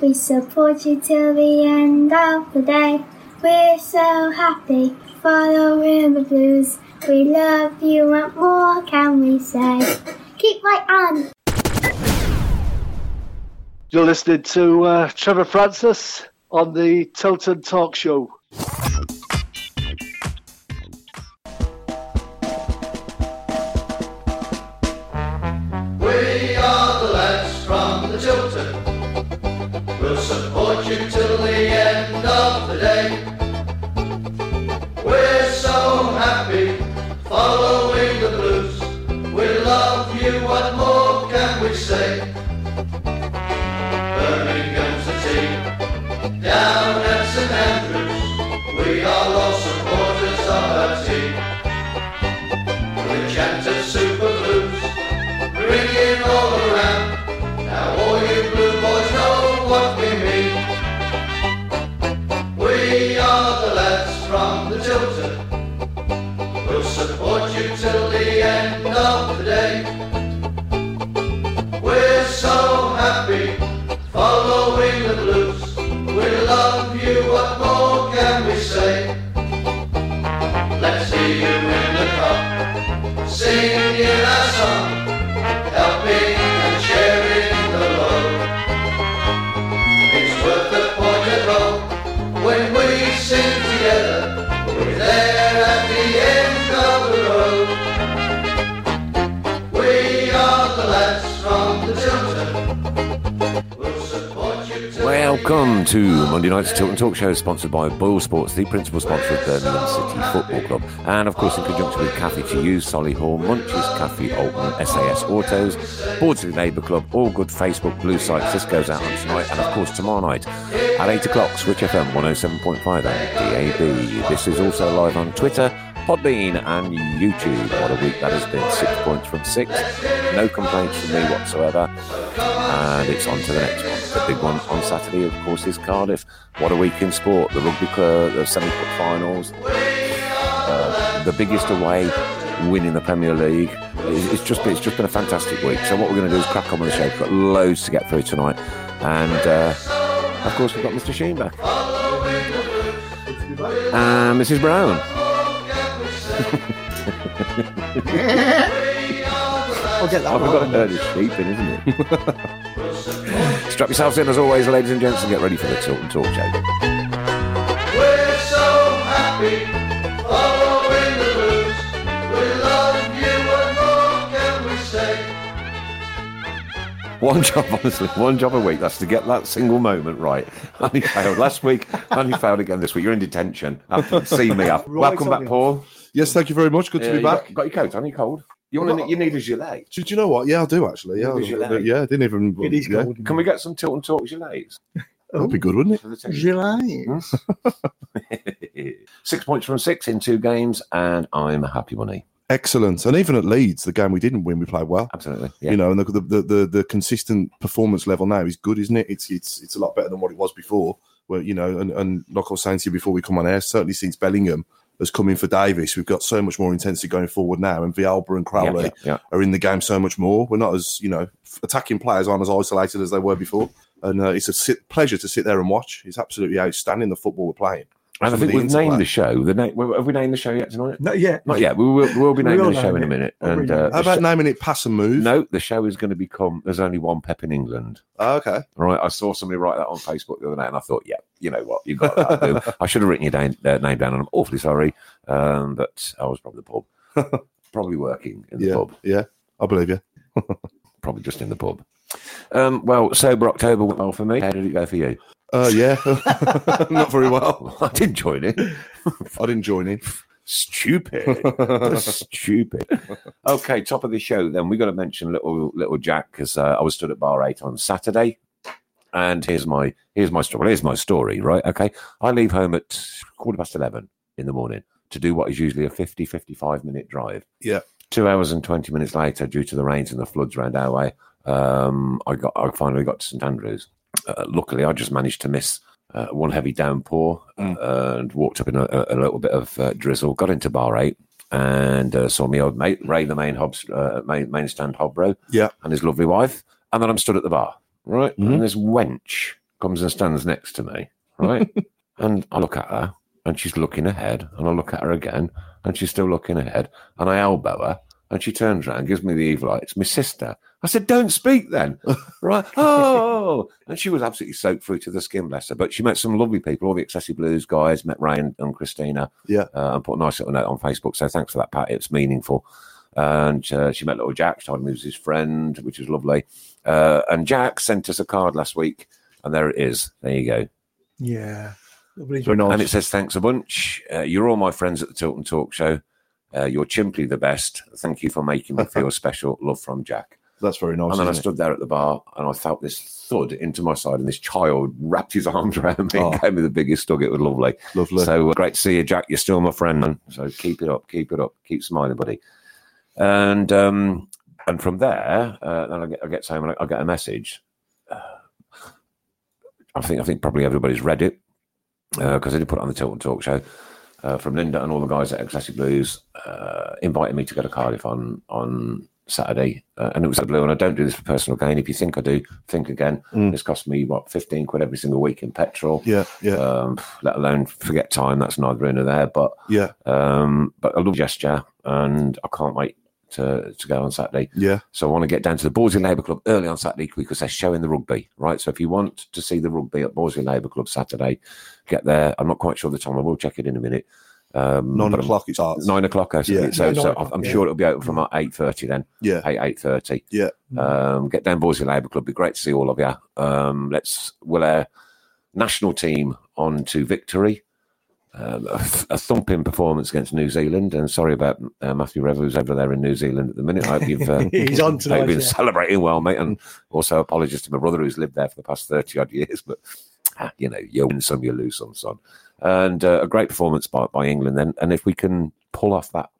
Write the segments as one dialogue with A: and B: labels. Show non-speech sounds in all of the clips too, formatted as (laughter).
A: We support you till the end of the day. We're so happy following the blues. We love you, what more can we say? Keep right on!
B: You're listening to uh, Trevor Francis on the Tilton Talk Show.
C: We are the lads from the Tilton. We'll support you till the end of the day. We're so happy following the blues. We love you, what more can we say? Birmingham's the team, down at St Andrews. We are all supporters of our team. We chant a super blues, ringing all around. Now all you blue boys know what we mean. We are the lads from the Tilton. We'll support you till the end of the day. We're so happy following the blues. We love you, what more can we say? Let's see you in the cup, singing our song, helping and sharing the load. It's worth the point of all when we sing together. We're there at the end of the road. We are the lads from the Tilton. We'll support you till
D: Welcome to Monday night's Tilton Talk Show, sponsored by Boyle Sports, the principal sponsor of Birmingham City Football Club, and of course in conjunction with Cafe to You, Solihull, Munches, Cafe Alton, SAS Autos, Bordsley Labour Club, All Good Facebook, Blue Site, Cisco's out on tonight, and of course tomorrow night at 8 o'clock, Switch FM 107.5 and DAB. This is also live on Twitter. Podbean and YouTube. What a week that has been. Six points from six. No complaints from me whatsoever and it's on to the next one. The big one on Saturday, of course, is Cardiff. What a week in sport! The rugby club, the semi-cup finals, uh, the biggest away win in the Premier League. It's it's just been, it's just been a fantastic week. So what we're going to do is crack on with the show. We've got loads to get through tonight, and uh, of course we've got Mr. Sheen back and Mrs.
E: (laughs)
D: Brown.
E: I'll get that
D: I've
E: one.
D: got a herd of sheep in, isn't it? (laughs) Strap yourselves in as always, ladies and gents, and get ready for the Tilton Talk Show.
C: We're so happy following the blues. We love you, what more can we say?
D: One job, honestly, one job a week. That's to get that single moment right. (laughs) And he failed last week, and he failed again this week. You're in detention. After see me after.
E: Right
D: Welcome
E: on
D: back,
E: you.
D: Paul.
F: Yes, thank you very much. Good
D: Uh,
F: to be
D: you
F: back.
D: Got, got your coat on? You cold? You want? to You need a gilet.
F: Do, do you know what? Yeah, I do actually. Yeah,
D: It was your
F: I-
D: leg.
F: yeah. I didn't even.
E: It is
F: yeah.
E: cold.
D: Can we get some Tilton Talk gilets?
F: That'd be good, wouldn't it?
D: for the team?
E: Relax.
D: six points from six in two games, and I'm a happy money.
F: Excellent. And even at Leeds, the game we didn't win, we played well.
D: Absolutely. Yeah.
F: You know, and the, the the- the the consistent performance level now is good, isn't it? It's it's it's a lot better than what it was before. Where you know, and, and like I was saying to you before we come on air, certainly since Bellingham has come in for Davis, we've got so much more intensity going forward now, and Vialba and
D: Yeah,
F: Crowley
D: yeah, yeah.
F: are in the game so much more. We're not as you know f- attacking players aren't as isolated as they were before, and uh, it's a sit- pleasure to sit there and watch. It's absolutely outstanding the football we're playing.
D: And I
F: Some of
D: think we've
F: interplay.
D: named the show. The name. Have we named the show yet tonight?
E: Not yet.
D: Not yet. We will. We'll be naming
E: We'll
D: the show
E: name
D: in a
E: it.
D: minute.
E: We'll
D: And
E: rename
D: uh,
E: it.
F: How
D: the
F: about
D: sh-
F: naming it pass and move?
D: no, the show is going to become. There's only one Pep in England.
F: Oh, okay.
D: Right, I saw somebody write that on Facebook the other night, and I thought, yeah, you know what, you got that. Lou. I should have written your name, uh, name down, and I'm awfully sorry, um, but I was probably the pub, probably working in the
F: Yeah.
D: pub.
F: Yeah. I believe you.
D: Probably just in the pub. Um, well, sober October went well for me. How did it go for you? (laughs)
F: Uh, (laughs) yeah, not very well.
D: I didn't join it.
F: I didn't join in.
D: Stupid, That's stupid. (laughs) Okay, top of the show. Then we got to mention little little Jack because uh, I was stood at bar eight on Saturday, and here's my here's my story. Well, here's my story, right? Okay, I leave home at quarter past eleven in the morning to do what is usually a 50, 55 minute drive.
F: Yeah.
D: Two hours and twenty minutes later, due to the rains and the floods round our way, um, I got I finally got to St Andrews. Uh, luckily, I just managed to miss uh, one heavy downpour uh, and walked up in a, a little bit of uh, drizzle. Got into bar eight and uh, saw me old mate Ray, the main Hobbs, uh, main, main stand Hobro,
F: Yeah.
D: and his lovely wife. And then I'm stood at the bar, right? And this wench comes and stands next to me, right? and I look at her and she's looking ahead, and I look at her again and she's still looking ahead, and I elbow her. And she turns around, gives me the evil eye. It's my sister. I said, "Don't speak, then." right? Oh, and she was absolutely soaked through to the skin, bless her. But she met some lovely people, all the Excessive Blues guys. Met Ryan and Christina
F: Yeah.
D: uh, and put a nice little note on Facebook. So thanks for that, Pat. It's meaningful. And uh, she met little Jack. She told him he was his friend, which is lovely. Uh, and Jack sent us a card last week, and there it is. There you go.
C: Yeah. Lovely
F: Very
D: And it
F: nice.
D: says thanks a bunch. Uh, you're all my friends at the Tilton Talk Show. Uh, you're chimply the best. Thank you for making me feel special. Love from Jack.
F: That's very nice.
D: And then I
F: isn't it?
D: stood there at the bar and I felt this thud into my side, and this child wrapped his arms around me
F: Oh.
D: and gave me the biggest hug. It was lovely.
F: Lovely.
D: So uh, great to see you, Jack. You're still my friend, man. So keep it up, keep it up, keep smiling, buddy. And um, and from there, uh, then I get, I get home and I, I get a message. Uh, I think I think probably everybody's read it because I did put it on the Tilton Talk Show uh, from Linda and all the guys at Excessive Blues uh, invited me to go to Cardiff on on Saturday, uh, and it was a blue. And I don't do this for personal gain. If you think I do, think again.
F: Mm.
D: It's cost me what fifteen quid every single week in petrol.
F: Yeah. Yeah.
D: Um, let alone forget time. That's neither in nor there. But
F: yeah.
D: um, but I love gesture, and I can't wait to to go on Saturday.
F: Yeah.
D: So I want to get down to the Borsley Labour Club early on Saturday because they're showing the rugby, right? So if you want to see the rugby at Borsley Labour Club Saturday, get there. I'm not quite sure of the time. I will check it in a minute. Um,
F: Nine
D: but I'm-
F: o'clock it starts.
D: Nine o'clock. I
F: Yeah.
D: think. So,
C: Yeah, nine
D: so I'm-
C: o'clock,
D: I'm
C: yeah.
D: sure it'll be open from eight thirty then.
F: Yeah.
D: Eight eight thirty.
F: Yeah.
C: Mm.
D: Um, get down Boise Labour Club. Be great to see all of you. Um, let's will our national team on to victory. Um, a, th- a thumping performance against New Zealand, and sorry about uh, Matthew Rever who's over there in New Zealand at the minute. I hope you've um,
C: (laughs) He's on
D: hope
C: tonight,
D: you've been
C: yeah.
D: celebrating well, mate, and also apologies to my brother who's lived there for the past thirty odd years. But ah, you know, you win some, you lose some, son. And uh, a great performance by, by England. Then, and if we can pull off that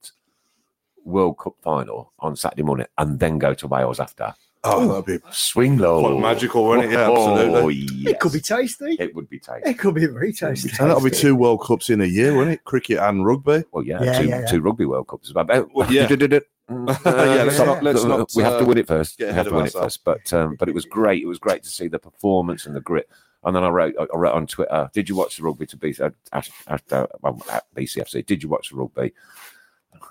D: World Cup final on Saturday morning, and then go to Wales after,
F: Oh, that'd be
D: swing low, Oh,
F: Quite magical, wouldn't it? Yeah, absolutely.
D: yes.
C: It could be tasty.
D: It would be tasty.
C: It could be very tasty.
F: And that'll be two World Cups in a year, won't it? Cricket and rugby.
D: Well, yeah,
C: Yeah,
D: two,
C: yeah, Mm. yeah.
D: two rugby World Cups. Well, (laughs)
F: Well, yeah. (laughs) Yeah,
C: let's not-
F: let's not,
D: we have to
F: uh,
D: win it first.
F: get
D: We
F: ahead
D: have to
F: of
D: win
F: ourselves.
D: it first. But um, but it was great. It was great to see the performance and the grit. And then I wrote I wrote on Twitter, "Did you watch the rugby to BC, at, at, at, uh, well, at BCFC? Did you watch the rugby?"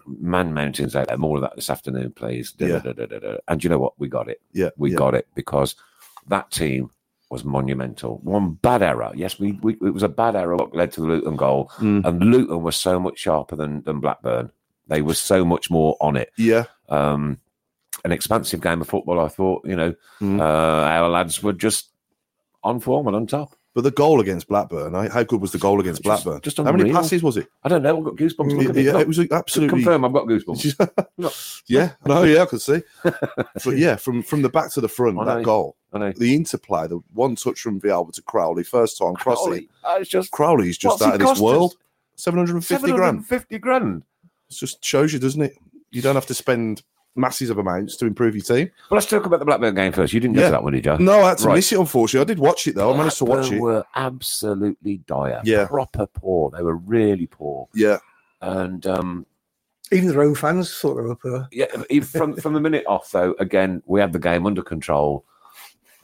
D: Man Mountains out there. More of that this afternoon, please. Da,
F: Yeah.
D: da, da, da, da, da. And you know what? We got it.
F: Yeah,
D: we
F: yeah.
D: got it because that team was monumental. One bad error. Yes, we, we it was a bad error what led to the Luton goal.
F: Mm.
D: And Luton was so much sharper than, than Blackburn. They were so much more on it.
F: Yeah.
D: Um, an expansive game of football, I thought, you know,
F: Mm.
D: uh, our lads were just on form and on top.
F: But the goal against Blackburn, eh? how good was the goal against
D: Just-
F: Blackburn?
D: just
F: How many
D: unreal.
F: passes was it?
D: I don't know, I've got goosebumps. Look
F: It,
D: at me.
F: yeah,
D: Look,
F: it was absolutely. (laughs)
D: Confirm, I've got goosebumps.
F: yeah, no, yeah, I
D: (laughs)
F: could see. But yeah, from from the back to the front,
D: I know.
F: that goal,
D: I know.
F: the interplay, the one touch from Vialba to Crowley, first time crossing.
D: Golly, uh, it's just
F: Crowley's just
D: What's it
F: out of this
D: cost us?
F: world. Seven hundred and fifty grand.
D: 750 grand.
F: It just shows you, doesn't it? You don't have to spend masses of amounts to improve your team.
D: Well, let's talk about the Blackburn game first. You didn't get
F: Yeah.
D: to that one, did you?
F: No, I had to
D: Right.
F: miss it. Unfortunately, I did watch it though. I managed to watch
D: Blackburn
F: it.
D: were absolutely dire.
F: Yeah.
D: Proper poor. They were really poor.
F: Yeah,
D: And um,
C: Even their own fans thought they were poor.
D: yeah, if- from from the minute off though, again we had the game under control.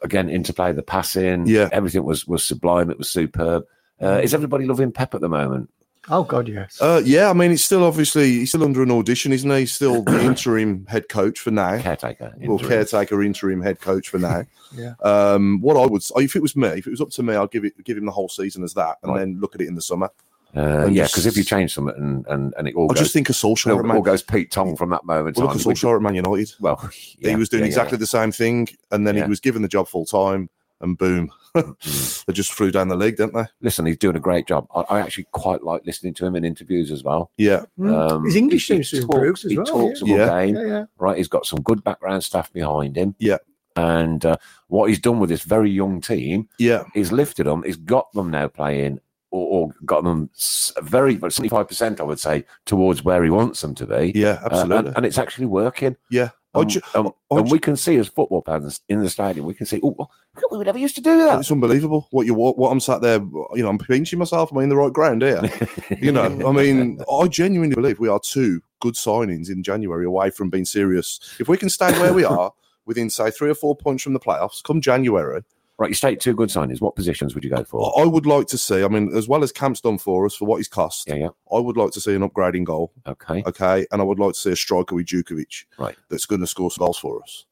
D: Again, interplay, the passing,
F: Yeah.
D: everything was was sublime. It was superb. Uh,
C: Mm.
D: is everybody loving Pep at the moment?
C: Oh God, yes.
F: uh, yeah. I mean, it's still obviously he's still under an audition, isn't he? He's still the interim head coach for now.
D: Caretaker,
F: well,
D: interim.
F: caretaker, interim head coach for now.
C: Yeah.
F: Um, what I would, if it was me, if it was up to me, I'd give it, give him the whole season as that, and
D: Right.
F: then look at it in the summer.
D: Uh,
F: And
D: yeah,
F: just-
D: because if you change something and, and, and it all
F: I
D: goes,
F: just think of Solskjaer
D: it
F: at Man-
D: all goes Pete Tong from that moment.
F: Well,
D: on,
F: look at
D: which-
F: Solskjaer at Man United.
D: Well, (laughs)
F: he
D: yeah,
F: was doing
D: yeah, yeah,
F: exactly
D: yeah.
F: the same thing, and then
D: Yeah. Mm.
F: he was given the job full time, and boom, (laughs) they just threw down the league, didn't they?
D: Listen, he's doing a great job. I, I actually quite like listening to him in interviews as well.
F: Yeah,
D: Um,
C: Mm. His English
D: he- he
C: seems to
D: talks-
C: improve as
D: He
C: well,
D: talks
C: yeah.
D: a good
F: Yeah.
D: game,
C: Yeah, yeah.
D: right? He's got some good background staff behind him.
F: Yeah.
D: And uh, what he's done with this very young team
F: yeah,
D: is lifted them. He's got them now playing, or, or got them s- very seventy-five percent, I would say, towards where he wants them to be.
F: yeah,
D: Uh, and-
F: absolutely.
D: and, it's actually working.
F: yeah, I
D: Um,
F: ju-
D: um,
F: I
D: and
F: ju-
D: we can see as football fans in the stadium, we can see, oh, look, we never used to do that.
F: it's unbelievable what you what, what I'm sat there. You know, I'm pinching myself. Am I in the right ground here?
D: (laughs)
F: you know, I mean, I genuinely believe we are two good signings in January away from being serious. If we can stay
D: (laughs)
F: where we are within say three or four points from the playoffs, come January,
D: Right, you state two good signings. What positions would you go for?
F: I I would like to see. I mean, as well as Camp's done for us for what he's cost,
D: Yeah, yeah.
F: I would like to see an upgrading goal.
D: Okay.
F: okay? And I would like to see a striker with Djukovic
D: Right.
F: that's going to score some goals for us.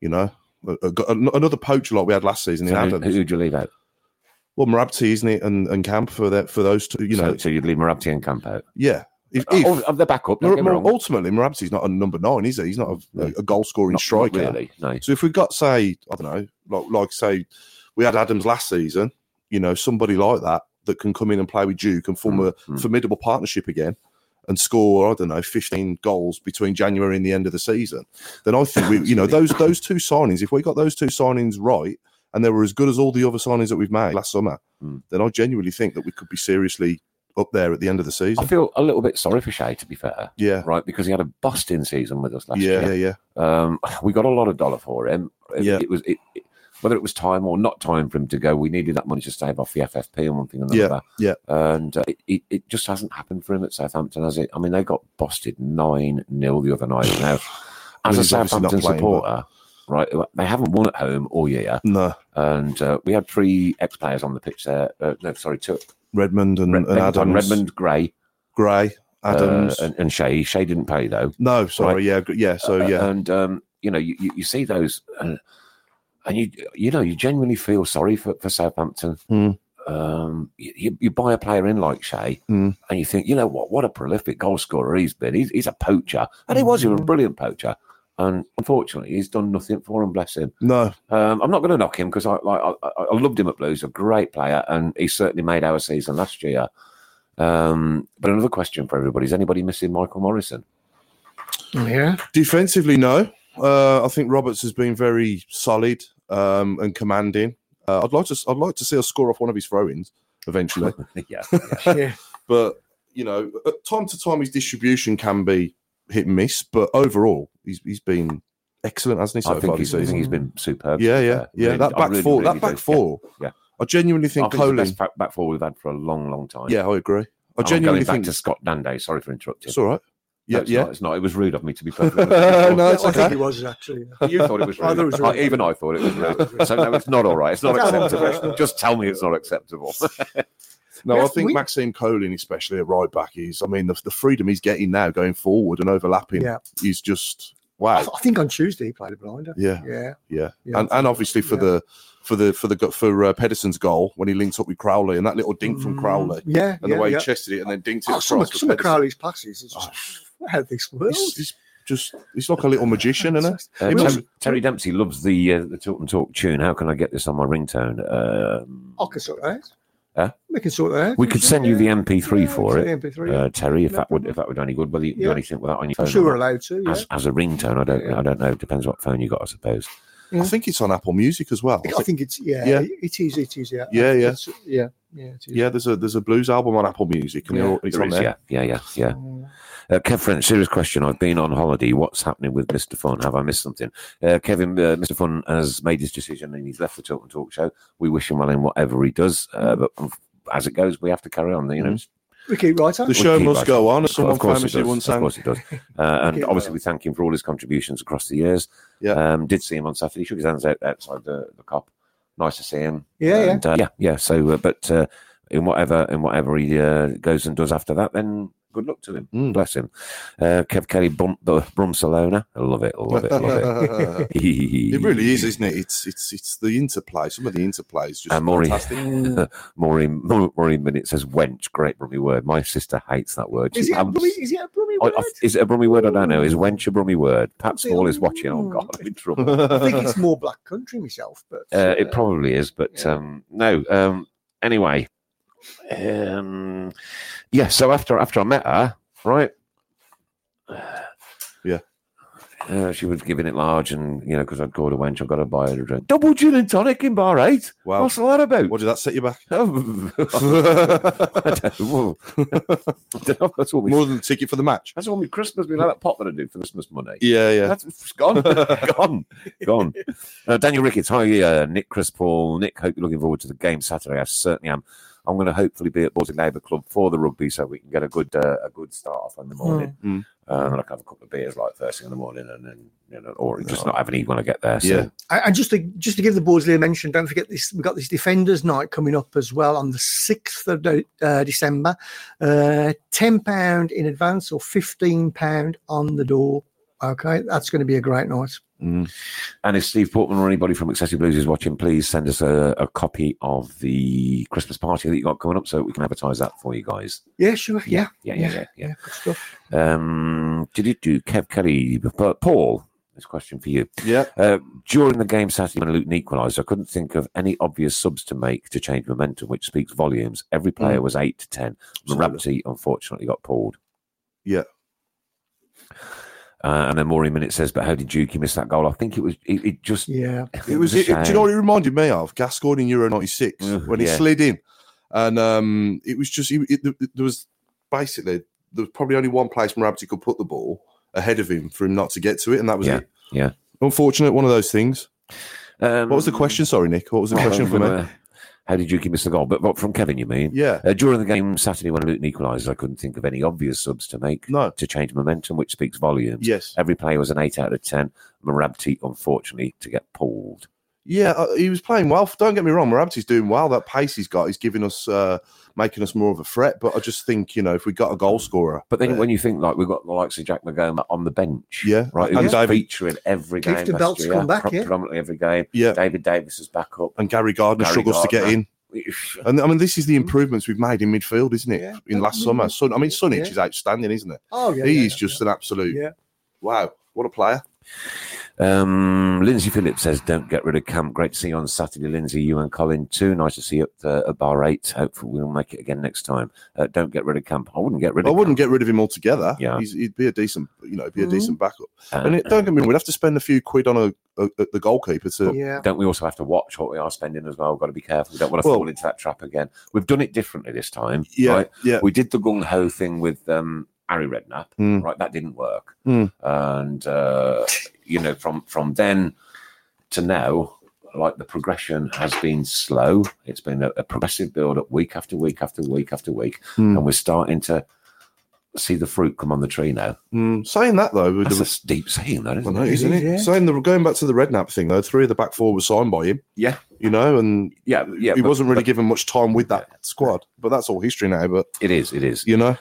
F: You know, A- a- go- an- another poacher like we had last season in
D: So who,
F: Adams.
D: who'd you leave out?
F: well, Marabti, isn't it, and, and Camp for that for those two. You know,
D: so, so you'd leave Marabti and Camp out.
F: yeah. If,
D: Uh,
F: if
D: oh, of the backup, don't
F: Mar-
D: get me
F: Mar-
D: wrong.
F: ultimately Marabti's not a number nine, is he? He's not a,
D: No.
F: a goal scoring
D: Not-
F: striker.
D: not really. No.
F: So if we've got, say, I don't know, like, like say we had Adams last season, you know, somebody like that that can come in and play with Duke and
D: Mm,
F: form a formidable partnership again and score, I don't know, 15 goals between January and the end of the season, then I
D: (laughs)
F: think we, you know, those those two signings, if we got those two signings right and they were as good as all the other signings that we've made last summer,
D: Mm.
F: then I genuinely think that we could be seriously up there at the end of the
D: I
F: season.
D: feel a little bit sorry for Shay, to be fair.
F: Yeah.
D: Right, because he had a busting season with us last
F: Yeah, yeah,
D: year.
F: yeah.
D: Um, we got a lot of dollar for him. It,
F: Yeah.
D: it was it, it- whether it was time or not time for him to go. We needed that money to save off the FFP and one thing and
F: Yeah,
D: another.
F: yeah.
D: And uh, it- it, it just hasn't happened for him at Southampton, has it? I mean, they got busted nine 0 the other night. Now,
F: (sighs) I
D: as
F: mean,
D: a
F: he's obviously not
D: Southampton
F: playing,
D: supporter, right, they haven't won at home all year,
F: No,
D: and uh, we had three ex players on the pitch there. Uh, no, sorry, two.
F: Redmond Mm, and,
D: Red,
F: and Adams,
D: Redmond, Gray,
F: Gray,
D: uh,
F: Adams.
D: and, and Shea. Shea didn't play though.
F: no, sorry, yeah, gr- yeah. So yeah,
D: and um, you know, you, you, you see those, uh, and you you know, you genuinely feel sorry for, for Southampton.
F: Hmm.
D: Um, you, you- you buy a player in like Shea,
F: Hmm.
D: and you think, you know what? What a prolific goal scorer he's been. He's, he's a poacher, and he was. He
F: Hmm.
D: was a brilliant poacher, and unfortunately, he's done nothing for him. Bless him.
F: no,
D: Um, I'm not going to knock him because I, like, I I I loved him at Blues, a great player, and he certainly made our season last year. Um, but another question for everybody: Is anybody missing Michael
F: (laughs)
D: Morrison?
C: Oh, Yeah.
F: Defensively, no. Uh, I think Roberts has been very solid um, and commanding. Uh, I'd like to I'd like to see us score off one of his throw-ins
D: (laughs)
F: eventually,
D: yeah,
C: Yeah.
F: but you know, at time to time his distribution can be hit and miss, but overall he's he's been excellent, hasn't he? So
D: I
F: far
D: think
F: this
D: he's, I think
F: season,
D: he's been superb.
F: yeah, yeah,
D: Uh,
F: yeah.
D: really-
F: that
D: I
F: back
D: really,
F: four,
D: really
F: that back
D: do.
F: four.
D: yeah.
F: I genuinely
D: Yeah. I
F: think
D: think it's the
F: Colin.
D: best back, back four we've had for a long, long time.
F: Yeah, I agree. I
D: And I'm
F: genuinely
D: going back
F: think
D: to Scott Danday. Sorry for interrupting.
F: it's all right.
D: No,
F: Yeah,
D: it's
F: yeah.
D: Not, it's not. It was rude of me to
F: (laughs)
D: be perfectly honest.
F: No,
C: Yeah,
F: it's
C: I
F: okay.
C: think he was actually. uh,
D: You thought it
F: (laughs)
D: was
C: I
D: rude.
C: thought it was rude.
D: I- even I thought it was rude. So no, it's not all right. It's not acceptable. Just tell me it's not
F: (laughs)
D: acceptable.
F: No,
C: Yeah,
F: I think
C: we-
F: Maxime Colin, especially at right back, is. I mean, the, the freedom he's getting now going forward and overlapping
C: Yeah.
F: is
C: I,
F: just
C: (laughs)
F: wow.
C: I think on Tuesday he played a blinder.
F: Yeah,
C: Yeah.
F: yeah,
C: Yeah.
F: and and obviously for
C: Yeah.
F: the for the for the go- for uh, Pedersen's goal when he linked up with Crowley and that little dink from Crowley
C: Yeah.
F: and
C: Mm, yeah,
F: the way
C: yeah.
F: he chested it and then dinked it
C: Oh,
F: across
C: some, of-
F: for
C: some of
F: Pedersen.
C: Crowley's passes. It's just, how this
F: He's,
C: works.
F: he's just he's like a little magician,
C: (laughs)
F: isn't it?
D: Uh,
F: He
D: Ter-
F: must-
D: Terry Dempsey loves the uh, the Talk and Talk tune. How can I get this on my ringtone? Um,
C: I can sort that. out.
D: Huh?
C: We can sort that. out.
D: we could send you the MP3 for it,
C: MP3.
D: uh, Terry, if
C: No
D: that would
C: problem.
D: if that would do any good. Whether you can do
C: Yeah.
D: anything with that on your
C: I'm
D: phone.
C: sure
D: or
C: we're
D: not.
C: allowed to. Yeah.
D: as, as a ringtone, I don't
C: Yeah.
D: I don't know. Depends what phone you got, I suppose.
F: I think it's on Apple Music as well. I
C: I
F: think-
C: think it's yeah,
F: Yeah.
C: It is. It is. Yeah.
F: Yeah, yeah.
C: It's- yeah. Yeah. It is.
F: yeah, there's a there's a blues album on Apple Music and
C: Yeah.
F: they're all- it's
D: There
F: on
D: is,
F: there.
D: yeah, yeah, yeah, yeah.
C: Mm.
D: Uh, Kev French, serious question. I've been on holiday. What's happening with Mr. Fun? Have I missed something? Uh, Kevin, uh, Mr. Fun has made his decision and he's left the Talk and Talk show. We wish him well in whatever he does, uh, but um, as it goes, we have to carry on. You
C: Mm-hmm.
D: know,
C: We keep right on.
F: The show
D: keep
F: must
D: us-
F: go on, as
D: Of
F: someone
D: course it
F: famously
D: does.
F: once
D: Of
F: sang.
D: course it does. Uh, and
C: Yeah.
D: obviously, we thank him for all his contributions across the years.
F: Yeah.
D: Um, did see him on Saturday. Shook his hands out outside the, the cop. Nice to see him.
C: Yeah, yeah.
D: And, uh, yeah, yeah. So, uh, but uh, in whatever in whatever he uh, goes and does after that, then good luck to him. Mm, bless him. Uh, Kev Kelly Brum, uh, Brumsalona. I love it. Love
C: (laughs)
D: it.
F: (laughs)
D: Love it.
F: it really is, isn't it? It's it's it's the interplay. Some of the interplay is just
D: Uh, Maureen,
F: fantastic.
D: (laughs) Maureen, Maureen, Maureen Bennett says wench. Great Brummy word. My sister hates that word.
C: Is
D: She
C: it a
D: abs-
C: bloody, is it a
F: (laughs)
C: bloody
D: I,
C: word?
D: I, is it a Brummy word? I don't know. Is wench a Brummy word? Pat
C: What's it
D: Small
C: on-
D: is watching. Oh, God,
F: (laughs)
D: I'm in trouble.
C: I think it's more black country myself, but
D: Uh, it probably is, but
C: yeah.
D: um, no. Um, anyway, um, yeah. So after after I met her, right?
F: Yeah.
D: Uh, she was giving it large, and you know, because I'd called a wench, I got to buy her a drink. Double gin and tonic in bar eight.
F: Wow.
D: What's all that about? (laughs)
F: What did that set you back?
D: Oh, (laughs) I don't know. I don't
F: (laughs)
D: know. That's all we.
F: More than the ticket for the match.
D: That's all my Christmas. We like that pot that I do for Christmas money.
F: Yeah, yeah.
D: That's it's (laughs) gone, gone, gone. Uh, Daniel Ricketts, hi, uh, Nick Chris Paul. Nick, hope you're looking forward to the game Saturday. I certainly am. I'm going to hopefully be at Baltic Labour Club for the rugby so we can get a good uh, a good start off in the morning.
F: Mm.
D: Uh, and I can have a couple of beers like first thing in the morning and then, you know, or just not have any when I get there. So.
F: Yeah.
C: I- and just to just to give the boards a little mention, don't forget this. We've got this Defenders Night coming up as well on the sixth of De- uh, December. Uh, Ten pound in advance or fifteen pound on the door. Okay, that's going to be a great night.
D: And if Steve Portman or anybody from Excessive Blues is watching, please send us a, a copy of the Christmas party that you got coming up so we can advertise that for you guys.
C: Yeah, sure. Yeah,
D: Yeah, yeah, yeah, yeah.
C: good stuff.
D: Um, did it do Kev Kelly? But Paul, this question for you.
F: Yeah.
D: Uh, during the game Saturday when Luton equalised, I couldn't think of any obvious subs to make to change momentum, which speaks volumes. Every
F: Mm.
D: player was eight to ten. Morabity unfortunately got pulled.
F: Yeah.
D: Uh, and then Maureen Minute says, "But how did Juki miss that goal? I think it was it, (laughs) it just
C: Yeah,
F: It was. It,
D: a
F: do you know
D: shame.
F: what it reminded me of? Gascoigne in Euro '96
D: Ugh,
F: when he
D: yeah.
F: slid in, and um, it was just. It, it, there was basically there was probably only one place Morabity could put the ball ahead of him for him not to get to it, and that was it.
D: yeah.
F: Unfortunate, one of those things.
D: Um,
F: What was the question? Sorry, Nick. What was the question for me?
D: How did Juki miss the goal? But, but from Kevin, you mean?
F: Yeah.
D: Uh, during the game Saturday when Luton equalised, I couldn't think of any obvious subs to make
F: No.
D: to change momentum, which speaks volumes.
F: Yes.
D: Every player was an 8 out of 10. Marabti, unfortunately, to get pulled.
F: Yeah, uh, he was playing well. Don't get me wrong, Morabiti's doing well. That pace he's got, he's giving us, uh, making us more of a threat. But I just think, you know, if we got a goal scorer, uh,
D: But then when you think, like, we've got the likes of Jack McGoma on the bench.
F: Yeah.
D: Right. Who
F: And
D: was
F: David-
D: featuring every
C: Keith
D: game.
C: de
D: last
C: Belt's
D: year,
C: come back,
D: pre-
C: yeah.
D: Predominantly every game.
F: Yeah.
D: David Davis is back up.
F: and Gary Gardner
D: Gary
F: struggles to get
D: Gardner.
F: in. And I mean, this is the improvements we've made in midfield, isn't it?
C: Yeah.
F: In last summer, Son, I mean, Sunich
C: Yeah.
F: is outstanding, isn't it?
C: Oh yeah,
F: He's
C: yeah,
F: just an absolute
C: yeah.
F: wow. What a player!
D: Um, Lindsay Phillips says, "Don't get rid of camp. Great to see you on Saturday, Lindsay. You and Colin too. Nice to see you at, uh, at bar eight. Hopefully we'll make it again next time. Uh, don't get rid of camp. I wouldn't get rid
F: I
D: of.
F: wouldn't get rid of him altogether.
D: Yeah.
F: He's, he'd be a decent, you know, be a
C: Mhm.
F: decent backup.
D: Camp.
F: And it,
D: Uh,
F: don't get me wrong, we'd have to spend a few quid on a, a, a the goalkeeper to.
C: yeah.
D: don't we also have to watch what we are spending as well? We've got to be careful. We don't want to
F: Well-
D: fall into that trap again. We've done it differently this time.
F: Yeah,
D: right?
F: yeah.
D: We did the gung ho thing with um, Harry Redknapp.
F: Mm.
D: Right, that didn't work.
F: Mm.
D: And uh, you know, from from then to now. Like the progression has been slow. It's been a, a progressive build up week after week after week after week.
F: Mm.
D: and we're starting to see the fruit come on the tree now.
F: Mm. Saying that though, with
D: That's
F: the,
D: a steep saying, that
F: I
D: isn't
F: know,
D: it?
F: isn't it?
C: Yeah.
F: Saying the going back to the Redknapp thing though, three of the back four were signed by him.
D: Yeah.
F: you know, and
D: Yeah, yeah.
F: he
D: but-
F: wasn't really
D: but
F: given much time with that squad. But that's all history now. But
D: It is. It is.
F: you know,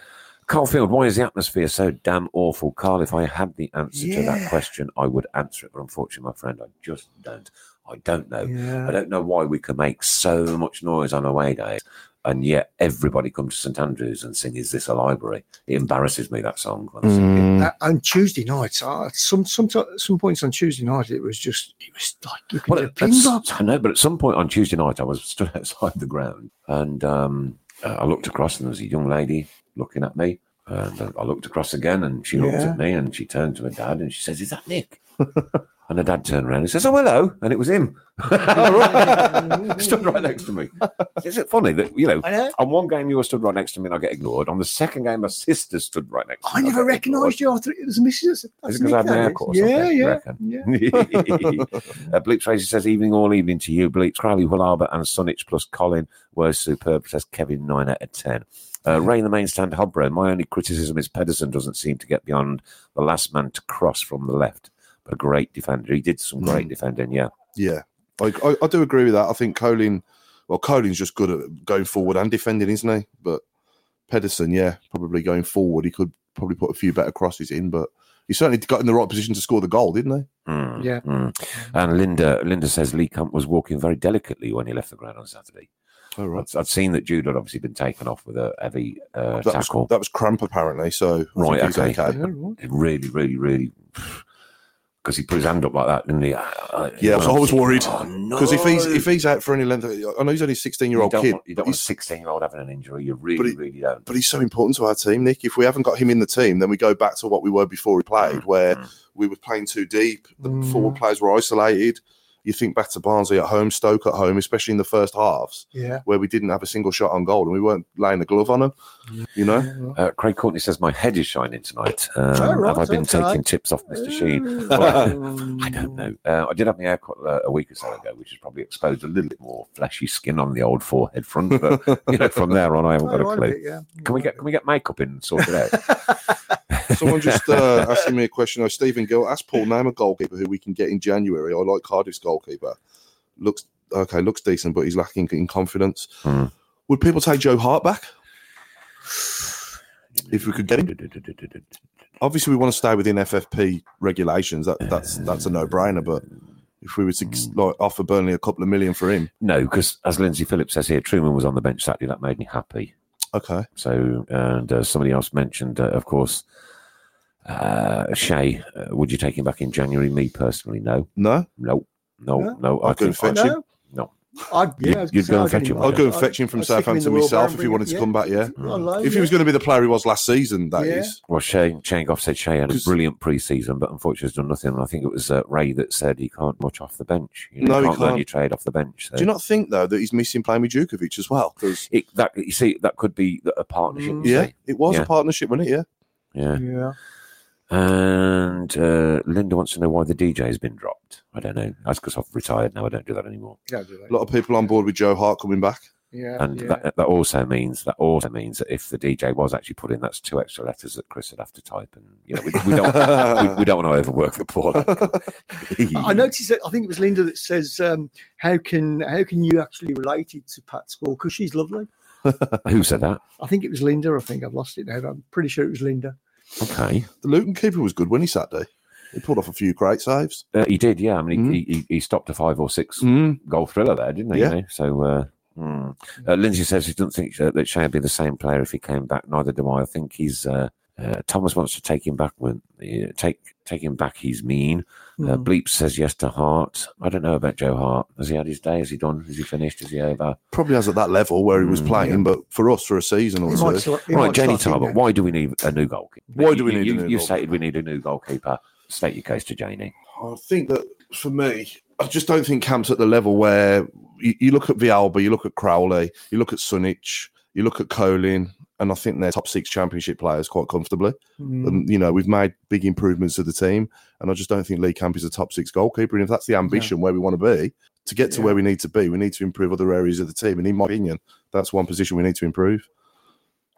D: Carl Field, why is the atmosphere so damn awful, Carl? If I had the answer to that
C: Yeah.
D: question, I would answer it. But unfortunately, my friend, I just don't. I don't know.
C: Yeah.
D: I don't know why we can make so much noise on away days, and yet everybody comes to St Andrews and sing "Is this a library?" It embarrasses me that song. When I sing it.
C: Uh, and Tuesday nights, uh, some some some points on Tuesday night, it was just it was like you could
D: Well,
C: get
D: at-
C: a pin
D: at-
C: drop.
D: I know, but at some point on Tuesday night, I was (laughs) stood outside the ground and um, uh, I looked across and there was a young lady looking at me. And uh, I- I looked across again and she looked
C: Yeah.
D: at me and she turned to her dad and she says, Is
C: (laughs)
D: that Nick? and her dad turned around and says, Oh, hello. And it was him. (laughs) stood right next to me. Is it funny that, you know,
C: I know.
D: on one game you were stood right next to me and I get ignored. On the second game, my sister stood right next to me.
C: I
D: and
C: never
D: get
C: recognised you after it was a missus.
D: is
C: That's
D: it because I
C: Nick,
D: had an
C: that
D: air
C: is.
D: course?
C: Yeah, yeah, yeah. (laughs)
D: (laughs) uh, Bleep Tracy says, evening all evening to you. Bleep, Crowley, Willaba and Sonich plus Colin were superb, says Kevin, 9 out of 10. Uh, Ray, the main stand, Hobro. My only criticism is Pedersen doesn't seem to get beyond the last man to cross from the left. But a great defender. He did some
C: Mm.
D: great defending, yeah.
F: Yeah, I, I, I do agree with that. I think Colin, well, Colin's just good at going forward and defending, isn't he? But Pedersen, yeah, probably going forward, he could probably put a few better crosses in, but he certainly got in the right position to score the goal, didn't he?
D: Mm,
C: Yeah.
D: mm. And Linda Linda says Lee Camp was walking very delicately when he left the ground on Saturday.
F: Oh,
D: I've, I've seen that Jude had obviously been taken off with a heavy uh,
F: That was,
D: tackle.
F: that was cramp, apparently, so I
D: Right,
F: think he's
D: okay.
F: okay.
D: It really, really, really. Because he put his hand up like that, didn't he? I- I-
F: Yeah, I was, I was worried
D: Oh, no.
F: because if he's if he's out for any length, I know he's only
D: you
F: a sixteen-year-old
D: don't,
F: kid,
D: want, you don't
F: but
D: want a
F: he's
D: 16 year old having an injury. You really,
F: he-
D: really don't.
F: but he's so important to our team, Nick. If we haven't got him in the team, then we go back to what we were before he
D: Mm,
F: played, where we were playing too deep. The
C: Mm.
F: forward players were isolated. You think back to Barnsley at home, Stoke at home, especially in the first halves,
C: Yeah.
F: where we didn't have a single shot on goal and we weren't laying the glove on them. You know,
D: Uh, Craig Courtney says, My head is shining tonight. Um,
C: Oh, right,
D: have I been
C: okay.
D: taking tips off Mr.
F: (laughs)
D: Sheen?
C: Um,
D: Well, I don't know. Uh, I did have my haircut uh, a week or so ago, which has probably exposed a little bit more fleshy skin on the old forehead front. But you know, from there on, I
F: (laughs)
D: haven't got
C: Oh,
D: a
C: I
D: clue.
C: like it, yeah.
D: Can we get can we get makeup in and sort it out?
F: someone just uh,
C: (laughs)
F: asking me a question. Oh, Stephen Gill, ask Paul, name a goalkeeper who we can get in January. I like Cardiff's goalkeeper. Looks okay, looks decent, but he's lacking in confidence.
D: Hmm.
F: Would people take Joe Hart back if we could get him? (laughs)
D: (laughs)
F: obviously we want to stay within FFP regulations. That that's that's a no brainer. But if we were to like, offer Burnley a couple of million for him,
D: no, because as Lindsay Phillips says here, Truman was on the bench Saturday. That made me happy.
F: okay,
D: So, and uh, somebody else mentioned, uh, of course, uh, Shay. Uh, would you take him back in January? Me personally, no,
F: no,
D: no, no,
C: No?
D: no.
F: I couldn't
D: I-
F: fetch him.
D: No,
C: I'd, yeah, I
D: You'd-
C: was
D: you'd
C: gonna
D: go
C: say,
D: and
C: I'd
D: fetch him.
C: get
F: I'd go and
C: I'd-
F: fetch him from
C: I'd stick him in the
F: Southampton
C: Royal Bar
F: myself
C: and
F: if he
C: bring
F: wanted
C: him-
F: to come back. Yeah,
C: yeah. I like
F: if he was
C: it.
F: going to be the player he was last season, that is.
C: Yeah.
D: Well, Shane, Shane Goff said Shane had a
F: 'Cause-
D: brilliant preseason, but unfortunately has done nothing. And I think it was uh, Ray that said he can't much off the bench. You know,
F: No,
D: you
F: he
D: can't, learn
F: can't.
D: your trade off the bench. So
F: Do you not think though that he's missing playing with Djukovic as well? 'Cause-
D: It, that you see, that could be a partnership. you
F: Mm. yeah,
D: see.
F: it was
D: Yeah.
F: a partnership, wasn't it? Yeah,
D: yeah.
C: Yeah.
D: And uh, Linda wants to know why the DJ has been dropped. I don't know. That's because I've retired now. I don't do that anymore.
C: Yeah, I'd do that.
F: a lot of people on board with Joe Hart coming back.
C: yeah.
D: And
C: yeah.
D: that, that also means that also means that if the DJ was actually put in, that's two extra letters that Chris would have to type, and you know we, we don't we, we don't want to overwork the poor.
C: (laughs)
D: lad.
C: I I noticed that I think it was Linda that says, um, "How can how can you actually relate it to Pat's Walker? Because she's lovely."
D: Who said that?
C: I think it was Linda. I think I've lost it now. But I'm pretty sure it was Linda.
D: Okay.
F: The Luton keeper was good when he Saturday. He pulled off a few great saves.
D: Uh, he did, yeah. I mean,
C: Hmm?
F: Mm.
D: he, he, he stopped a five or six
F: Mm.
D: goal thriller there, didn't he?
F: Yeah.
D: You know? So, uh, mm. uh, Lindsay says he doesn't think uh, that Shea would be the same player if he came back. Neither do I. I think he's. Uh, uh, Thomas wants to take him back. When uh, take take him back, he's mean. Uh,
F: Hmm.
C: Mm.
D: Bleep says yes to Hart. I don't know about Joe Hart. Has he had his day? Has he done? Is he finished? Is he over?
F: Probably has at that level where he was
D: Mm.
F: playing, but for us for a season or
C: He
F: so.
C: might start- he
D: Right,
C: might
D: Jenny
C: start in
D: Tarbuck.
C: there.
D: Why do we need a new goalkeeper?
F: Why do we
D: You-
F: need a
D: you,
F: new
D: You
F: goalkeeper?
D: stated we need a new goalkeeper. State your case to Janie.
F: I think that for me, I just don't think Camp's at the level where you, you look at Vialba, you look at Crowley, you look at Sunich, you look at Colin, and I think they're top six championship players quite comfortably.
C: Mm.
F: And you know, we've made big improvements to the team, and I just don't think Lee Camp is a top six goalkeeper. And if that's the ambition where we want to be, to get to
C: Yeah.
F: where we need to be, we need to improve other areas of the team. And in my opinion, that's one position we need to improve.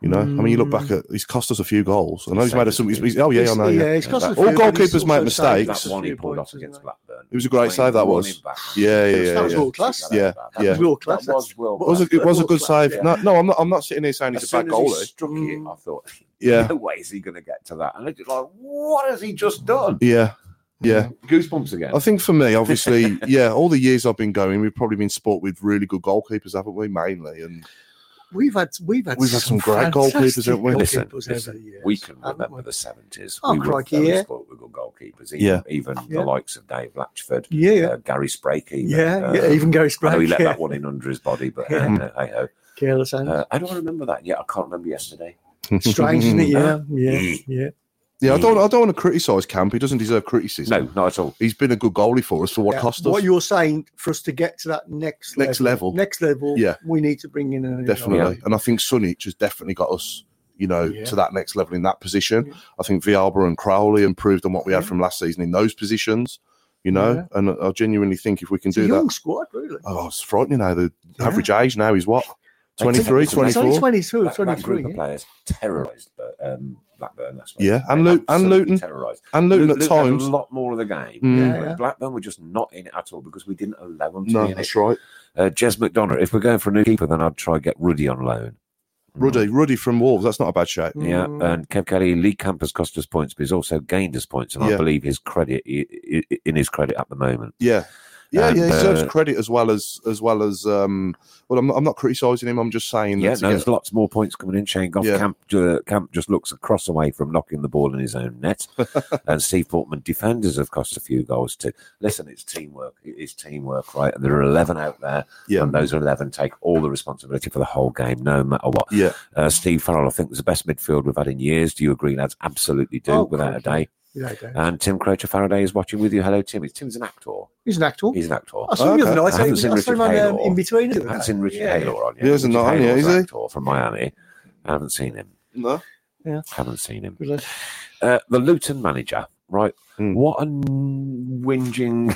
F: You know, I mean, you look
C: Hmm.
F: back at he's cost us a few goals. I know he's made us some. He's, he's- oh yeah, I know.
C: It's-
F: Yeah,
C: it's cost
D: All
C: us a few, but it's
F: goalkeepers make
C: also saved
F: mistakes.
C: us
D: That
C: a
D: one he
C: few
D: pulled
C: points,
D: off against
C: isn't
D: Blackburn.
F: It was a great
D: When he
F: save, that
D: won
F: was.
D: him back.
F: yeah, yeah, yeah.
C: That was
F: yeah.
C: world class.
F: Yeah,
C: That was
F: yeah.
C: world class.
D: That was world
F: It was a,
D: class.
F: it was a good
C: World-class,
F: save.
C: yeah.
F: No, no, I'm not. I'm not sitting here saying
D: As
F: he's a bad
D: soon as he
F: goalie.
D: struck it,
C: Mm.
D: I thought,
F: Yeah,
D: no way is he going to get to that. And I just like, what has he just done?
F: yeah, yeah.
D: Goosebumps again.
F: I think for me,
C: (laughs)
F: obviously, yeah. All the years I've been going, we've probably been sport with really good goalkeepers, haven't we? Mainly, and
C: We've had we've had
F: We've had some great goalkeepers,
C: fantastic
F: haven't we?
D: Listen,
C: goalkeepers
D: listen,
C: over the years,
D: we can
C: haven't
D: remember
C: we?
D: the seventies.
C: Oh,
D: we
C: crikey,
D: were very
C: yeah.
D: sport with good goalkeepers. Even,
F: Yeah.
D: even
C: Yeah.
D: the likes of Dave Latchford,
C: Yeah, yeah.
D: uh, Gary Sprake, even,
C: Yeah,
D: uh,
C: yeah, even Gary
D: I know he
C: Sprague,
D: let
C: yeah.
D: that one in under his body, but
C: Yeah. Mm.
D: uh, hey ho.
C: careless eh? hands.
D: Uh, I don't remember that yet. I can't remember yesterday.
C: Strange, isn't it?
D: (laughs)
F: (laughs)
C: Yeah, yeah,
D: Mm.
C: yeah.
F: yeah, I don't. I don't want to criticise Camp. He doesn't deserve criticism.
D: No, not at all.
F: he's been a good goalie for us for what
C: Yeah.
F: cost us.
C: What you're saying for us to get to that next
F: Next level.
C: next level,
F: Yeah.
C: we need to bring in a
F: definitely. And I think Sunich has definitely got us, you know,
C: Yeah.
F: to that next level in that position. I think Vialba and Crowley improved on what we had from last season in those positions, you know.
C: Yeah.
F: And I genuinely think if we can
C: It's a
F: do that,
C: young squad, really.
F: oh, it's frightening now. The
C: Yeah.
F: average age now is what 23,
D: It's only
C: It's only
F: 24.
C: 22,
D: That, that group
C: 23.
D: of
C: yeah.
D: players terrorised uh, um, Blackburn last week.
F: Yeah, and
D: They
F: Lu- and
D: absolutely
F: Luton.
D: terrorised.
F: And Luton at
D: had
F: times,
D: a lot more of the game.
F: Mm.
C: Yeah,
D: But
C: yeah.
D: Blackburn were just not in it at all because we didn't allow them to
F: no,
D: be in it.
F: that's right.
D: Uh, Jez McDonough, if we're going for a new keeper, then I'd try get Ruddy on loan.
F: Ruddy, Ruddy from Wolves. That's not a bad shape.
D: Yeah, and Kev Kelly, Lee Camp has cost us points, but he's also gained us points, and I
F: Yeah.
D: believe his credit i- i- in his credit at the moment.
F: Yeah. Yeah,
D: And,
F: yeah, he deserves
D: uh,
F: credit as well as as well as um. Well, I'm not, I'm not criticizing him. I'm just saying.
D: Yeah,
F: that to
D: no,
F: get-
D: there's lots more points coming in. Shane Goff
F: Yeah.
D: Camp, uh, Camp just looks across away from knocking the ball in his own
F: (laughs)
D: net, and Steve Portman defenders have cost a few goals too. Listen, it's teamwork. It is teamwork, right? And there are eleven out there,
F: Yeah.
D: and those eleven take all the responsibility for the whole game, no matter what.
F: yeah,
D: Uh, Steve Farrell, I think, was the best midfield we've had in years. Do you agree, lads? Absolutely do,
C: Oh,
D: without a
C: crikey.
D: day.
C: Yeah, I don't.
D: And Tim Crocher Faraday is watching with you. Hello, Tim. Tim's an actor.
C: He's an actor.
D: He's an actor.
C: I saw Oh, him the
F: Oh, Okay.
C: other night.
D: I
C: I,
D: haven't
C: saw
D: seen
C: him- I saw him
D: Richard
C: on, um,
D: Hale.
C: in between. the other
D: That's
C: day.
D: in Richard
C: Yeah, yeah.
D: Haylor on.
F: He isn't
D: Richard
F: on yet,
D: Haylor's
F: is he?
D: actor from Miami. I haven't seen him.
F: no,
D: Haven't seen him.
C: Good lad.
D: Uh, the Luton manager, right?
F: Hmm.
D: What a n-
C: (laughs)
D: whinging.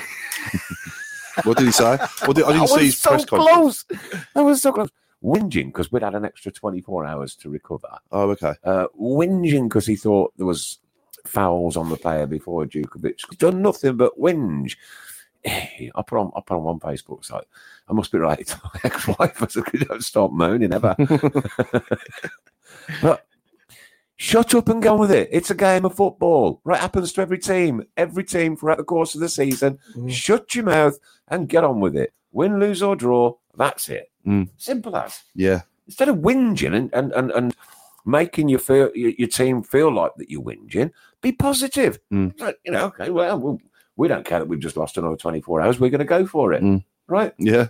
F: what did he say?
D: (laughs)
F: What did, I didn't
D: That was
F: see his
D: so
F: press conference.
D: close. That was so close. Whinging because we'd had an extra 24 hours to recover.
F: Oh, okay.
D: Uh, whinging because he thought there was fouls on the player before Djokovic. Done nothing but whinge. I put on I put on one Facebook site. I must be related to (laughs) my ex-wife. so I don't stop moaning ever. (laughs) but shut up and go with it. It's a game of football. Right, happens to every team. Every team throughout the course of the season.
C: Mm.
D: Shut your mouth and get on with it. Win, lose or draw. That's it.
F: Mm.
D: Simple as
F: Yeah,
D: instead of whinging and and and, and making your feel your, your team feel like that you're whinging, be positive.
F: Mm.
D: Like, you know, okay, well, we'll we don't care that we've just lost another 24 hours. We're going to go for it,
F: Mm.
D: right?
F: yeah.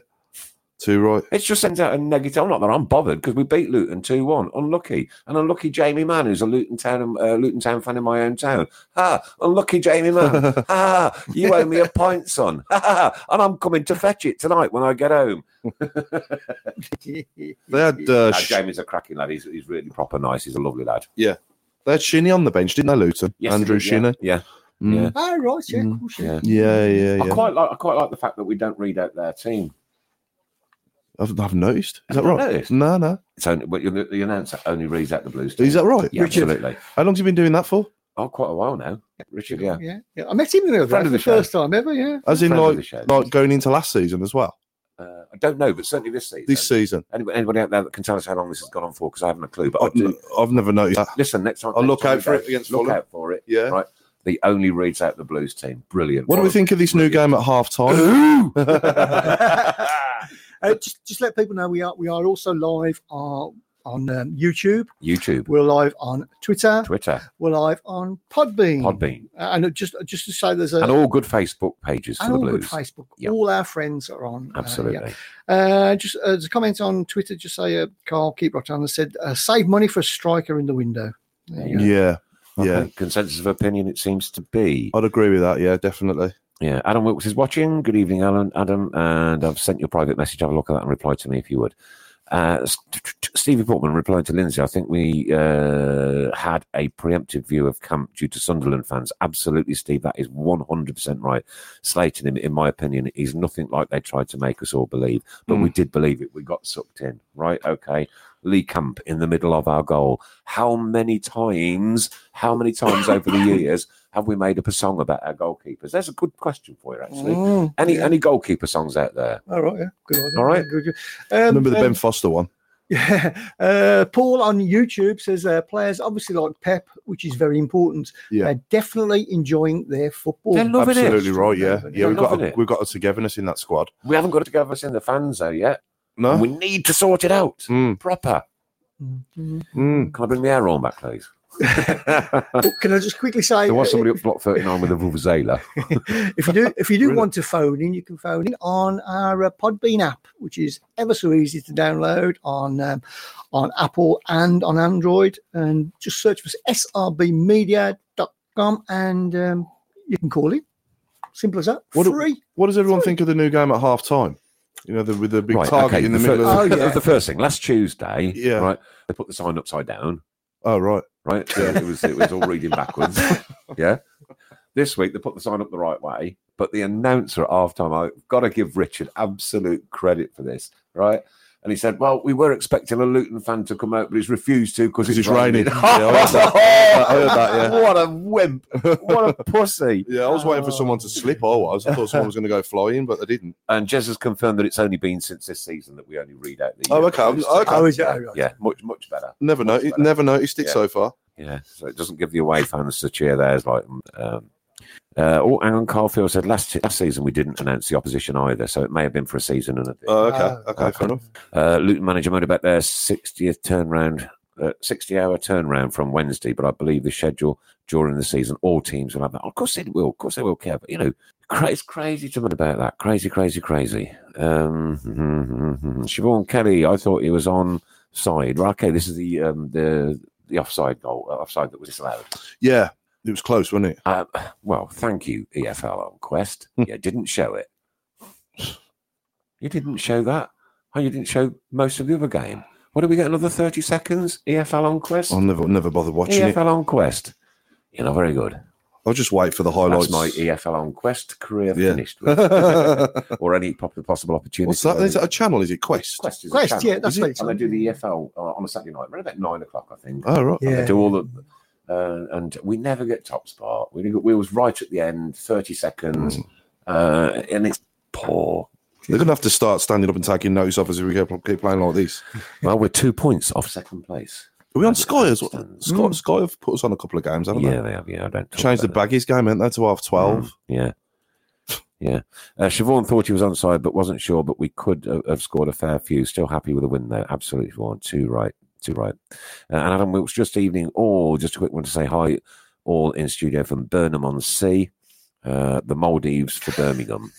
F: Too right.
D: It just sends out a negative. I'm not that I'm bothered because we beat Luton 2 1. Unlucky. And unlucky Jamie Mann, who's a Luton Town uh, Luton Town fan in my own town. Ah, unlucky Jamie Mann.
F: (laughs)
D: ah, you owe me a pint, son. Ah, and I'm coming to fetch it tonight when I get home.
F: They had uh,
D: Nah,
F: Sh-
D: Jamie's a cracking lad. He's, he's really proper nice. He's a lovely lad.
F: they had Shinny on the bench, didn't they, Luton?
D: Yes,
F: Andrew
D: he did, yeah,
F: Shinny.
D: Yeah,
F: Mm.
C: Oh, right, yeah,
F: Mm.
C: of course,
D: yeah.
C: yeah.
F: Yeah, yeah, yeah.
D: I quite like I quite like the fact that we don't read out their team.
F: I've, I've noticed. Is that
D: I've not
F: right?
D: noticed.
F: No, no.
D: It's only but the, the announcer only reads out the Blues. Team.
F: Is that right?
D: Yeah,
F: Richard,
D: absolutely.
F: how long's you been doing that for?
D: Oh, quite a while now, Richard. Yeah,
C: yeah, yeah. I met him the other day for
D: Friend of the
C: the
D: show.
C: first time ever. Yeah,
F: As in,
D: Friend Hmm. of
F: like,
D: the show.
F: like going into last season as well.
D: uh, I don't know, but certainly this season.
F: This season,
D: anybody, anybody out there that can tell us how long this has gone on for? Because I haven't a clue. But I
F: I've,
D: do.
F: n- I've never noticed that.
D: Listen, next time
F: I'll
D: next
F: look
D: time
F: out
D: we
F: for
D: go,
F: it against
D: Look
F: Fulham.
D: out for it.
F: Yeah.
D: Right. He only reads out the Blues team. Brilliant.
F: What do we think of this new game at half time?
C: uh, just, just let people know we are we are also live on on um, YouTube.
D: (laughs) YouTube,
C: We're live on Twitter.
D: Twitter,
C: We're live on Podbean.
D: Podbean,
C: Uh, and just just to say, there's a
D: and all good Facebook pages for
C: and
D: the
C: all
D: Blues.
C: good Facebook.
D: Yeah.
C: All our friends are on. uh, yeah.
D: Absolutely.
C: Uh, just uh, there's a comment on Twitter. Just say, uh, Carl, keep right on. They said, uh, save money for a striker in the window. There you go.
F: Yeah,
D: I
F: yeah.
D: think Consensus of opinion. It seems to be.
F: I'd agree with that. Yeah, definitely.
D: Yeah, Adam Wilkes is watching. Good evening, Alan. Adam, and I've sent you a private message. Have a look at that and reply to me if you would. Uh, S- t- t- Stevie Portman replied to Lindsay. I think we uh, had a preemptive view of camp due to Sunderland fans. Absolutely, Steve. That is 100% right. Slating him, in my opinion, is nothing like they tried to make us all believe. But we did believe it. We got sucked in. Right. Okay. Lee Camp in the middle of our goal. How many times, how many times over the years have we made up a song about our goalkeepers? That's a good question for you, actually.
C: Mm,
D: Any
C: yeah.
D: any goalkeeper songs out there?
C: All right, yeah, good idea.
D: All right.
C: good. good. Um,
F: Remember the
C: um,
F: Ben Foster one?
C: Yeah. Uh, Paul on YouTube says uh, players obviously like Pep, which is very important.
F: Yeah.
C: They're definitely enjoying their football.
D: They're loving it.
F: Absolutely right. Yeah,
C: Loving it.
F: yeah. We've got
D: Loving
F: a,
D: it.
F: we've got a togetherness in that squad.
D: We haven't got it together in the fans though yet.
F: No.
D: We need to sort it out.
F: Mm,
D: Proper.
F: mm.
D: Can I bring the air on back, please?
C: Oh, Can I just quickly say,
D: there was
C: uh,
D: somebody up block 39 with a Vuvuzela.
C: (laughs) if you
D: (laughs)
C: do, if you do
D: Brilliant.
C: want to phone in, you can phone in on our uh, Podbean app, which is ever so easy to download on um, on Apple and on Android, and just search for srbmedia.com and um, you can call in. Simple as that.
F: What do-
C: Free.
F: What does everyone think of the new game at half time? You know, the, with the (laughs) big
D: Right,
F: target
D: okay.
F: in the,
D: the,
F: middle.
D: fir-
F: of the,
C: Oh, yeah.
D: the first thing, last Tuesday,
F: Yeah.
D: right, they put the sign upside down.
F: oh, right.
D: right? So it was it was all reading
F: (laughs)
D: backwards. yeah. This week they put the sign up the right way, but the announcer at halftime, I've got to give Richard absolute credit for this, right? And he said, "Well, we were expecting a Luton fan to come out, but he's refused to because
F: Because
D: it's,
F: it's raining. (laughs)
D: raining.
F: Yeah, I heard
D: (laughs)
F: that. I heard that, yeah.
D: What a wimp! What a pussy!
F: Yeah, I was waiting for someone to slip. I was. I thought someone was going to go flying, but they didn't.
D: And Jez has confirmed that it's only been since this season that we only read out the.
F: Oh,
D: uh,
F: okay.
D: reviews.
F: Okay.
C: Oh, is it? Oh,
D: Yeah,
C: right.
D: yeah, much much better.
F: Never
D: Much
F: noticed.
D: better.
F: Never noticed it
D: Yeah.
F: so far.
D: Yeah, so it doesn't give the away fans the cheer theirs. Like, um, uh, oh, Aaron Carfield said last last season we didn't announce the opposition either, so it may have been for a season and a bit.
F: Oh, okay.
C: Ah.
F: okay. Fair enough.
D: Uh, Luton manager moaned about their 60th turnaround, uh, 60 hour turnaround from Wednesday, but I believe the schedule during the season, all teams will have that. Of course they will. Of course they will care. But, you know, cra- it's crazy to moan about that. Crazy, crazy, crazy. Um, (laughs) Siobhan Kelly, I thought he was on side. Right, okay, this is the um, the the offside goal, uh, offside that was disallowed.
F: Yeah, it was close, wasn't it?
D: Uh, well, thank you, EFL on Quest.
C: Hmm.
D: you didn't show it. You didn't show that. Oh, you didn't show most of the other game. What do we get? Another 30 seconds? EFL on Quest?
F: I'll never, never bother watching
D: EFL
F: it.
D: on Quest. You're not very good.
F: I'll just wait for the
D: That's
F: highlights.
D: my
F: (laughs)
D: E EFL on Quest career
F: Yeah.
C: (laughs)
D: finished with.
F: What's
D: or any pop- possible opportunity.
F: that? Is that a channel? Is it Quest?
D: Quest, is a
C: Quest,
D: channel.
C: yeah, that's
D: Is it?
C: what it's
D: And they
C: on.
D: do the EFL uh, on a Saturday night, around about nine o'clock, I think.
F: Oh right.
D: And
C: Yeah.
D: They do all the, uh, and we never get top spot. We, we was right at the end, thirty seconds,
F: Mm.
D: uh, and it's poor.
F: They're going to have to start standing up and taking notice of us if we keep keep playing like this.
D: Well, we're two points off second place.
F: Are we on Sky as well?
D: Stands.
F: Sky, Sky have put us on a couple of games, haven't
D: Yeah, they have. Yeah, I don't
F: they? Changed the
D: about it.
F: baggies game, haven't they, to half 12?
D: Mm. Yeah. Yeah, uh, Siobhan thought he was onside, but wasn't sure. But we could uh, have scored a fair few. Still happy with the win, though. Absolutely, Siobhan. Two right, two right. Uh, and Adam Wilkes just evening. All just a quick one to say hi, all in studio from Burnham on Sea, uh, the Maldives for Birmingham.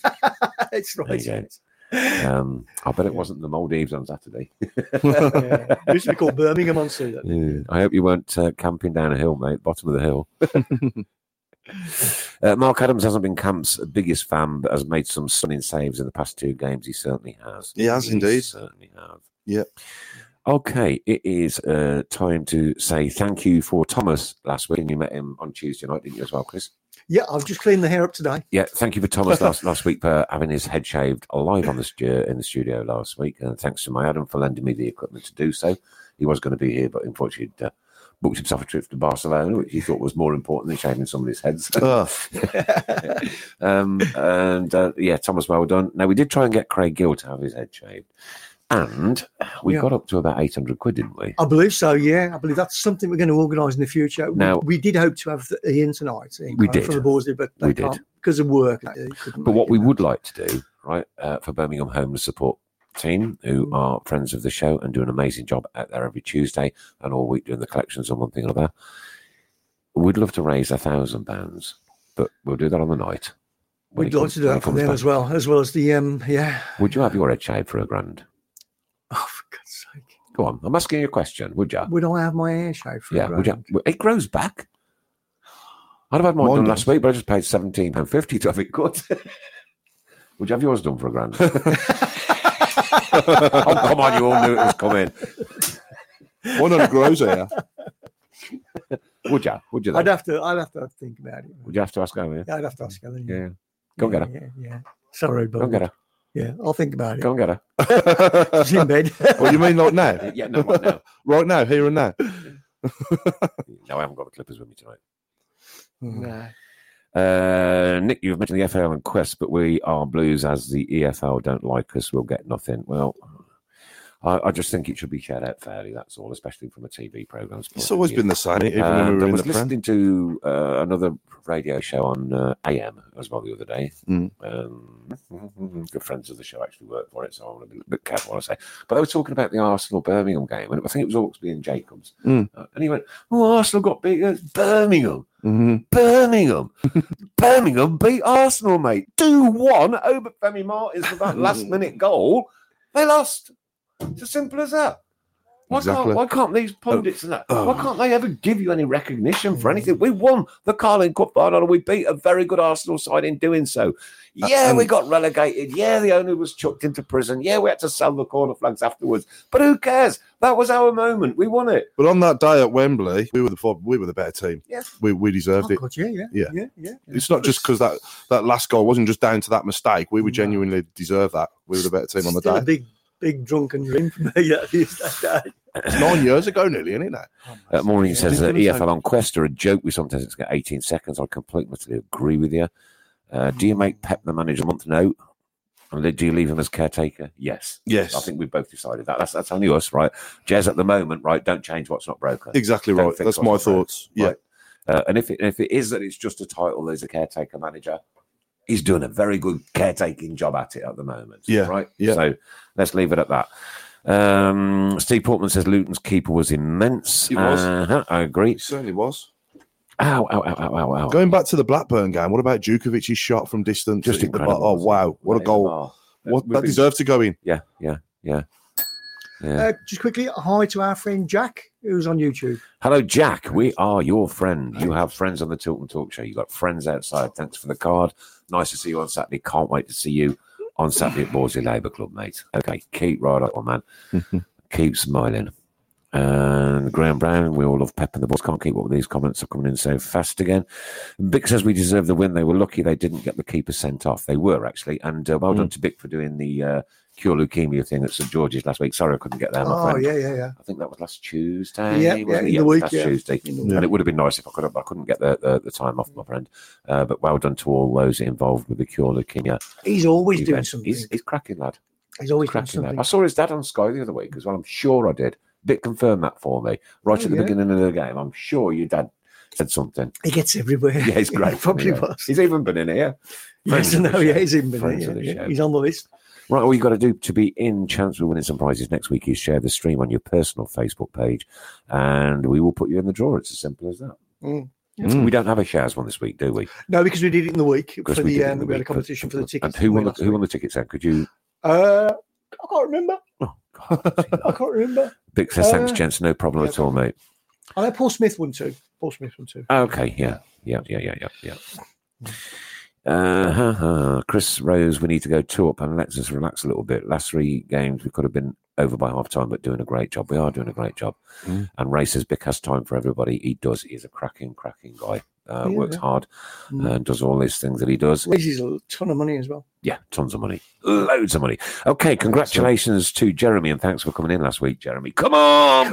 C: it's
D: There
C: right.
D: you go. Um, I bet it wasn't the Maldives on Saturday.
C: Yeah. It used to be called Birmingham on Sea. that.
D: I hope you weren't uh, camping down a hill, mate. Bottom of the hill. uh, Mark Adams hasn't been Camp's biggest fan, but has made some stunning saves in the past two games. He certainly has.
F: He has indeed.
D: Certainly have.
F: Yep.
D: Okay, it is uh, time to say thank you for Thomas last week. And you met him on Tuesday night, didn't you, as well, Chris?
C: Yeah, I've just cleaned the hair up today.
D: Yeah, thank you
C: (laughs)
D: for Thomas last, last week for having his head shaved live on the stu- in the studio last week, and thanks to my Adam for lending me the equipment to do so. He was going to be here, but unfortunately, he'd, uh, booked himself a trip to Barcelona, which he thought was more important than shaving
C: (laughs)
D: somebody's heads.
C: Uh.
F: Ugh.
D: (laughs) um, and uh, yeah, Thomas, well done. Now we did try and get Craig Gill to have his head shaved, and we
C: Yeah.
D: got up to about eight hundred quid, didn't we?
C: I believe so. Yeah, I believe that's something we're going to organise in the future. We-
D: Now-
C: we, did hope to have the- Ian tonight. Ian
D: We
C: Clark
D: did.
C: for the Borsley, but
D: We
C: they
D: did.
C: can't because of work. they couldn't
D: But
C: make
D: what
C: it.
D: we would like to do, right, uh, for Birmingham Homeless Support Team, who
C: Mm.
D: are friends of the show and do an amazing job out there every Tuesday and all week doing the collections and one thing or another, we'd love to raise a thousand pounds, but we'll do that on the night. when
C: we'd
D: he
C: like
D: comes-
C: to do
D: when he
C: that for
D: comes
C: them
D: back.
C: as well, as well as the um, yeah.
D: Would you have your head shaved for a grand?
C: Oh, for God's sake!
D: Go on, I'm asking you a question. Would you?
C: Would I have my hair shaved? For a
D: yeah, would
C: grand?
D: you? It grows back. I'd have had mine
F: Mine
D: done
F: does.
D: last week, but I just paid seventeen pound fifty to have it cut. (laughs) would you have yours done for a grand? (laughs) oh come on, you all knew it was coming.
F: One on grows here.
D: Would you? Would you? though?
C: I'd have to. I'd have to think about it.
D: Would you have to ask her?
C: Yeah, I'd have to ask her. then,
D: Yeah.
C: Yeah.
D: yeah. Go and
C: yeah,
D: get her.
C: Yeah, yeah. Sorry,
D: Go
C: but
D: and get her.
C: yeah, I'll think about it.
D: Go
C: (laughs)
D: and get her.
C: She's in bed.
F: What you mean like now?
D: Yeah, no, right now.
F: Right now, here and now.
D: No, I haven't got the clippers with me tonight.
F: Mm.
C: no.
D: Uh, Nick, you've mentioned the FAL and Quest, but we are Blues as the EFL don't like us. We'll get nothing. Well, I, I just think it should be shared out fairly. That's all, especially from a TV program.
F: It's always been the same, even
D: And
F: when we
D: I
F: were in
D: was
F: the Prem.
D: listening to uh, another radio show on uh, AM as well the other day.
F: Mm.
D: Um, (laughs) good friends of the show actually work for it, so I want to be a bit careful what I say. But they were talking about the Arsenal Birmingham game, and I think it was Hawksby and Jacobs.
F: Mm.
D: Uh, and he went, "Oh, Arsenal got beat. uh, Birmingham,
F: Mhm.
D: Birmingham, (laughs) Birmingham beat Arsenal, mate. Two one over Femi Martins for that
F: (laughs)
D: last minute goal. They lost. It's as simple as that." Why,
F: Exactly.
D: can't, why can't these pundits and that?
F: oh.
D: Why can't they ever give you any recognition for anything? We won the Carling Cup final and we beat a very good Arsenal side in doing so.
F: Uh,
D: Yeah, we got relegated. Yeah, the owner was chucked into prison. Yeah, we had to sell the corner flags afterwards. But who cares? That was our moment. We won it.
F: But on that day at Wembley, we were the we were the better team.
D: Yes.
F: We, we deserved
C: Oh,
F: it.
C: God, yeah, yeah,
F: Yeah.
C: yeah, yeah.
F: It's not just because that, that last goal wasn't just down to that mistake. We were genuinely deserved that. We were the better team on the
C: Still
F: day.
C: a big big drunken dream for me that is that day.
F: It's nine years ago, nearly, isn't it? Now?
D: Uh, Maureen says that
F: Ridiculous,
D: EFL on Quest are a joke. We sometimes it's got 18 seconds. I completely agree with you. Uh, do you make Pep the manager a month? No. And then do you leave him as caretaker? Yes.
F: Yes.
D: I think we've both decided that. That's that's only us, right? Jez, at the moment, right? Don't change what's not broken.
F: Exactly
D: Don't
F: right.
D: fix
F: That's
D: what's
F: my
D: not broke,
F: thoughts. Yeah.
D: right? Uh, and if it, if it is that it's just a title as a caretaker manager, he's doing a very good caretaking job at it at the moment.
F: Yeah,
D: Right.
F: yeah.
D: So let's leave it at that. Um, Steve Portman says Luton's keeper was immense.
F: He was.
D: Uh-huh, I agree.
F: It certainly was.
D: Ow, ow, ow, ow, ow, ow.
F: Oh. Going back to the Blackburn game, what about Djokovic's shot from distance?
D: Just
F: Hit the bar.
D: incredible.
F: Oh, wow. What a
D: Amazing
F: goal.
D: bar.
F: What,
D: We've
F: that
D: been-
F: deserved to go in.
D: Yeah, yeah, yeah. yeah.
C: Uh, just quickly, hi to our friend Jack, who's on YouTube.
D: Hello, Jack. We are your friend. You have friends on the Tilton Talk Show. You got friends outside. Thanks for the card. Nice to see you on Saturday. Can't wait to see you on Saturday at Borsley Labour Club, mate. Okay, keep right up, on,
C: (laughs)
D: man. keep smiling. And Graham Brown, we all love Pep and the boys. Can't keep up with these comments. Are coming in so fast again. Bick says we deserve the win. They were lucky they didn't get the keeper sent off. They were actually, and uh, well
C: Mm.
D: done to Bick for doing the uh, cure leukemia thing at St George's last week. Sorry, I couldn't get there. My
C: Oh
D: friend.
C: yeah, yeah, yeah.
D: I think that was last Tuesday.
C: Yeah,
D: wasn't
C: yeah,
D: it?
C: in the week,
D: last
C: yeah.
D: Tuesday. And it would have been nice if I could have. I couldn't get the, the, the time off, my friend. Uh, but well done to all those involved with the cure leukemia.
C: He's always doing
D: event.
C: something.
D: He's,
C: He's,
D: he's cracking, lad.
C: always doing
D: Cracking, lad.
C: something.
D: I saw his dad on Sky the other week as well. I'm sure I did. Bit confirmed that for me right at the
C: Oh, yeah.
D: beginning of the game. I'm sure your dad
C: (laughs)
D: said something.
C: He gets everywhere.
D: Yeah, he's great.
C: He (laughs) probably
D: yeah.
C: was.
D: He's even been in here. Friends
C: Yes,
D: of the
C: no, yeah,
D: show.
C: he's in. but
D: Friends
C: yeah,
D: of the
C: yeah,
D: show.
C: He's on the list.
D: Right, all you got to do to be in chance of winning some prizes next week is share the stream on your personal Facebook page, and we will put you in the draw. It's as simple as that.
C: Mm.
D: We don't have a shares one this week, do we?
C: No, because we did it in the week
D: Because
C: for
D: we
C: the,
D: did it in
C: um,
D: the
C: we had a
D: week,
C: competition for the tickets.
D: And who won the
C: last
D: who
C: week.
D: won the tickets? Then could you?
C: Uh, I can't remember.
D: Oh,
C: (laughs)
D: God.
C: I can't remember.
D: Big says thanks,
C: Uh,
D: gents. No problem at all, mate.
C: I know Paul Smith won too. Paul Smith won too.
D: Okay, yeah, yeah, yeah, yeah, yeah, yeah. Uh, huh, huh. Chris Rose, we need to go two up and let us relax a little bit. Last three games, we could have been over by half time, but doing a great job. We are doing a great job.
C: Hmm.
D: And Ray says Bick has time for everybody. He does. He's a cracking, cracking guy.
C: Yeah.
D: Uh,
C: Hmm.
D: Works hard and does all these things that he does.
C: Raises a ton of money as well.
D: Yeah, tons of money. Loads of money. Okay, congratulations to Jeremy and thanks for coming in last week, Jeremy. Come on,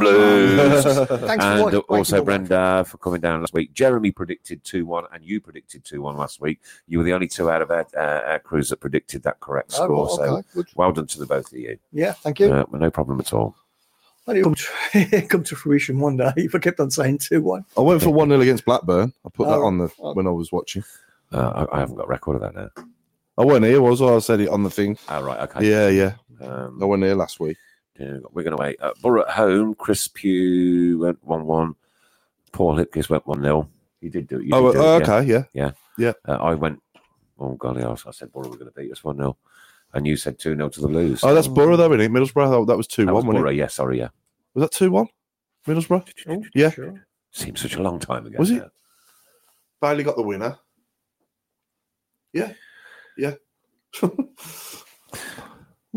C: (laughs)
D: Blues!
C: Thanks
D: and
C: for watching.
D: also Brenda for coming down last week. Jeremy predicted 2 1 and you predicted 2 1 last week. You were the only two out of our, uh, our crews that predicted that correct
C: Oh,
D: score.
C: well,
D: So
C: okay, good.
D: well done to the both of you.
C: Yeah, thank you.
D: Uh, no problem at all.
C: Let it come to, (laughs) come to fruition one day. (laughs) If I kept on saying 2 1.
F: I went for 1 0 against Blackburn. I put that
C: Oh,
F: on the
C: oh.
F: when I was watching.
D: Uh, I, I haven't got a record of that now.
F: I went here, was I? I said it on the thing.
D: All right, okay.
F: Yeah, yeah.
D: Um,
F: I went here last week.
D: Yeah, we're going to wait. Uh, Borough at home. Chris Pugh went 1 1. Paul Hipkiss went 1 0. You did do it. you
F: Oh,
C: uh,
D: did do
F: oh,
D: it, yeah.
F: okay, yeah.
D: Uh, I went, oh, golly, I, was- I said Borough were going to beat us 1 0. And you said 2 0 to the lose.
F: Oh, that's Borough, though, isn't it? Middlesbrough, that- that was 2
D: that was
F: 1, wasn't
D: Borough,
F: it?
D: yeah, sorry, yeah.
F: Was that 2 1? Middlesbrough? yeah.
D: Seems such a long time ago.
F: Was it?
D: now.
F: Bailey got the winner. Yeah. Yeah. (laughs)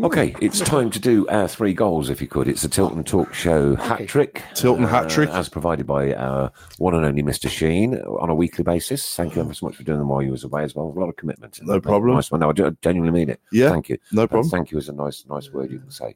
D: Okay, it's time to do our three goals, if you could. It's the Tilton Talk Show hat trick.
F: Tilton hat trick.
D: As provided by our one and only Mr. Sheen on a weekly basis. Thank you ever so much for doing them while you was away as well. A lot of commitment.
F: No problem.
D: Nice one. No, I gen- genuinely mean it.
F: Yeah,
D: Thank you.
F: no
D: And
F: problem.
D: thank you is a nice, nice word you can say.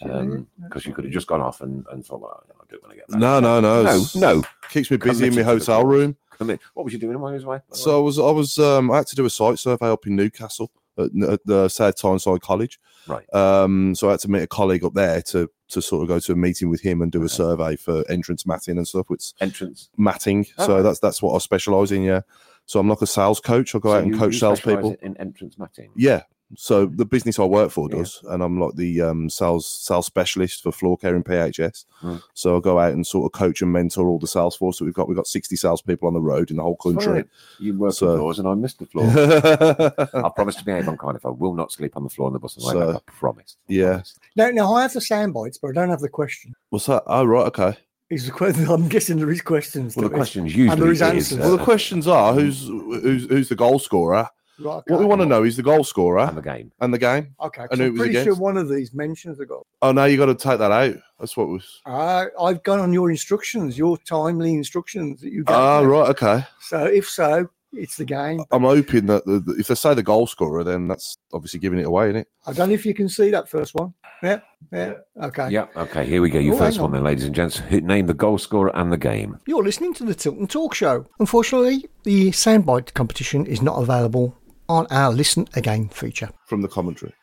D: Because you could have just gone off and, and thought, well, I'll do it when I get back.
F: No, no, no.
D: No,
F: It's-
D: no.
F: Keeps me busy
D: Committed
F: in my
D: to the
F: hotel
D: cause.
F: room.
D: Come in. What was you doing while you was away?
F: So I was, I was, um, I had to do a site survey up in Newcastle at, N- at the South Tyneside College.
D: Right.
F: Um, so I had to meet a colleague up there to to sort of go to a meeting with him and do a survey for entrance matting and stuff. It's
D: Entrance.
F: matting, so
D: Okay.
F: that's that's what I specialise in. Yeah. So I'm like a sales coach. I go
D: So
F: out and
D: you-
F: coach
D: you specialise
F: salespeople.
D: In entrance matting.
F: Yeah. So the business I work for
D: Yeah.
F: does, and I'm like the um, sales sales specialist for floor care in PHS.
D: Mm.
F: So I go out and sort of coach and mentor all the sales force that we've got. We've got 60 salespeople on the road in the whole country.
D: Fine. You work
F: So-
D: the floors and I missed the floor.
F: (laughs)
D: (laughs) I promise to behave on kind of. I will not sleep on the floor in the bus on the way
F: So-
D: back. I promise.
F: Yeah.
C: Now, now, I have the sound bites, but I don't have the question.
F: What's that? Oh right, okay.
C: Is the que- (laughs) I'm guessing there is questions.
D: Well,
C: to
D: the
C: it.
D: questions usually
C: And there is
D: is,
C: answers.
F: Well, the questions are who's who's who's the goal scorer.
C: Right,
F: What we want to know is the goal scorer
D: and the game.
F: and the game.
C: Okay, 'cause
F: I knew it
C: I'm
F: was
C: pretty sure
F: against.
C: one of these mentions I got.
F: Oh, now you got to take that out. That's what was.
C: Uh, I've gone on your instructions, your timely instructions that you gave.
F: Ah,
C: me.
F: right, okay.
C: So if so, it's the game.
F: I'm hoping that the, the- if they say the goal scorer, then that's obviously giving it away, isn't it?
C: I don't know if you can see that first one. Yeah, yeah, okay.
D: Yeah. Okay. Here we go. Your
C: Oh,
D: first
C: hang
D: one,
C: on.
D: then, ladies and gents. Who- Name the goal scorer and the game.
C: You're listening to the Tilton Talk Show. Unfortunately, the soundbite competition is not available on our Listen Again feature.
F: From the commentary.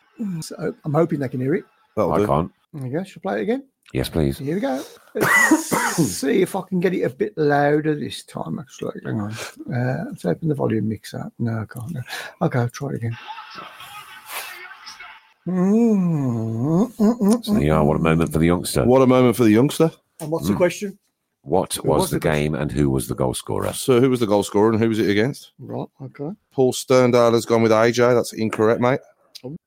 C: So I'm hoping they can hear it.
F: That'll
D: I
F: do.
D: can't.
C: There you go. Should I play it again?
D: Yes, please.
C: Here we go. Let's see if I can get it a bit louder this time. Actually, (laughs) hang on. Uh, let's open the volume mixer. No, I can't. No. Okay, I'll try it again. Mm, mm, mm,
D: So there you are. What a moment for the youngster. What,
F: What a moment for the youngster. Hmm.
C: And what's the question?
D: was,
C: was
D: the
C: the goal-
D: game and who was the goal scorer?
F: So who was the goal scorer and who was it against?
C: Right. Okay.
F: Paul Sterndale has gone with AJ. That's incorrect, mate.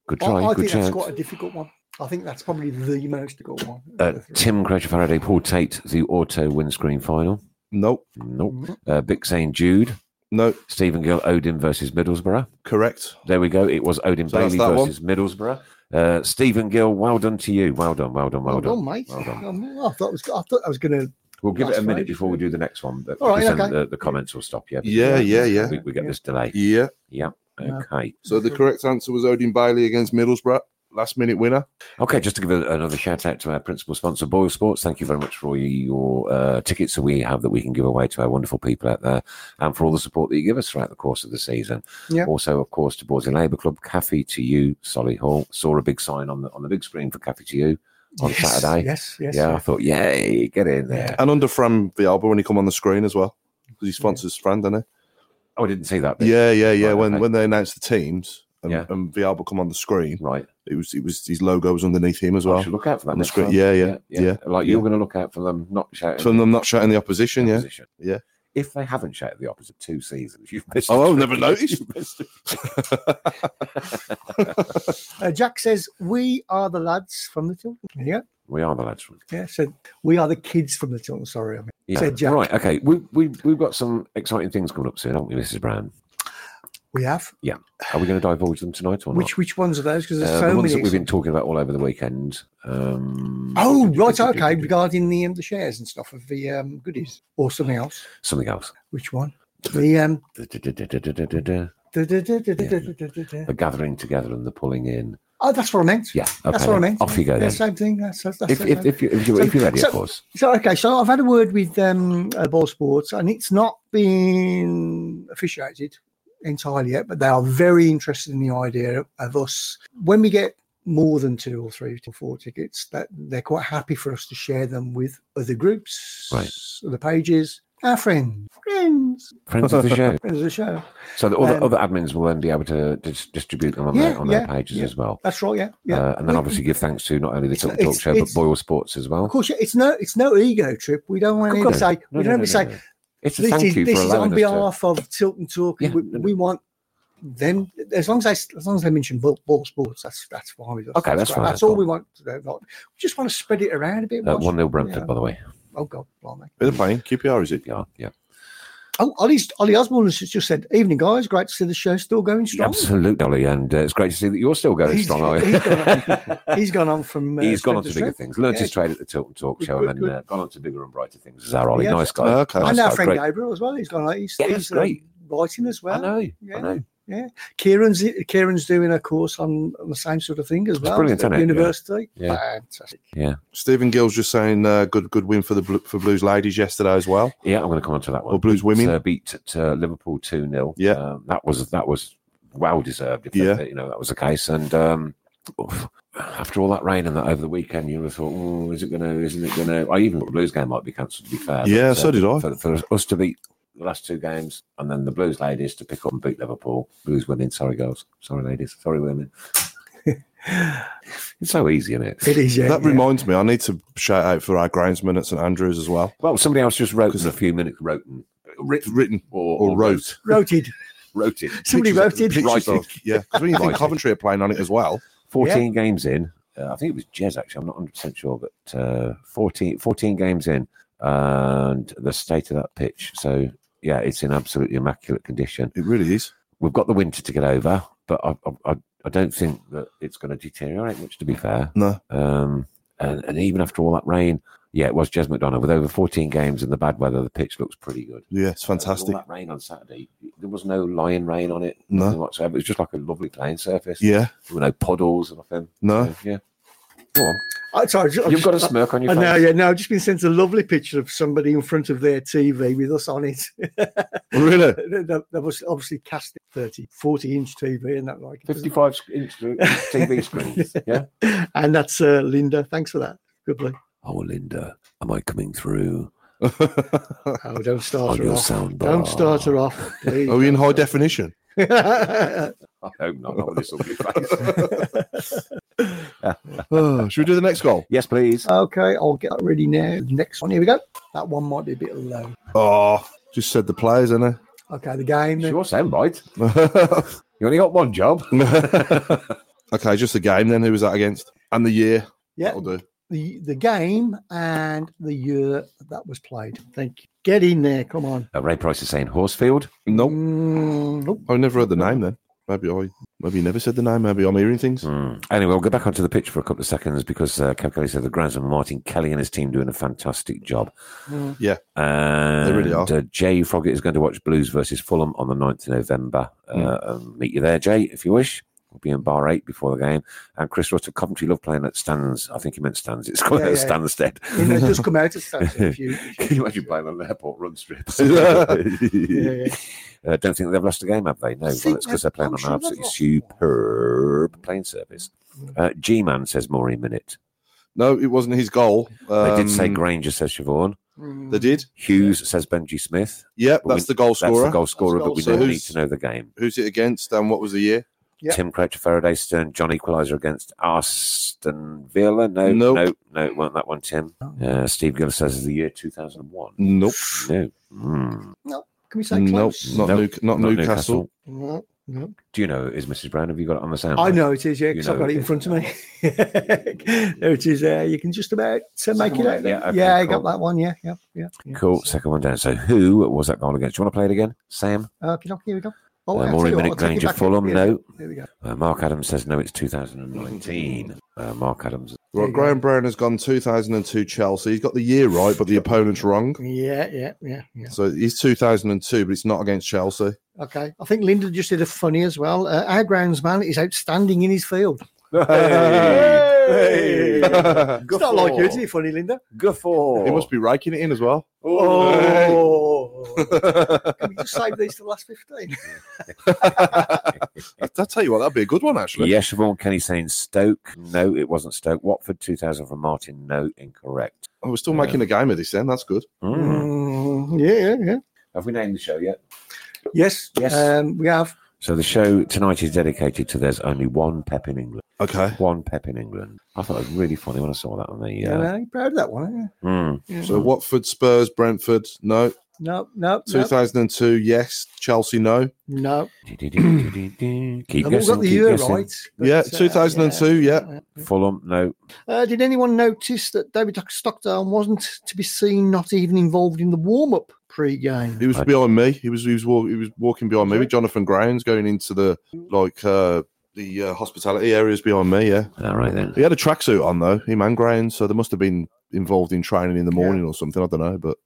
D: Good
C: I,
D: try.
C: I
D: good
C: think that's
D: chance.
C: quite a difficult one. I think that's probably the most difficult one.
D: Uh, Tim Croucher Faraday, Paul Tate, the auto windscreen final.
F: Nope.
D: Nope. Uh, Big St. Jude,
F: No,
D: Stephen Gill, Odin versus Middlesbrough.
F: correct.
D: There we go. It was Odin
F: So that's
D: Bailey
F: that one.
D: versus Middlesbrough. Uh, Stephen Gill, well done to you. Well done, well done, well,
C: well
D: done.
C: done, mate.
D: Well done.
C: Um, I thought it was, I thought I was going to.
D: We'll give it
C: That's
D: a minute
C: right.
D: before we do the next one. But
C: All right,
D: because then
C: okay.
D: the, the comments will stop. Yeah,
F: Yeah, yeah, yeah.
D: We, we get this delay.
F: Yeah.
D: Yeah. Okay.
F: So the correct answer was Odin Bailey against Middlesbrough. Last minute winner.
D: Okay, just to give a, another shout out to our principal sponsor, Boyle Sports. Thank you very much for all your uh, tickets that we have that we can give away to our wonderful people out there and for all the support that you give us throughout the course of the season.
C: Yeah.
D: Also, of course, to Borsley Labour Club, Cafe to You, Solihull. Saw a big sign on the on the big screen for Cafe to You on
C: Yes,
D: Saturday.
C: Yes, yes.
D: yeah, I
C: yes.
D: thought, yay, get in there.
F: And under Fran Vialba when he come on the screen as well. Because he sponsors Fran, doesn't
D: Oh, I didn't see that. bit.
F: he? Yeah, yeah, yeah.
D: Right,
F: When
D: okay.
F: when they announced the teams and,
D: Yeah.
F: and Vialba come on the screen,
D: Right.
F: it was it was his logo was underneath him as
D: Well,
F: well.
D: I should look out for that.
F: on the
D: next
F: screen.
D: time.
F: Yeah, yeah, yeah,
D: Like
F: yeah.
D: you're going to look out for them not shouting.
F: From them not shouting the opposition, yeah.
D: opposition.
F: yeah.
D: If they haven't shouted the opposite two seasons, you've missed.
F: Oh,
D: a
F: I've never
D: trick. (laughs)
F: noticed.
D: You've missed a
C: Uh, Jack says we are the lads from the Tilton. There you go.
D: We are the lads from.
C: Yeah, so we are the kids from the Tilton. Sorry, I mean.
D: Yeah.
C: Said Jack.
D: Right. Okay. We, we, we've got some exciting things coming up soon, haven't we, Mrs. Brown?
C: We have.
D: Are we going to divulge them tonight or
C: Which which ones are those? Because
D: not?
C: there's
D: Uh,
C: so
D: the ones
C: many.
D: that we've been talking about all over the weekend. Um,
C: Oh right, okay. Regarding the um, the shares and stuff of the um, goodies or something else.
D: Something else.
C: Which one? The um.
D: The
C: da- da- da- da- da- da- da- da- da- da.
D: gathering together and the pulling in.
C: Oh, that's what I meant.
D: Yeah. Okay.
C: that's what I
D: then.
C: meant.
D: Off you go
C: Yeah,
D: then.
C: same thing. That's, that's, that's
D: if, if, if, you, if, you, if you're ready, of course.
C: So okay, so I've had a word with um, uh, Ball Sports, and it's not been officiated entirely yet, but they are very interested in the idea of us when we get more than two or three or four tickets. That they're quite happy for us to share them with other groups,
D: Right.
C: other pages, our friends, friends,
D: Friends of the
C: (laughs)
D: show.
C: friends of the show.
D: So that all the
C: Um,
D: other admins will then be able to dis- distribute them on,
C: Yeah,
D: their, on their
C: yeah,
D: pages
C: yeah.
D: as well.
C: That's right, yeah, yeah.
D: Uh, and then
C: We-
D: obviously give thanks to not only the
C: It's-
D: Tilton Talk
C: it's-
D: Show, but
C: it's-
D: Boyle Sports as well.
C: of course, yeah, it's no, it's no ego trip. We don't want
D: Of
C: anybody to
D: course.
C: say we
D: No, no,
C: don't
D: no,
C: want to
D: no,
C: say
D: no. It's a
C: this
D: thank
C: is,
D: you for
C: this is on
D: allowing us to.
C: behalf of Tilton Talk.
D: Yeah,
C: we,
D: no, no.
C: we want them as long as they, as long as they mention ball, ball sports, that's that's fine with us.
D: Okay, that's
C: great.
D: fine,
C: That's,
D: that's
C: all
D: fine.
C: we want. To do. Like, we just want to spread it around a bit.
D: Uh,
C: watch-
D: 1 0 Brentford,
C: yeah.
D: by the way.
C: Oh God, blimey.
F: They're playing QPR, is it?
D: Yeah, yeah.
C: Oh, Ollie, Ollie Osborne has just said, "Evening, guys. Great to see the show still going strong."
D: Absolutely, Ollie. And uh, it's great to see that you're still going
C: He's- (laughs)
D: strong, Ollie.
C: he's gone He's gone on from. Uh,
D: (laughs) He's gone on to
C: strength
D: bigger
C: strength.
D: things. Learned
C: Yeah.
D: his trade at the Tilton Talk
C: Good,
D: Show
C: good,
D: and then
C: good. Uh,
D: uh, gone on to bigger and brighter things as our Ollie.
C: Yeah.
D: Nice guy.
F: Okay.
D: Nice
C: and our
D: guy.
C: friend
D: Oh, Great.
C: Gabriel as well. He's gone. on- He's,
D: Yeah, that's
C: he's um,
D: great.
C: writing as well.
D: I know. I
C: yeah.
D: know.
C: Kieran's Kieran's doing a course on, on the same sort of thing as well.
D: brilliant,
C: at
D: isn't it? Yeah.
C: University.
D: Yeah.
C: Fantastic.
D: Yeah.
F: Stephen Gill's just saying uh, good good win for the Blu- for Blues ladies yesterday as well.
D: Yeah, I'm going to come on to that one.
F: Or Blues women.
D: uh, beat uh, Liverpool two 0
F: Yeah.
D: um, that was that was well deserved. If
F: Yeah.
D: that, you know that was the case. And um, oof, after all that rain and that over the weekend, you would have thought, oh, is it going to? Isn't it going to? I even thought the Blues game might be cancelled. To be fair, um,
F: Yeah, so did I.
D: For, for us to beat the last two games, and then the Blues ladies to pick up and beat Liverpool. Blues women, sorry girls, sorry ladies, sorry women. (laughs) it's so easy, isn't it?
C: It is, yeah.
F: that
C: yeah.
F: reminds me, I need to shout out for our groundsman at St Andrews as well.
D: Well, somebody else just wrote in a few minutes, wrote and written,
F: Written
D: or,
F: or wrote.
C: Roted.
D: wrote it.
C: (laughs) Somebody
F: Pictures-
C: wrote it.
F: pictures
D: Right.
F: of- yeah. 'Cause when you think
D: Right.
F: Coventry are playing on it as well,
D: 14 games in. Uh, I think it was Jez, actually. I'm not 100% sure, but uh, 14, 14 games in and the state of that pitch. So, yeah, it's in absolutely immaculate condition.
F: it really is.
D: We've got the winter to get over, but I, I- I, I don't think that it's going to deteriorate much, to be fair.
F: No,
D: Um, and, and even after all that rain, yeah, it was Jez McDonough. With over 14 games in the bad weather, the pitch looks pretty good.
F: yeah, it's
D: With
F: fantastic.
D: All that rain on Saturday, there There was no lion rain on it,
F: No.
D: nothing whatsoever. It was just like a lovely playing surface.
F: Yeah.
D: There were no puddles or nothing.
F: No.
D: So, yeah. Go on.
C: I, sorry, I-
D: You've got a smirk on your
C: I
D: face.
C: know, yeah, no, I've just been sent a lovely picture of somebody in front of their TV with us on it. (laughs)
F: (laughs) Really?
C: that, that was obviously casting 30, 40 inch TV and that like. it was-
D: 55 sc- inch
C: (laughs)
D: TV screens. Yeah.
C: And that's uh, Linda. Thanks for that. Goodly.
D: Oh, Linda, am I coming through
C: Oh, don't
D: on
C: start her
D: your
C: off.
D: soundbar?
C: Don't start her off. please.
F: Are we in
D: (laughs)
F: high definition? (laughs)
D: I hope not. Not with this ugly face.
F: Oh, should we do the next goal?
D: yes, please.
C: (laughs) okay, I'll get that ready now. Next one. Here we go. That one might be a bit low.
F: Oh, just said the players, innit? (laughs)
C: Okay, the game.
D: It's
C: then.
D: your soundbite. You only got one job.
C: (laughs)
F: okay, just the game then. Who was that against? And the year.
C: Yeah,
F: That'll do.
C: the, the game and the year that was played. Thank you. Get in there. Come on.
D: Uh, Ray Price is saying Horsefield.
F: No,
C: Mm, nope.
F: I never heard the name then. Maybe I, maybe you never said the name. Maybe I'm hearing things.
D: Mm. Anyway, we'll go back onto the pitch for a couple of seconds because uh, Kev Kelly said the groundsman Martin Kelly and his team doing a fantastic job.
C: Mm.
F: Yeah.
D: And
F: really are.
D: Uh, Jay Froggett is going to watch Blues versus Fulham on the 9th of November.
C: Mm.
D: Uh, um, meet you there, Jay, if you wish. We'll be in bar eight before the game. And Chris Rutter, Coventry love playing at Stans. I think he meant Stans. It's called
C: Yeah, yeah.
D: Stansted.
C: You
D: (laughs)
C: know, it does come out. It's a few.
D: Can you imagine playing on an airport
C: (laughs)
D: run strips?
C: yeah.
D: (laughs) Uh, don't think they've lost a game, have they? No, well, it's
C: think
D: because they're
C: they've-
D: playing
C: I'm
D: on an
C: sure they've
D: absolutely
C: lost.
D: superb playing service.
C: Mm.
D: Uh, G Man says Maureen Minute.
F: No, it wasn't his goal.
D: They did say
F: Um,
D: Granger says Siobhan.
F: They did.
D: Hughes says Benji Smith.
F: Yeah,
D: But
F: that's
D: we-
F: the goal
D: That's the
F: scorer.
D: goal scorer,
C: goal
D: but we
F: scorer.
D: don't need
F: Who's-
D: to know the game.
F: Who's it against? And what was the year?
C: Yep.
D: Tim Croucher, Faraday Stern, John Equaliser against Aston Villa. No,
F: Nope.
D: no, no, it weren't that one, Tim.
C: Oh.
D: Uh, Steve Gill says the year 2001.
F: Nope.
D: No. Mm.
C: Can we say
F: Nope.
C: close?
F: Not,
D: Nope.
F: New, not, Newcastle.
C: No, no.
D: Do you know it is Mrs. Brown? Have you got it on the sound?
C: I know it is, yeah,
D: You
C: because
D: know
C: I've got
D: it
C: it in
D: is.
C: front of me. (laughs) there it is. There, you can just about uh, make it
D: one,
C: out. there.
D: yeah, okay,
C: yeah, I
D: cool.
C: got that one. Yeah, yeah, yeah. yeah.
D: Cool. Second one down. So who was that goal against? Do you want to play it again, Sam?
C: Okay, okay, here we go.
D: Uh,
C: Oh, I'll
D: more
C: tell you
D: in
C: what,
D: minute
C: I'll take it
D: Granger,
C: back in.
D: Fulham,
C: Yeah,
D: no.
C: There we go.
D: Uh, Mark Adams says no, it's 2019. Uh, Mark Adams.
F: Right, Graham Brown has gone 2002 Chelsea. He's got the year right, but the opponent's wrong.
C: Yeah, yeah, yeah, yeah.
F: So he's 2002, but it's not against Chelsea.
C: Okay. I think Linda just did a funny as well. Uh, our groundsman is outstanding in his field.
D: (laughs)
F: (laughs)
D: Hey!
C: It's not like you, is it? Funny,
D: (laughs)
C: Linda.
D: Guffaw.
F: He must be raking it in as well. (laughs)
C: Oh. can we just save these to the last 15?
F: I, I tell you what, that'd be a good one actually.
D: Yes, Siobhan Kenny saying Stoke. No, it wasn't Stoke. Watford 2000 from Martin. No, incorrect.
F: Oh, we're still making a game of this then. That's good.
D: Mm.
C: Mm, yeah, yeah, yeah.
D: Have we named the show yet?
C: Yes.
D: Yes.
C: Um, we have.
D: So the show tonight is dedicated to There's Only One Pep in England.
F: Okay.
D: One Pep in England. I thought it was really funny when I saw that on the.
C: Yeah.
D: Uh,
C: no, you're proud of that one. aren't you? (clears throat)
D: mm.
F: So Watford, Spurs, Brentford, no.
C: No, no, no.
F: 2002, yes. Chelsea, no.
C: No,
D: keep
C: I've all
D: guessing.
C: got the
D: Keep
C: year
D: guessing.
C: right.
F: yeah,
C: but, uh,
F: 2002, yeah.
D: Fulham, no.
C: Uh, did anyone notice that David Stockdale wasn't to be seen, not even involved in the warm up pre game?
F: He was
D: Right.
F: behind me. He was he was walk, he was walking behind me. with Jonathan Grounds going into the like uh the uh, hospitality areas behind me. Yeah,
D: All right then.
F: he had a tracksuit on though. Him and Grounds, so they must have been involved in training in the morning or something. I don't know, but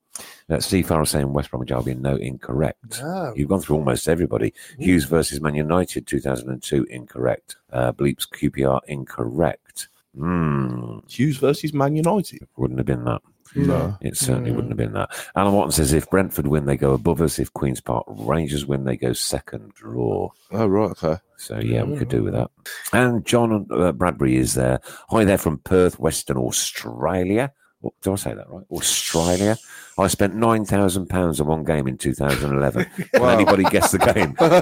D: Uh, Steve Farrell saying West Bromwich Albion, no, incorrect.
C: No.
D: You've gone through almost everybody. Hughes versus Man United, 2002, incorrect. Uh, Bleeps QPR, incorrect. Hmm,
F: Hughes versus Man United.
D: wouldn't have been that.
F: No,
D: It certainly wouldn't have been that. Alan Watson says if Brentford win, they go above us. If Queen's Park Rangers win, they go second draw.
F: oh right, okay.
D: So yeah, we could do with that. And John uh, Bradbury is there. Hi there from Perth, Western Australia. Oh, do I say that right? Australia. I spent nine thousand pounds on one game in 2011. Can
F: Wow.
D: anybody guess the game? Can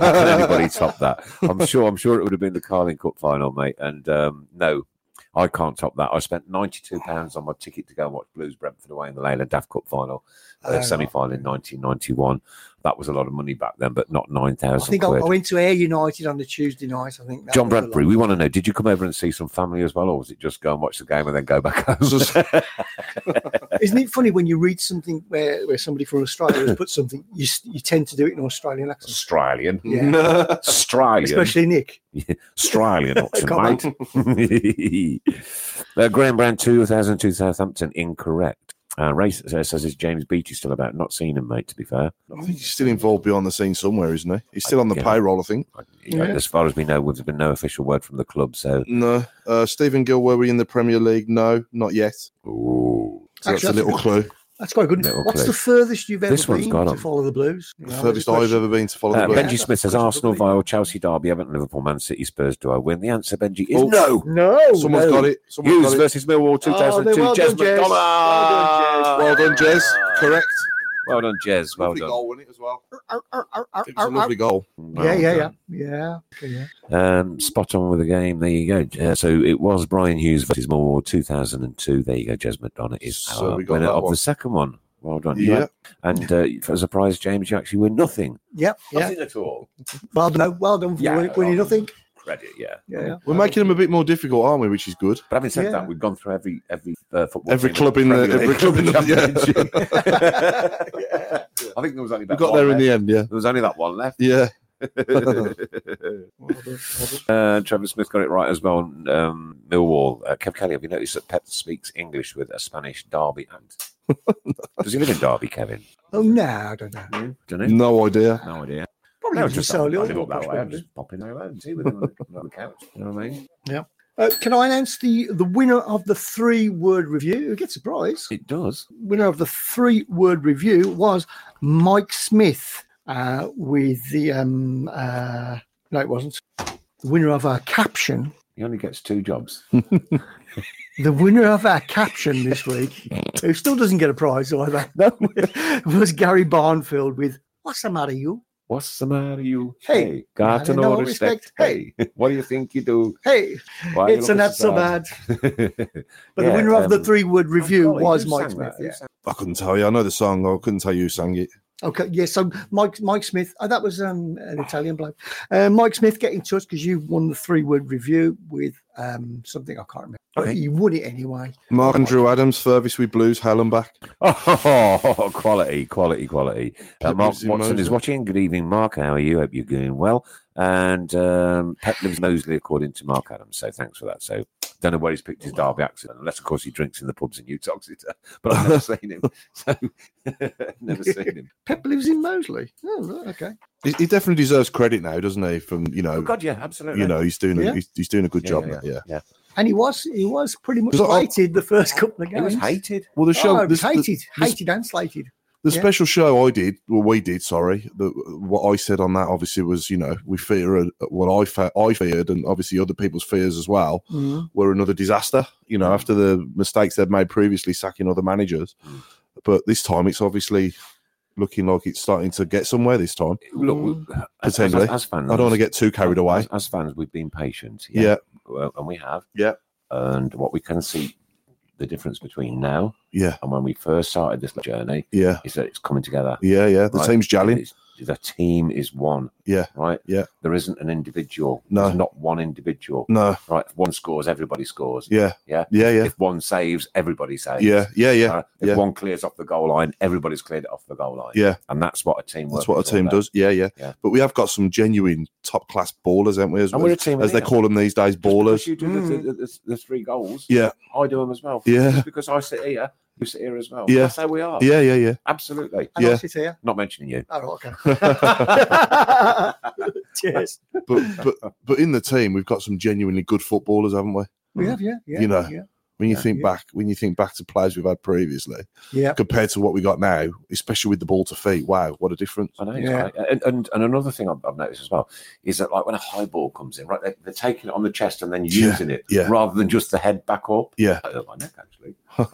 C: (laughs)
D: anybody top that? I'm sure. I'm sure it would have been the Carling Cup final, mate. And um, no, I can't top that. I spent ninety-two pounds on my ticket to go and watch Blues Brentford away in the Leyland DAF Cup final, uh,
C: Oh.
D: semi-final in 1991. That was a lot of money back then, but not nine
C: I
D: thousand.
C: think I, I went to Air United on the Tuesday night. I think that
D: John
C: was the
D: Bradbury, we want to know: Did you come over and see some family as well, or was it just go and watch the game and then go back home? (laughs)
C: last- Isn't it funny when you read something where, where somebody from Australia has put something, you, s- you tend to do it in Australian accent,
D: Australian,
C: Yeah.
D: Australian, (laughs)
C: especially Nick.
D: Australian
C: Comment.
D: (laughs) option, mate. uh, Graham Brown, 2002 Southampton, incorrect. Uh, Race uh, says, "Is James Beattie still about? Not seen him, mate. To be fair,
F: (laughs) I think he's still involved behind the scenes somewhere, isn't he? He's still on the
D: Yeah.
F: payroll, I think.
D: Yeah, Uh, as far as we know, there's been no official word from the club. So,
F: No. Uh, Stephen Gill, were we in the Premier League? No, not yet.
D: Ooh.
F: So that's
C: Actually,
F: a little
C: that's-
F: clue.
C: That's quite good.
D: Little
C: What's
D: clue.
C: the furthest you've ever
D: This one's
C: been
D: gone
C: to
D: on.
C: follow the Blues? You
F: The
C: know,
F: furthest
C: there's a
F: I've
C: question.
F: ever been to follow
D: uh,
F: the
C: yeah,
D: Benji
F: Blues.
C: that's
D: Smith says,
C: question,
D: "Arsenal,
C: probably.
D: Vile, Chelsea, Derby, Everton, Liverpool, Man City, Spurs. Do I win?" The answer, Benji, is
F: Oh,
D: no.
C: No.
F: Someone's
D: no.
F: got it. Someone's
D: Hughes
F: got it.
D: versus Millwall,
C: Oh,
D: 2002.
C: then well
D: Jez
C: done, Jez.
D: McDonald.
F: Well done, Jez. Correct.
D: Well done, Jez. Well
F: lovely
D: done.
F: goal, wasn't it, as well?
C: Arr, arr, arr, arr,
F: It was a
C: arr, arr.
F: lovely goal.
D: Well
C: Yeah, yeah,
D: done.
C: yeah, yeah. Okay, yeah.
D: Um, spot on with the game. There you go. Uh, so it was Brian Hughes versus Moore, 2002. There you go. Jes Madonna is
F: So
D: our
F: we got
D: winner
F: that
D: of
F: one.
D: the second one. Well done. You
F: Yeah.
D: had- And uh, for a surprise, James, you actually win nothing.
C: Yep, yeah.
D: at all.
C: Well done, well done for
D: Yeah,
C: winning, winning
D: well
C: nothing.
D: Credit, yeah.
C: Yeah,
D: (laughs)
C: yeah.
F: We're making them a bit more difficult, aren't we? Which is good.
D: But having said
C: Yeah.
D: that, we've gone through every every uh, football
F: Every
D: team
F: club in the
D: Premier League.
F: every
D: (laughs)
F: club in the championship.
D: I think there was only
F: We
D: that
F: got
D: one
F: there in
D: left.
F: the end, yeah.
D: There was only that one left.
F: Yeah.
D: (laughs) Uh, Trevor Smith got it right as well. Um, Millwall. Uh, Kev Kelly, have you noticed that Pep speaks English with a Spanish Derby
C: (laughs)
D: accent? Does he live in Derby, Kevin?
C: Oh no, I don't know.
D: Don't know.
F: No idea.
D: No idea.
C: Probably
D: No,
C: just
D: I, I
C: solely
D: live
C: on
D: up that way. I'm
C: watch,
D: just popping there alone, tea with him on the- on the couch. You know what I mean?
C: Uh, can I announce the the winner of the three word review? Who gets a prize?
D: It does.
C: winner of the three word review was Mike Smith uh, with the um uh, no it wasn't the winner of our caption
D: He only gets
C: (laughs)
D: two jobs.
C: the winner of our caption this week who still doesn't get a prize either (laughs) no was Gary Barnfield with what's the matter you
D: What's the matter, you?
C: Hey,
D: got
C: I
D: to
C: know
D: no respect.
C: respect. Hey.
D: (laughs) what do you think you do?
C: hey
D: Why you
C: it's a
D: looking
C: not so bad
D: (laughs)
C: but the winner of the three word
D: Oh,
C: review was Mike Smith yeah.
F: I couldn't tell you. I know the song. I couldn't tell you who sang it.
C: Okay, yeah. So Mike Mike Smith, oh, that was um, an Italian bloke. Uh, Mike Smith, get in touch because you won the three word review with um, something I can't remember.
D: Okay.
C: But you won it anyway.
F: Mark and Drew Adams, Fervis with Blues, Helen back.
D: Oh, (laughs) quality, quality, quality. Uh,
F: Pep
D: Mark
F: lives in
D: Watson is
F: Moseley.
D: watching. Good evening, Mark. How are you? Hope you're doing well. And um, Pep lives Mosley, according to Mark Adams. So thanks for that. So don't know where he's picked his Derby accent, unless, of course, he drinks in the pubs in Uttoxeter. (laughs) But I've never seen him. (laughs) So never seen
F: (laughs)
D: him.
C: Pep lives in Mosley. Oh, right, okay.
F: He, he definitely deserves credit now, doesn't he? From you know,
D: Oh, God, yeah, absolutely.
F: you know, he's doing a,
C: Yeah.
F: he's, he's doing a good job.
D: yeah,
F: now, Yeah.
D: yeah.
C: And he was he was pretty much
F: Was I-
C: slated the first couple of
D: He was
C: games.
D: hated.
F: Well, the show,
C: oh,
F: this- the,
C: hated,
F: this-
C: hated and slated.
F: the
C: yeah.
F: special show I did, well, we did. Sorry, the, what I said on that obviously was, you know, we fear uh, what I fe- I feared, and obviously other people's fears as well.
C: Mm.
F: were another disaster, you know, after the mistakes they've made previously sacking other managers.
C: Mm.
F: But this time it's obviously looking like it's starting to get somewhere this time.
D: Look, we- as, as,
F: Mm. Potentially.
D: as fans,
F: I don't want to get too carried
C: Oh,
F: away.
D: As, as fans, we've been patient.
F: Yeah.
D: Well, and we have.
F: Yeah.
D: And what we can see the difference between now
F: Yeah.
D: and when we first started this journey
F: Yeah.
D: is that it's coming together.
F: Yeah. Yeah. The
D: Right.
F: team's jelling.
D: It's- The team is one,
F: Yeah.
D: right?
F: Yeah.
D: There isn't an individual.
F: No.
D: There's not one individual.
F: No.
D: Right. If one scores, everybody scores.
F: Yeah.
D: Yeah.
F: Yeah. Yeah.
D: If one saves, everybody saves.
F: Yeah. Yeah. Yeah.
D: Right? If
F: Yeah.
D: one clears off the goal line, everybody's cleared it off the goal line.
F: Yeah.
D: And that's what a team
F: That's
D: work
F: what a
D: is all
F: team
D: about.
F: does. Yeah. Yeah.
D: Yeah.
F: But we have got some genuine top class ballers, haven't we? As,
D: And we're a
F: as,
D: team
F: as they
D: here.
F: call them these days,
D: Just because
F: ballers. Mm.
D: You do the, the, the, the three goals.
F: Yeah.
D: I do them as well.
F: Yeah.
D: Just because I sit here, you sit here as well.
F: Yeah.
D: That's how we are.
F: Yeah. Yeah. Yeah.
D: Absolutely.
C: And
F: Yeah.
C: I'll sit here.
D: Not mentioning you.
C: Oh,
D: (laughs)
F: (laughs)
C: right, okay. Cheers.
F: But but but in the team, we've got some genuinely good footballers, haven't we?
C: We have, yeah, yeah.
F: You know.
C: yeah.
F: When you
C: Yeah.
F: think
C: Yeah.
F: back, when you think back to players we've had previously,
C: yeah.
F: compared to what we got now, especially with the ball to feet. Wow, what a difference!
D: I know. it's
C: Yeah.
D: great. And, and and another thing I've, I've noticed as well is that like when a high ball comes in, right, they're, they're taking it on the chest and then
F: Yeah,
D: using it
F: yeah.
D: rather than just the head back up.
F: Yeah,
D: I hurt my neck actually. I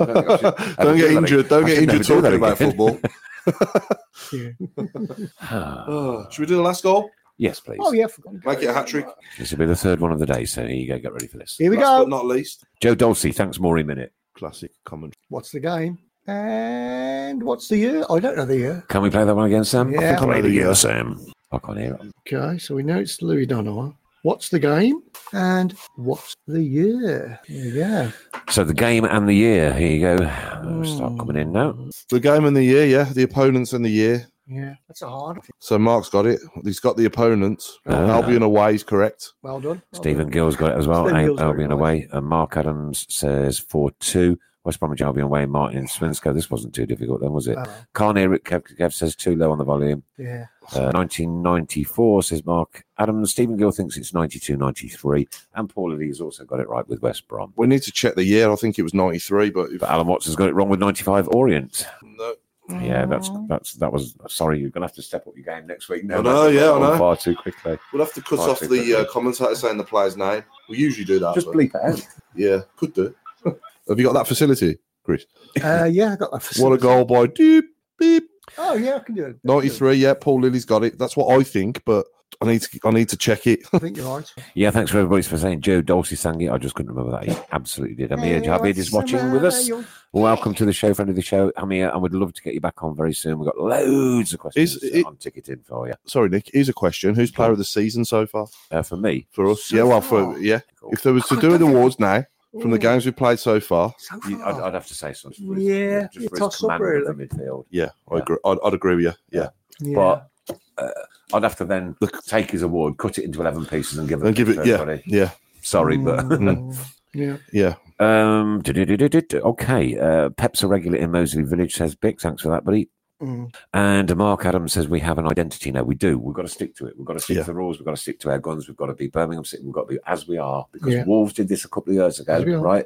D: don't think I should ever
F: (laughs) don't get
D: do that
F: injured.
D: again.
F: Don't
D: I
F: get
D: should
F: injured
D: never do
F: talking
D: that
F: about
D: again.
F: football.
D: (laughs)
F: Should we do the last goal?
D: yes, please.
C: Oh, yeah. Forgot.
F: Make it a hat trick.
D: This will be the third one of the day, so here you go. Get ready for this.
C: Here we
F: Last but
C: go.
F: not least,
D: Joe Dolce, thanks, Maury Minute.
F: classic commentary.
C: What's the game? And what's the year? I don't know the year.
D: Can we play that one again, Sam?
C: Yeah.
D: I think I
F: Play the
D: the
F: year.
D: year, Sam. I can't hear it.
C: Okay, so we know it's Louis Donovan. What's the game? And what's the year? There you go.
D: So the game and the year. Here you go. They'll Start coming in now.
F: The game and the year, yeah, the opponents and the year.
C: Yeah, that's a hard. one.
F: So Mark's got it. He's got the opponents.
D: Ah.
F: Albion away is correct.
C: Well done. Well
D: Stephen
C: done.
D: Gill's got it as well.
C: Stephen
D: Eight,
C: Gill's got it
D: Albion
C: right.
D: away. And Mark Adams says 4 2. West Bromwich Albion, Wayne Martin, and Swinsko. This wasn't too difficult then, was it? Can't hear it. Kev, Kev says too low on the volume.
C: Oh, Yeah.
D: Uh, 1994 says Mark Adams. Stephen Gill thinks it's 92, 93, and Paul Lee has also got it right with West Brom.
F: We need to check the year. I think it was 93, but if,
D: But Alan Watson's got it wrong with 95 Orient.
F: no,
D: Yeah, that's that's that was. Sorry, you're gonna have to step up your game next week.
F: Oh. I know, yeah, I
D: gone
F: know.
D: Far too quickly.
F: we'll have to cut
D: Oh,
F: off
D: too
F: the uh,
D: quickly.
F: commentator saying the player's name. We usually do that.
D: Just
F: but-
D: bleep it out.
F: Yeah, could do. (laughs) have you got that facility, Chris?
C: Uh, yeah, I got that. For
F: What a goal by Doop, beep.
C: Oh yeah, I can do it.
F: 93, yeah, Paul Lilly's got it. That's what I think, but I need to I need to check it. (laughs)
C: I think you're right.
D: Yeah, thanks for everybody for saying Joe Dolce sang it. I just couldn't remember that. He absolutely did. Amir Javid is watching with us. Welcome to the show, friend of the show, Amir, and we'd love to get you back on very soon. We've got loads of questions
F: Is it-
D: on ticketing for you.
F: Sorry, Nick, here's a question. Who's player of the season so far?
D: Uh, for me,
F: For us? yeah, well for yeah. If there was to do an awards now from the games we've played so far,
C: So
D: you, I'd,
C: far.
D: I'd have to say something. for his-
C: Oh, Yeah,
D: just
C: you
D: for his
C: toss up,
D: command of the midfield.
F: yeah, I
D: Yeah.
F: agree. I'd, I'd agree with you. Yeah.
C: Yeah.
D: But uh, I'd have to then take his award, cut it into eleven pieces, and give it.
F: And give
D: to
F: it yeah,
D: everybody.
F: yeah,
D: Sorry, (laughs) but
C: Mm. yeah.
F: yeah.
D: um, du-du-du-du-du. okay. Uh, Pep's a regular in Moseley Village says Bick. Thanks for that, buddy.
C: Mm.
D: And Mark Adams says we have an identity now. We do. We've got to stick to it. We've got to stick
F: Yeah.
D: to the rules. We've got to stick to our guns. We've got to be Birmingham City. We've got to be as we are because
C: Yeah.
D: Wolves did this a couple of years ago,
C: As we are.
D: right?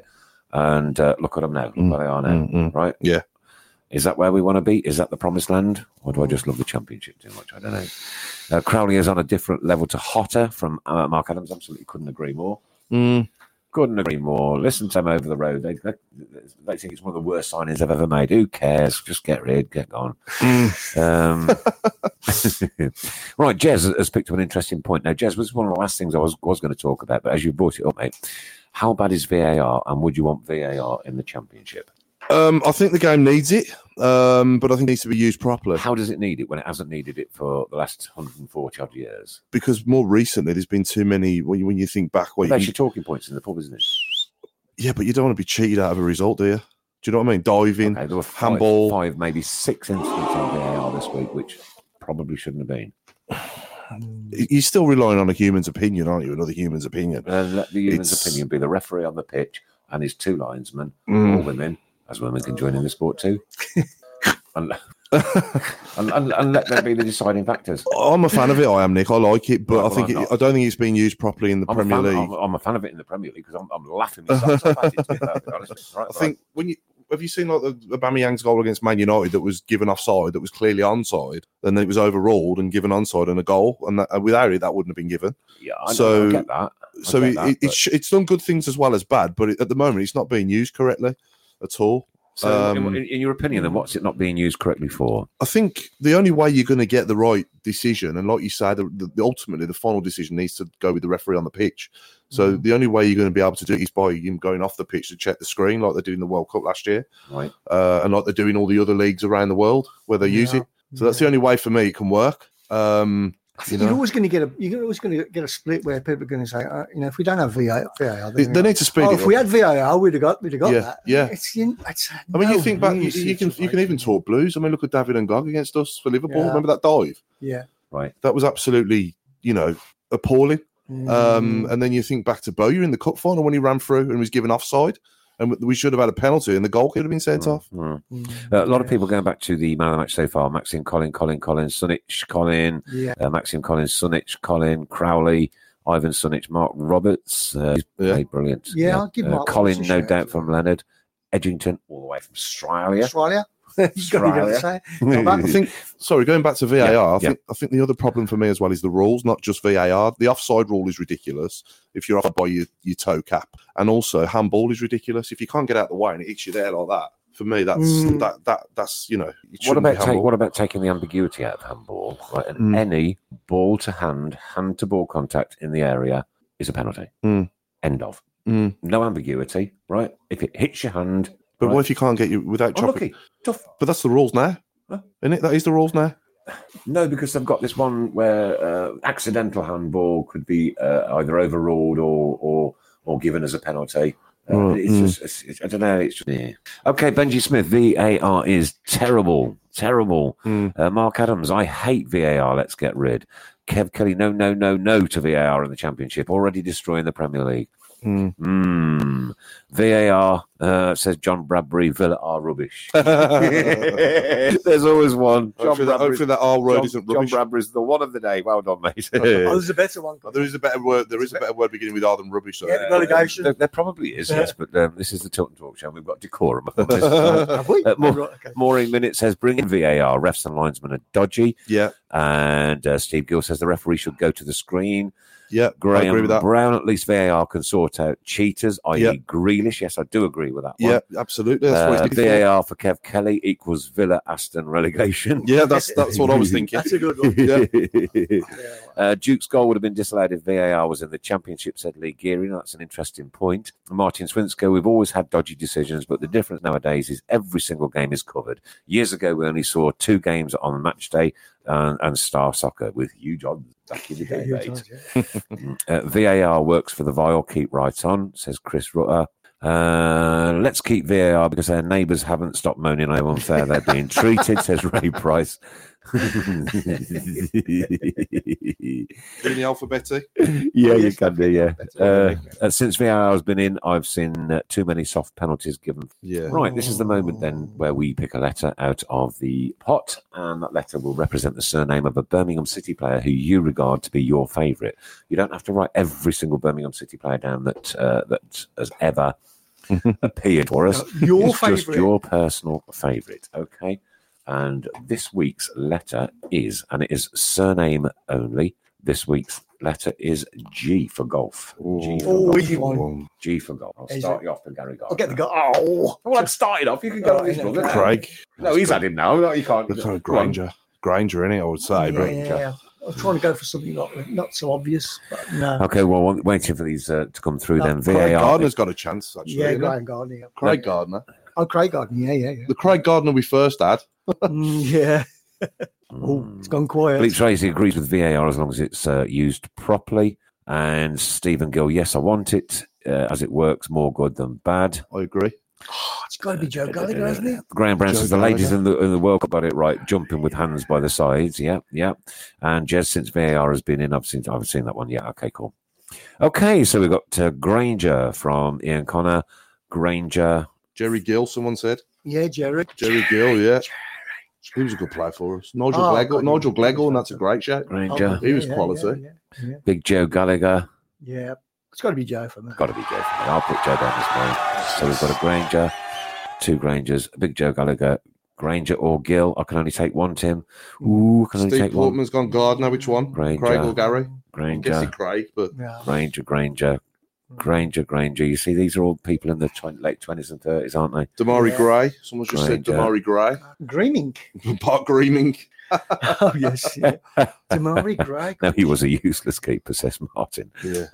D: And uh, look at them now. Look
F: Mm,
D: where they are now,
F: mm, mm.
D: right?
F: Yeah.
D: Is that where we want to be? Is that the promised land? Or do I just love the championship too much? I don't know. Uh, Crowley is on a different level to Hotter from uh, Mark Adams. Absolutely couldn't agree more.
F: Mm,
D: Couldn't agree more. Listen to them over the road. They, they, they think it's one of the worst signings they've ever made. Who cares? Just get rid, get gone. Um,
F: Mm. (laughs)
D: (laughs) right, Jez has picked up an interesting point. Now, Jez was one of the last things I was, was going to talk about, but as you brought it up, mate, how bad is VAR and would you want VAR in the championship?
F: Um, I think the game needs it, um, but I think it needs to be used properly
D: How does it need it when it hasn't needed it for the last 140 odd years?
F: because more recently there's been too many. When you, when you think back, what you
D: That's
F: can-
D: your talking points in the pub, isn't it?
F: yeah, but you don't want to be cheated out of a result, do you? Do you know what I mean? Diving,
D: Okay, there were five,
F: handball.
D: five, maybe six incidents on VAR this week, which probably shouldn't have been.
F: You're still relying on a human's opinion, aren't you? Another human's opinion.
D: Uh, let the human's
F: It's-
D: opinion be the referee on the pitch and his two linesmen,
F: Mm.
D: or women, as women can join in the sport
F: (laughs)
D: too. and, and, and, and let them be the deciding factors.
F: I'm a fan of it. I am Nick. I like it, but
D: Well,
F: I
D: I'm
F: think it,
D: not.
F: I don't think it's been used properly in the
D: I'm
F: Premier
D: a fan,
F: League.
D: I'm, I'm a fan of it in the Premier League because I'm, I'm laughing myself. I
F: (laughs) I think when you have you seen like the Aubameyang's goal against Man United that was given offside, that was clearly onside, and then it was overruled and given onside and a goal, and that, and without it that wouldn't have been given.
D: yeah, I, so,
F: so-
D: I get that. I
F: so
D: get
F: it,
D: that,
F: it,
D: but-
F: it's it's done good things as well as bad, but it, at the moment it's not being used correctly at all.
D: So, in-
F: um,
D: in, in your opinion, then, what's it not being used correctly for?
F: I think the only way you're going to get the right decision, and like you said, the, the, ultimately the final decision needs to go with the referee on the pitch. So
D: Mm.
F: the only way you're going to be able to do it is by him going off the pitch to check the screen, like they did in the World Cup last year,
D: Right.
F: uh, and like they're doing all the other leagues around the world where they use
C: Yeah.
F: it. So that's the only way for me it can work. Um,
C: I think
F: you
C: you are
F: know.
C: always going to get a you're always going to get a split where people are going to say, uh, you know, if we don't have VAR, VAR
F: they,
C: then
F: they need to speed
C: oh,
F: it
C: if
F: up.
C: we had VAR, we'd have got we'd have got
F: Yeah,
C: that.
F: yeah.
C: It's, you- it's
F: I mean, you
C: no
F: think back, you,
C: really
F: you can you can even
C: situation.
F: talk blues. I mean, look at David and Gog against us for Liverpool.
C: Yeah.
F: Remember that dive?
C: Yeah.
F: That was absolutely, you know, appalling. Um,
C: Mm.
F: and then you think back to Bowyer in the cup final when he ran through and was given offside, and we should have had a penalty, and the goal could have been sent off.
D: Hmm.
C: Mm,
D: Uh, a lot of
C: yeah.
D: people going back to the man of the match so far: Maxim, Colin, Colin, Colin, Sunich, Colin,
C: Yeah.
D: uh, Maxim Collins, Sunich, Colin Crowley, Ivan Sunich, Mark Roberts. Uh, he's
F: Yeah.
D: played brilliant. Uh,
C: Yeah, I'll give Mark Roberts
D: Colin,
C: a
D: no
C: shout.
D: doubt, from Leonard. Edgington, all the way from Australia.
C: Australia. (laughs) You've got to be able to say.
D: (laughs)
F: I think. Sorry, going back to VAR, I think I think the other problem for me as well is the rules, not just VAR. The offside rule is ridiculous if you're off by your, your toe cap, and also handball is ridiculous if you can't get out the way and it hits you there like that. For me, that's
C: Mm.
F: that that that's you know. it
D: What
F: shouldn't be
D: about ta-
F: handball.
D: what about taking the ambiguity out of handball? Right, and
F: Mm.
D: any ball to hand, hand to ball contact in the area is a penalty.
F: Mm.
D: End of.
F: Mm.
D: No ambiguity, right? If it hits your hand,
F: But
D: right?
F: what if you can't get you without chopping?
D: unlucky, tough.
F: But that's the rules now,
D: Oh, Huh?
F: isn't it? That is the rules now.
D: No, because they've got this one where uh, accidental handball could be uh, either overruled or or or given as a penalty. Uh,
F: Right,
D: It's
F: mm.
D: just, it's, it's, I don't know. It's just, yeah. Okay, Benji Smith, VAR is terrible, terrible.
F: Mm.
D: Uh, Mark Adams, I hate VAR. Let's get rid. Kev Kelly, no, no, no, no to VAR in the championship. Already destroying the Premier League. Mm. VAR uh, says John Bradbury Villa are
F: (laughs)
D: rubbish. (laughs) There's always one. John
F: Hopefully that-
D: Bradbury-
F: hopefully that R word
D: John-
F: isn't
D: John
F: rubbish. (laughs)
D: Bradbury's the one of the day. Well done, (laughs) mate.
C: Oh, there's a better one.
F: There is a better word. There is a better word beginning with R than rubbish. Though.
C: Yeah, the relegation.
D: There, there probably is, yes, but um, this is the Tilton Talk Show. and We've got (laughs) decorum on this.
C: Have we?
D: Uh, more-
C: Right, okay.
D: Maureen Minute says, bring in VAR. Refs and linesmen are dodgy.
F: (laughs) yeah,
D: And uh, Steve Gill says the referee should go to the screen.
F: yeah.
D: Graham
F: I agree with that.
D: Brown, at least VAR can sort out cheaters, i.e.
F: Yeah.
D: Grealish. Yes, I do agree with that one.
F: Yeah, absolutely. That's
D: Uh,
F: what it's different.
D: VAR for Kev Kelly equals Villa Aston relegation.
F: (laughs) Yeah, that's that's what I
D: (laughs)
F: was thinking.
C: That's a good one.
F: Yeah.
D: Uh, Duke's goal would have been disallowed if VAR was in the championship, said Lee Geary. Now, That's an interesting point. Martin Swinsko, we've always had dodgy decisions, but the difference nowadays is every single game is covered. Years ago, we only saw two games on match day and, and star soccer with huge odds back in the day,
C: Yeah,
D: mate.
C: yeah.
D: (laughs) Uh, VAR works for the vile. Keep right on, says Chris Rutter. Uh, let's keep VAR because their neighbours haven't stopped moaning how unfair they're being treated, says Ray Price.
F: In the alphabet. eh?
D: yeah, you can do, yeah. Uh, uh, since VAR has been in, I've seen uh, too many soft penalties given.
F: Yeah.
D: Right, this is the moment then where we pick a letter out of the pot, and that letter will represent the surname of a Birmingham City player who you regard to be your favourite. You don't have to write every single Birmingham City player down that uh, that has ever appeared for us.
C: Your
D: It's just
C: favourite.
D: your personal favourite, okay? And this week's letter is, and it is surname only. This week's letter is G for golf. G for
C: Oh,
D: golf.
C: easy one.
D: G for golf. I'll
C: Is
D: start
C: it-
D: you off for Gary
C: I'll
D: Gardner.
C: get the guy. Oh,
D: Well, I've started off. You can go
C: Oh,
D: on this
C: yeah.
D: one. look.
F: Craig.
D: No, he's had him now. No, you can't.
F: That's kind of
D: Go on.
F: Granger. Granger, in it, I would say. But
C: yeah. I'm trying to go for something not not so obvious, but no.
D: Okay, well, wa- waiting for these uh, to come through
C: No,
D: then.
F: Craig
D: VAR.
F: Gardner's got a chance, actually.
C: Yeah,
F: hasn't he?
C: Graham Gardner. yeah.
F: Craig Gardner.
C: Oh, Craig Gardner. Yeah, yeah,
F: (laughs)
C: yeah.
F: The Craig Gardner we first had.
C: Mm, yeah. oh,
D: Mm.
C: it's gone quiet.
D: Bleach Tracy agrees with VAR as long as it's uh, used properly. And Stephen Gill, yes, I want it uh, as it works more good than bad.
F: I agree.
C: Oh, it's got to be Joe Gallagher, hasn't it?
D: Graham Brown
F: Joe
D: says the
F: Gallagher.
D: ladies in the, in the World Cup got it right, jumping with hands by the sides. Yeah, yeah. And Jez, since VAR has been in, I've seen I've seen that one. Yeah, okay, cool. Okay, so we've got uh, Granger from Ian Connor. Granger.
F: Jerry Gill, someone said.
C: Yeah, Jerry.
F: Jerry Gill, yeah. He was a good player for us. Nigel
C: Oh,
F: Gleggle,
C: God, yeah.
F: Nigel Gleggle, and that's a great shout.
D: Granger.
F: He was quality.
C: Yeah, yeah, yeah.
D: Big Joe Gallagher.
C: Yeah. It's got to be Joe for me.
D: Got to be Joe. for me. I'll put Joe down this morning. So we've got a Granger, two Grangers, a Big Joe Gallagher, Granger or Gill. I can only take one, Tim. Ooh, I can only
F: Steve
D: take one.
F: Portman's gone Gardner. Which one?
D: Granger.
F: Craig or Gary? I'm guessing
D: Granger,
F: Craig, but
C: Yeah.
D: Granger, Granger, Granger, Granger. You see, these are all people in the 20, late 20s and 30s, aren't they?
F: Damari
C: Yeah.
F: Gray. Someone just said
D: Granger.
F: Damari Gray. (laughs)
C: Greening.
F: Park Greening.
C: Oh, yes. Yeah. Damari Gray.
D: No, he was a useless keeper, says (laughs) Martin.
F: Yeah,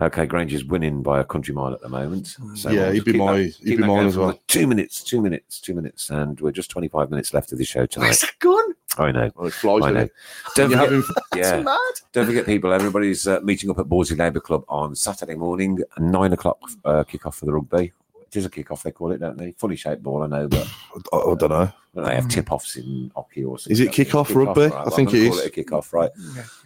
D: Okay, Granger's winning by a country mile at the moment. So
F: Mm. Yeah,
D: we'll
F: he'd
D: just
F: be
D: keep
F: my-
D: that-
F: he'd
D: keep
F: be
D: that
F: mine
D: going
F: as
D: for
F: well.
D: the Two minutes, two minutes, two minutes, and we're just 25 minutes left of the show tonight.
C: Where's that gone?
D: I know.
F: well, it flies.
D: I
F: doesn't
D: know.
F: it?
D: Don't
F: You
D: forget,
F: have
D: yeah.
C: It's mad.
D: Don't forget, people, everybody's uh, meeting up at Borsley Labour Club on Saturday morning, nine o'clock uh, kick off for the rugby. It is a kick off, they call it, don't they? Fully shaped ball, I know, but
F: I, I don't know.
D: they have tip offs in hockey or something.
F: Is it
D: don't they?
F: kick-off
D: Kick-off,
F: rugby? I
D: well, I'm
F: think
D: gonna
F: it
D: call
F: is.
D: a kick off, right?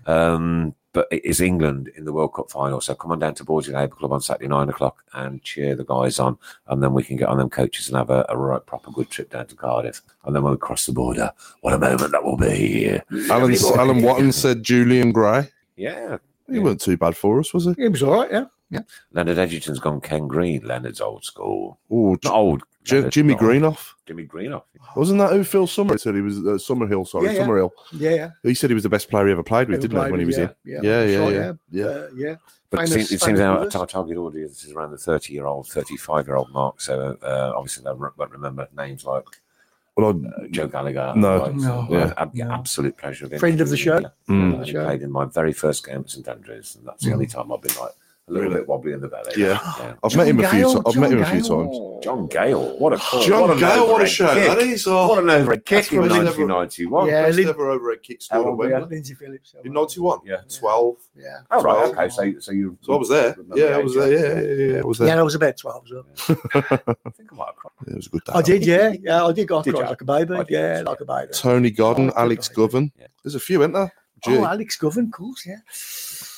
D: Um, but it is England in the World Cup final. So come on down to Borsley Labour Club on Saturday, nine o'clock, and cheer the guys on. And then we can get on them coaches and have a, a right proper good trip down to Cardiff. And then when we cross the border, what a moment that will be.
F: Alan Alan Watton said Julian Gray.
D: Yeah.
F: He
D: Yeah.
F: weren't too bad for us, was he?
C: It was all right, yeah.
D: Leonard Edgerton's gone Ken Green. Leonard's old school.
F: Oh,
D: Not old.
F: J-
D: Leonard,
F: Jimmy
D: not old.
F: Greenoff.
D: Jimmy Greenoff.
F: Wasn't that who Phil Summer said he was? Uh, Summerhill, sorry,
C: Yeah, yeah.
F: Summerhill.
C: Yeah, yeah.
F: He said he was the best player he ever played with,
C: Ever
F: didn't
C: played
F: he, when he
C: with,
F: was in?
C: yeah.
F: Yeah, yeah,
C: Sure,
F: yeah. yeah.
C: Uh, yeah.
D: But it
C: Famous-
D: seems, it seems
C: famous
D: our,
C: brothers.
D: our target audience is around the 30 year old, 35 year old mark. So uh, obviously they won't won't remember names like
F: Well,
D: uh, Joe Gallagher.
F: No.
D: Like,
C: No.
D: yeah.
C: No.
D: Absolute pleasure. Of him.
C: Friend of the show.
F: Mm.
C: of the
D: He
C: show. Mm.
D: played in my very first game at St Andrews. And that's the only time I've been like a little
F: Really?
D: bit wobbly in the belly.
F: Yeah. I've met him a few.
C: Gale,
F: times. I've met
C: John
F: him a few
C: Gale.
F: times.
D: John Gale. What a call.
F: John
D: what an
F: Gale, what a
D: overhead
F: shot.
D: kick.
F: That is, oh,
D: what an overhead
F: that's
D: kick in
F: probably never-
D: 1991.
C: Yeah,
F: Best
C: Lin-
F: ever overhead kick
D: How
F: scored at
D: old were you?
F: Wembley.
C: Lindsay Phillips.
F: In 91?
D: Yeah.
F: 12.
C: Yeah.
D: Oh, right.
F: Twelve.
D: Okay. So, so you.
F: So I was there.
D: remember
F: Yeah,
D: the
F: I was
D: age,
F: there. Yeah, yeah, yeah, yeah. I was there.
C: Yeah, I was about 12 as well.
D: I think I might have cried.
F: It was a good day.
C: I did, yeah. Yeah, I did. I
D: Did
C: cried
D: you?
C: like a baby.
D: I did,
C: Yeah, like a baby.
F: Tony Godden,
C: Oh,
F: Alex
C: good
F: Govan.
D: Yeah.
F: There's a few, isn't there? Gee.
C: Oh, Alex Govan, of course, yeah.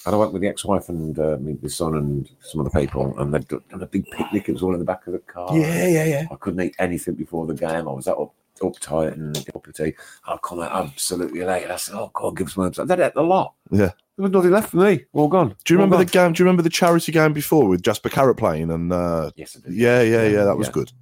D: And I went with the ex-wife and uh, me, the son and some of the people, and they'd done a big picnic. It was all in the back of the
F: Ah.
D: car.
C: Yeah, yeah, yeah.
D: I couldn't eat anything before the game. I was that up, uptight and uppity. I come out absolutely elated. I said, "Oh God, give us my." They ate the lot.
F: Yeah.
D: There was nothing left for me. All gone.
F: Do you
D: All
F: remember the
D: gone.
F: game? Do you remember the charity game before with Jasper Carrot playing? And uh,
D: Yes, I did.
F: yeah, yeah, yeah, that was
D: Yeah.
F: good.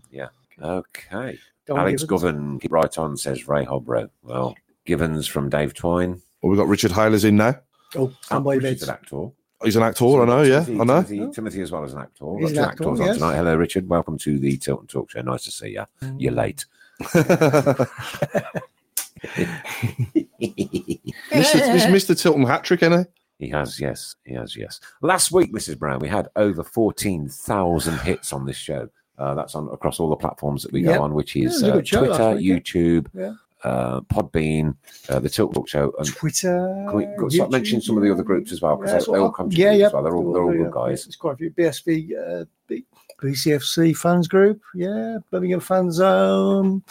D: Okay.
C: Don't
D: Alex
C: give us-
D: Govan, keep right on, says Ray Hobro. Well, Givens from Dave Twine.
F: Well, we've got Richard Haylers in now.
C: Oh,
D: Oh,
C: somebody
D: Richard's an
C: oh,
D: actor.
F: He's an actor, I know. Yeah,
D: Timothy,
F: I know.
D: Timothy, Timothy as well as an actor. We've
C: He's an
D: got two
C: actor,
D: actors on
C: yes. Mm.
D: tonight. Hello, Richard. Welcome to the Tilton Talk Show. Nice to see you. You're
F: (laughs)
D: late. (laughs)
F: Mr. It's Mr. Tilton Hattrick, isn't
D: He has, yes. He has, yes. Last week, Mrs. Brown, we had over 14,000 hits on this show. Uh, that's on across all the platforms that we
C: Yep.
D: go on, which
C: Yeah, it
D: is
C: was a
D: uh,
C: good show last
D: Twitter,
C: week,
D: YouTube,
C: Yeah.
D: uh, Podbean, uh, the Tilt Talk Show, and
C: Twitter.
D: Can we can start mentioning some of the other groups as well? Because they, they all come together as well. They're all, they're all good guys.
C: It's quite a few BSB, uh, B- BCFC fans group. Yeah, Birmingham Fan Zone.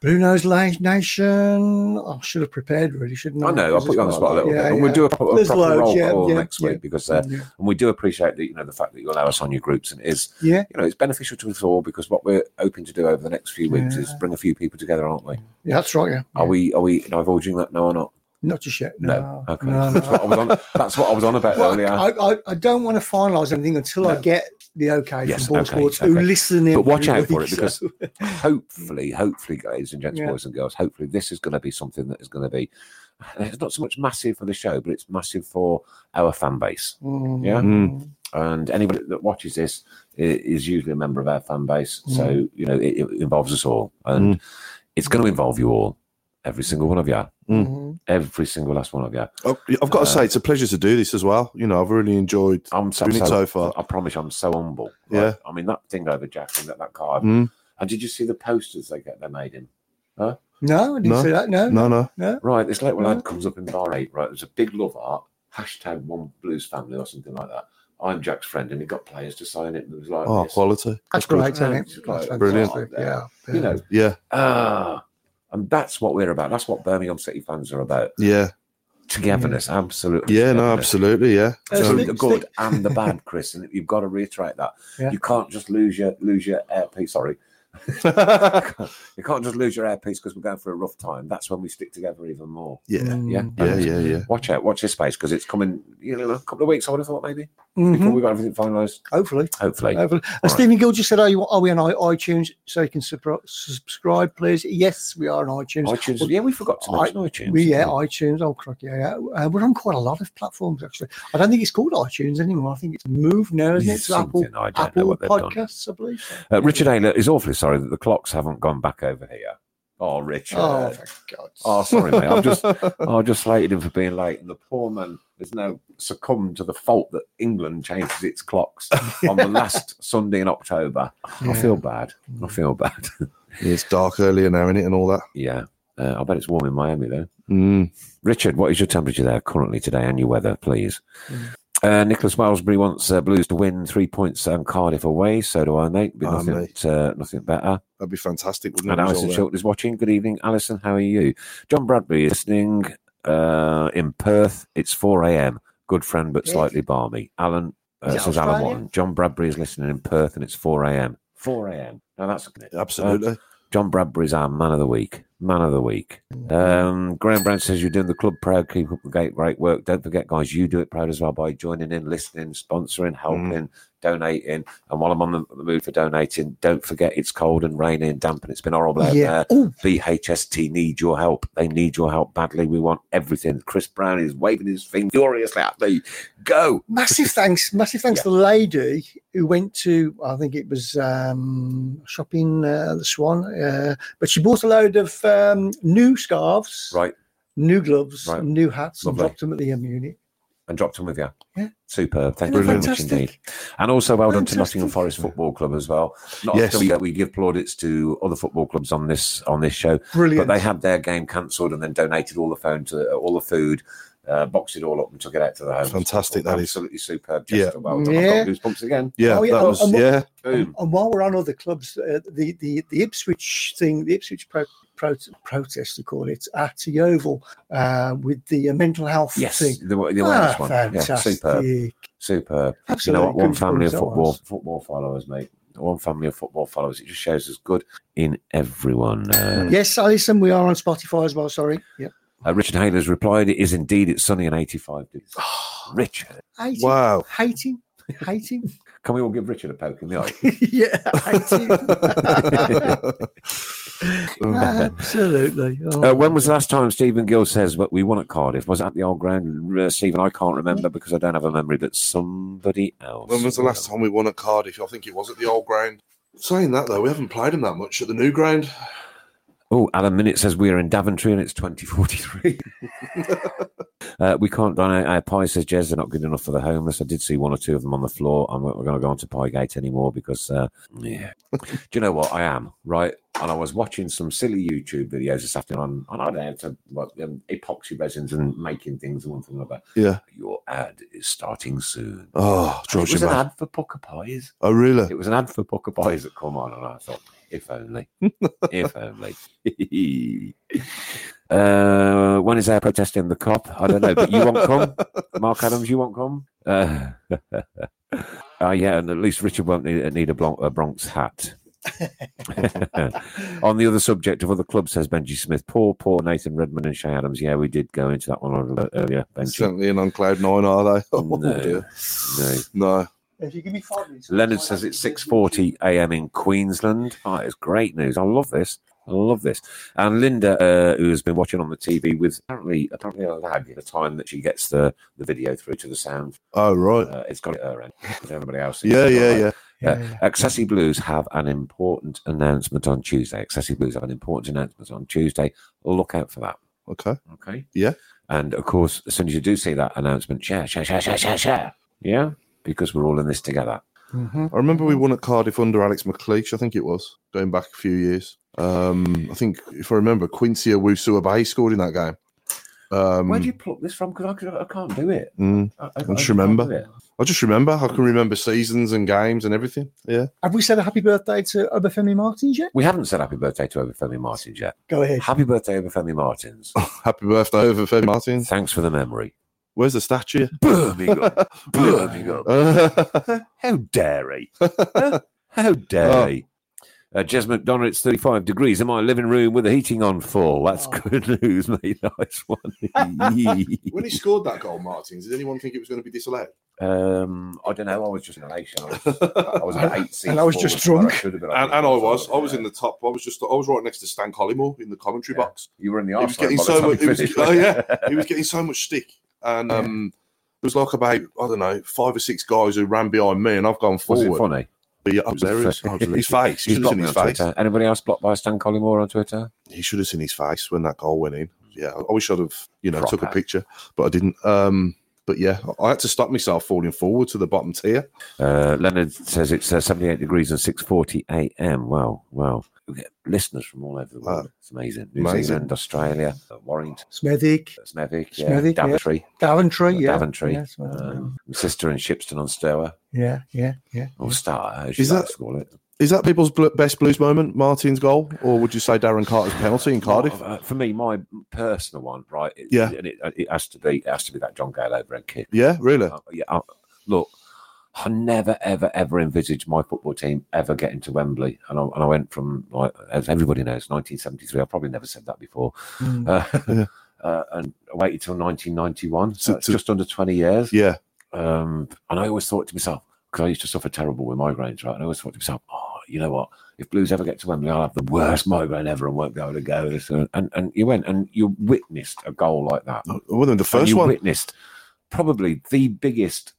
C: Blue Nose Live Nation. I should have prepared really, shouldn't I?
D: I know. I'll put you on the spot a little bit. And we'll do a, pro- a
C: There's
D: proper
C: loads,
D: roll
C: yeah,
D: call
C: yeah,
D: next
C: yeah.
D: week because uh,
C: Yeah.
D: and we do appreciate the you know the fact that you allow us on your groups and it is
C: Yeah,
D: you know it's beneficial to us all because what we're hoping to do over the next few weeks is bring a few people together, aren't we?
C: yeah, that's right. Yeah,
D: Are we are we divulging that now or not?
C: not just yet.
D: No.
C: No,
D: okay.
C: no,
D: (laughs) That's, what I
C: no.
D: was on, that's what I was on about
C: Well,
D: earlier.
C: I, I, I don't want to finalise anything until I get the okay
D: Yes,
C: from Ball
D: okay,
C: Sports, who
D: okay.
C: listen in.
D: but watch
C: every
D: out for
C: week,
D: it because
C: so-
D: hopefully, hopefully, guys and gents,
C: Yeah.
D: boys and girls, hopefully this is going to be something that is going to be. It's not so much massive for the show, but it's massive for our fan base.
C: Mm.
D: Yeah,
F: Mm.
D: and anybody that watches this i- is usually a member of our fan base,
F: Mm.
D: so you know it, it involves us all, and it's going to involve you all, every single one of you,
C: Mhm.
D: every single last one of you.
F: he? Oh, I've got to say, it's a pleasure to do this as well. You know, I've really enjoyed.
D: I'm so,
F: Doing it so far.
D: I promise, I'm so humble.
F: Yeah.
D: I mean that thing over Jack and that, that card.
F: Mm.
D: And did you see the posters they get they made him?
C: (laughs) No, I didn't
F: No.
C: say that. No,
F: No, no.
D: Right, this little
F: Mm.
C: Yeah.
D: lad comes up in bar eight, right? There's a big love art, hashtag one blues family or something like that. I'm Jack's friend, and he got players to sign it, and it was like,
F: Oh,
D: this.
F: quality.
C: that's great.
D: good.
C: isn't it?
D: It's
C: That's
D: like
F: brilliant.
C: fantastic, Yeah,
D: you know,
F: Yeah,
D: ah, and that's what we're about. That's what Birmingham City fans are about.
F: yeah,
D: Togetherness, absolutely.
F: yeah. No,
D: togetherness.
F: absolutely. Yeah.
C: Uh,
D: So
F: So-
C: Nick-
D: the good
F: (laughs)
D: and the bad, Chris, and you've got to reiterate that.
C: Yeah.
D: You can't just lose your lose your airpiece.
F: (laughs)
D: Sorry, you can't just lose your airpiece because we're going for a rough time. That's when we stick together even more.
F: yeah,
D: Yeah,
F: yeah, yeah, yeah.
D: Watch out, watch this space because it's coming. You know, in a couple of weeks. I would have thought maybe
C: Mhm.
D: before we got everything finalised.
C: Hopefully.
D: Hopefully,
C: Hopefully.
D: All
C: And Stephen Gill just said, are, you, are we on i- iTunes? So you can supr- subscribe, please. Yes, we are on iTunes.
D: iTunes.
C: Well,
D: yeah, we forgot to
C: I-
D: mention iTunes.
C: We, yeah, iTunes. Oh, crook. Yeah, yeah. Uh, we're on quite a lot of platforms, actually. I don't think it's called iTunes anymore. I think it's moved now, isn't it? It's Apple,
D: Something, I don't know
C: Apple
D: what they've done.
C: Podcasts, I believe.
D: Uh, Richard Ayler is awfully sorry that the clocks haven't gone back over here. Oh, Richard.
C: Oh,
D: Oh,
C: for God's
D: sorry, mate. I'm just, I just slated him for being late, and the poor man has now succumbed to the fault that England changes its clocks on the last Sunday in October. I
C: Yeah.
D: feel bad. I feel bad. (laughs)
F: It's dark earlier now, is it, and all that.
D: yeah. Uh, I bet it's warm in Miami, though.
F: Mm.
D: Richard, what is your temperature there currently today and your weather, please? Uh, Nicholas Walesbury wants uh, Blues to win three points and Cardiff away. So do I, mate. But
F: Ah,
D: nothing,
F: mate.
D: uh, nothing better.
F: That'd be fantastic, wouldn't it?
D: And
F: It was
D: Alison
F: all
D: Chilton is watching. Good evening, Alison. How are you? John Bradbury is listening uh, in Perth. It's 4 a.m. Good friend, but
C: Yeah.
D: slightly balmy. Alan uh,
C: Is that
D: says Alan
C: Australia?
D: Watton. John Bradbury is listening in Perth, and it's 4 a.m. 4 a.m. Now that's
F: there.
D: Um,
F: Absolutely.
D: John Bradbury's our man of the week. Man of the week. Um, Graham Brown says you're doing the club proud. Keep up the great, great work. Don't forget, guys, you do it proud as well by joining in, listening,
C: Mm.
D: sponsoring, helping, donating. And while I'm on the, the mood for donating, don't forget it's cold and rainy and damp, and it's been horrible out
C: Yeah.
D: there. BHST need your help. They need your help badly. We want everything. Chris Brown is waving his finger furiously at me. Go.
C: massive thanks, massive thanks to the lady who went to, I think it was um, shopping uh, the Swan, uh, but she bought a load of um, new scarves,
D: Right.
C: new gloves,
D: Right.
C: new hats,
D: Lovely.
C: and dropped them at the um, unit.
D: And dropped him with you.
C: Yeah.
D: Superb. Thank you
C: Brilliant.
D: very much
C: Fantastic.
D: indeed. And also well done to
C: Fantastic.
D: Nottingham Forest Football Club as well. Not
F: Yes.
D: often we, we give plaudits to other football clubs on this on this show,
C: Brilliant.
D: but they had their game cancelled and then donated all the phone to all the food, uh, boxed it all up and took it out to the home.
F: Fantastic, that
D: Absolutely
F: is.
D: superb.
F: Yeah.
D: Jester. Well done.
C: Yeah.
D: I've got goosebumps again.
F: Yeah,
C: Oh, yeah,
F: that
C: oh,
F: was
C: and what-
F: yeah.
D: Boom.
C: And while we're on other clubs, uh, the, the the Ipswich thing, the Ipswich pro- pro- protest, they call it, at the Oval uh, with the uh, mental health
D: Yes,
C: thing.
D: the, the
C: ah,
D: awareness one. Yeah,
C: fantastic.
D: superb. Superb.
C: Absolutely.
D: You know what? One
C: Good
D: family of
C: films, that
D: football
C: was.
D: football followers, mate. One family of football followers. It just shows us good in everyone. Uh,
C: Yes, Alison, we are on Spotify as well. Sorry. Yeah.
D: uh, Richard Haylers replied, "It is indeed. It's sunny and 85 degrees." Richard,
C: Hating.
F: Wow.
C: Hating. (laughs) Hating.
D: can we all give Richard a poke in the eye?
C: yeah. (laughs) Hating.
F: (laughs)
C: Absolutely. Oh.
D: Uh, when was the last time Stephen Gill says what we won at Cardiff? Was it at the old ground? Uh, Stephen, I can't remember because I don't have a memory, but somebody else.
F: When was the last time we won at Cardiff? I think it was at the old ground. Saying that though, we haven't played them that much at the new ground.
D: Oh, Alan Minute says we are in Daventry and it's (laughs) 2043. uh, we can't dine our pie, says Jez. They're not good enough for the homeless. I did see one or two of them on the floor. I'm not going to go on to Piegate anymore because, uh, yeah. Do you know what? I am, right? And I was watching some silly YouTube videos this afternoon on, on I don't know, it's a- what, um, epoxy resins and making things and one thing or another.
F: Yeah.
D: Your ad is starting soon.
F: Oh,
D: It
F: George
D: was an
F: Shabbat.
D: ad for Pucker Pies.
F: Oh, really?
D: It was an ad for Pucker Pies that come on, and I thought, if only, if only. (laughs) uh, when is our protesting the cop? I don't know, but you won't come, Mark Adams. You won't come. Uh, (laughs) uh, yeah, and at least Richard won't need, need a, Bron- a Bronx hat. (laughs) on the other subject of other clubs, says Benji Smith. Poor, poor Nathan Redmond and Shay Adams. Yeah, we did go into that one a little earlier, Benji.
F: Certainly in on cloud nine, are they? (laughs) Oh,
D: No.
F: dear.
D: No.
F: No.
C: If you give me five minutes.
D: Leonard says it's 6:40 a.m. in Queensland. Oh, it's great news. I love this. I love this. And Linda, uh, who has been watching on the TV with apparently apparently a lag in the time that she gets the, the video through to the sound,
F: Oh, right.
D: uh, it's got it at her end. 'cause Everybody else,
F: Yeah, yeah, yeah.
D: yeah. Accessi Blues have an important announcement on Tuesday. Accessi Blues have an important announcement on Tuesday. Look out for that.
F: Okay.
D: Okay.
F: Yeah.
D: And of course, as soon as you do see that announcement, share, share, share, share, share, share. Yeah, because we're all in this together.
F: I remember we won at Cardiff under Alex McLeish, I think it was, going back a few years. Um, I think, if I remember, Quincy Owusu Bay scored in that game. Um,
D: Where do you pluck this from? Because I, could- I can't do it.
F: mm,
D: I,
F: just
D: can't
F: remember.
D: do it.
F: I just remember. I can remember seasons and games and everything.
D: (laughs)
F: Yeah.
C: Have we said a happy birthday to Obafemi Martins yet?
D: We haven't said happy birthday to Overfemi Martins yet.
C: Go ahead.
D: Happy birthday, Overfemi Martins.
F: Happy birthday over Fred Martin.
D: Thanks for the memory.
F: Where's the statue?
D: Birmingham.
C: (laughs)
F: (laughs)
D: Birmingham. How dare he?
F: Uh,
D: Huh? How dare
F: Oh.
D: he? Uh, Jez McDonough, it's 35 degrees in my living room with the heating on full. That's
C: Oh.
D: good (laughs) news, mate. Nice
C: (laughs)
D: one.
F: when he scored that goal, Martins, did anyone think it was going to be disallowed?
D: um, I don't know. I was just in elation. (laughs) I was, I was about eight seats
C: And I was just
D: forward,
C: drunk.
D: but should have been,
F: And,
D: think.
F: and I was. I was in the top. I was just. I was right next to Stan Collymore in the commentary
D: Yeah.
F: box.
D: You were in the
F: He was
D: arse.
F: getting so much. He was, (laughs)
D: (laughs)
F: oh yeah, he was getting so much stick, and um, there was like about I don't know five or six guys who ran behind me, and I've gone
D: Was it
F: forward.
D: funny?
F: But yeah, I was hilarious. I was- (laughs) his face.
D: He's
F: You should have
D: blocked
F: seen
D: me
F: his
D: on
F: face.
D: Twitter. Anybody else blocked by Stan Collymore on Twitter?
F: He should have seen his face when that goal went in. Yeah, I wish I'd have you know took a
D: Proper.
F: picture, but I didn't. Um, but yeah, I had to stop myself falling forward to the bottom tier.
D: Uh, Leonard says it's uh, 78 degrees and 6:40 a.m. Wow, wow. We get listeners from all over the world.
F: Wow.
D: it's amazing. New
F: Uh, Amazing.
D: Zealand, Australia, uh, Warrington,
C: Smethwick,
D: uh, Smethwick, yeah,
C: Smethwick, yeah.
D: Daventry,
C: Daventry,
D: uh,
C: yeah.
D: Daventry.
C: Yes, well,
D: um, my sister in Shipston on Stour
C: yeah, yeah, yeah.
D: or Star, as
F: Is
D: you like
F: that-
D: to call it.
F: Is that people's bl- best Blues moment, Martin's goal, or would you say Darren Carter's penalty in Cardiff?
D: Uh, for me, my personal one, right? it-
F: Yeah.
D: and it, it has to be it has to be that John Gale overhead kick.
F: Yeah, really.
D: Uh, yeah, uh, look, I never, ever, ever envisaged my football team ever getting to Wembley, and I, and I went from like as everybody knows, 1973. I probably never said that before, uh,
F: Yeah.
D: (laughs) uh, and I waited till 1991, so
F: To-
D: it's
F: to-
D: just under 20 years.
F: Yeah,
D: Um, and I always thought to myself, because I used to suffer terrible with migraines, right? And I always thought to myself, oh, you know what? If Blues ever get to Wembley, I'll have the worst (laughs) migraine ever and won't be able to go. This and and, and you went and you witnessed a goal like that
F: well, then the
D: and
F: first
D: you
F: one.
D: witnessed probably the biggest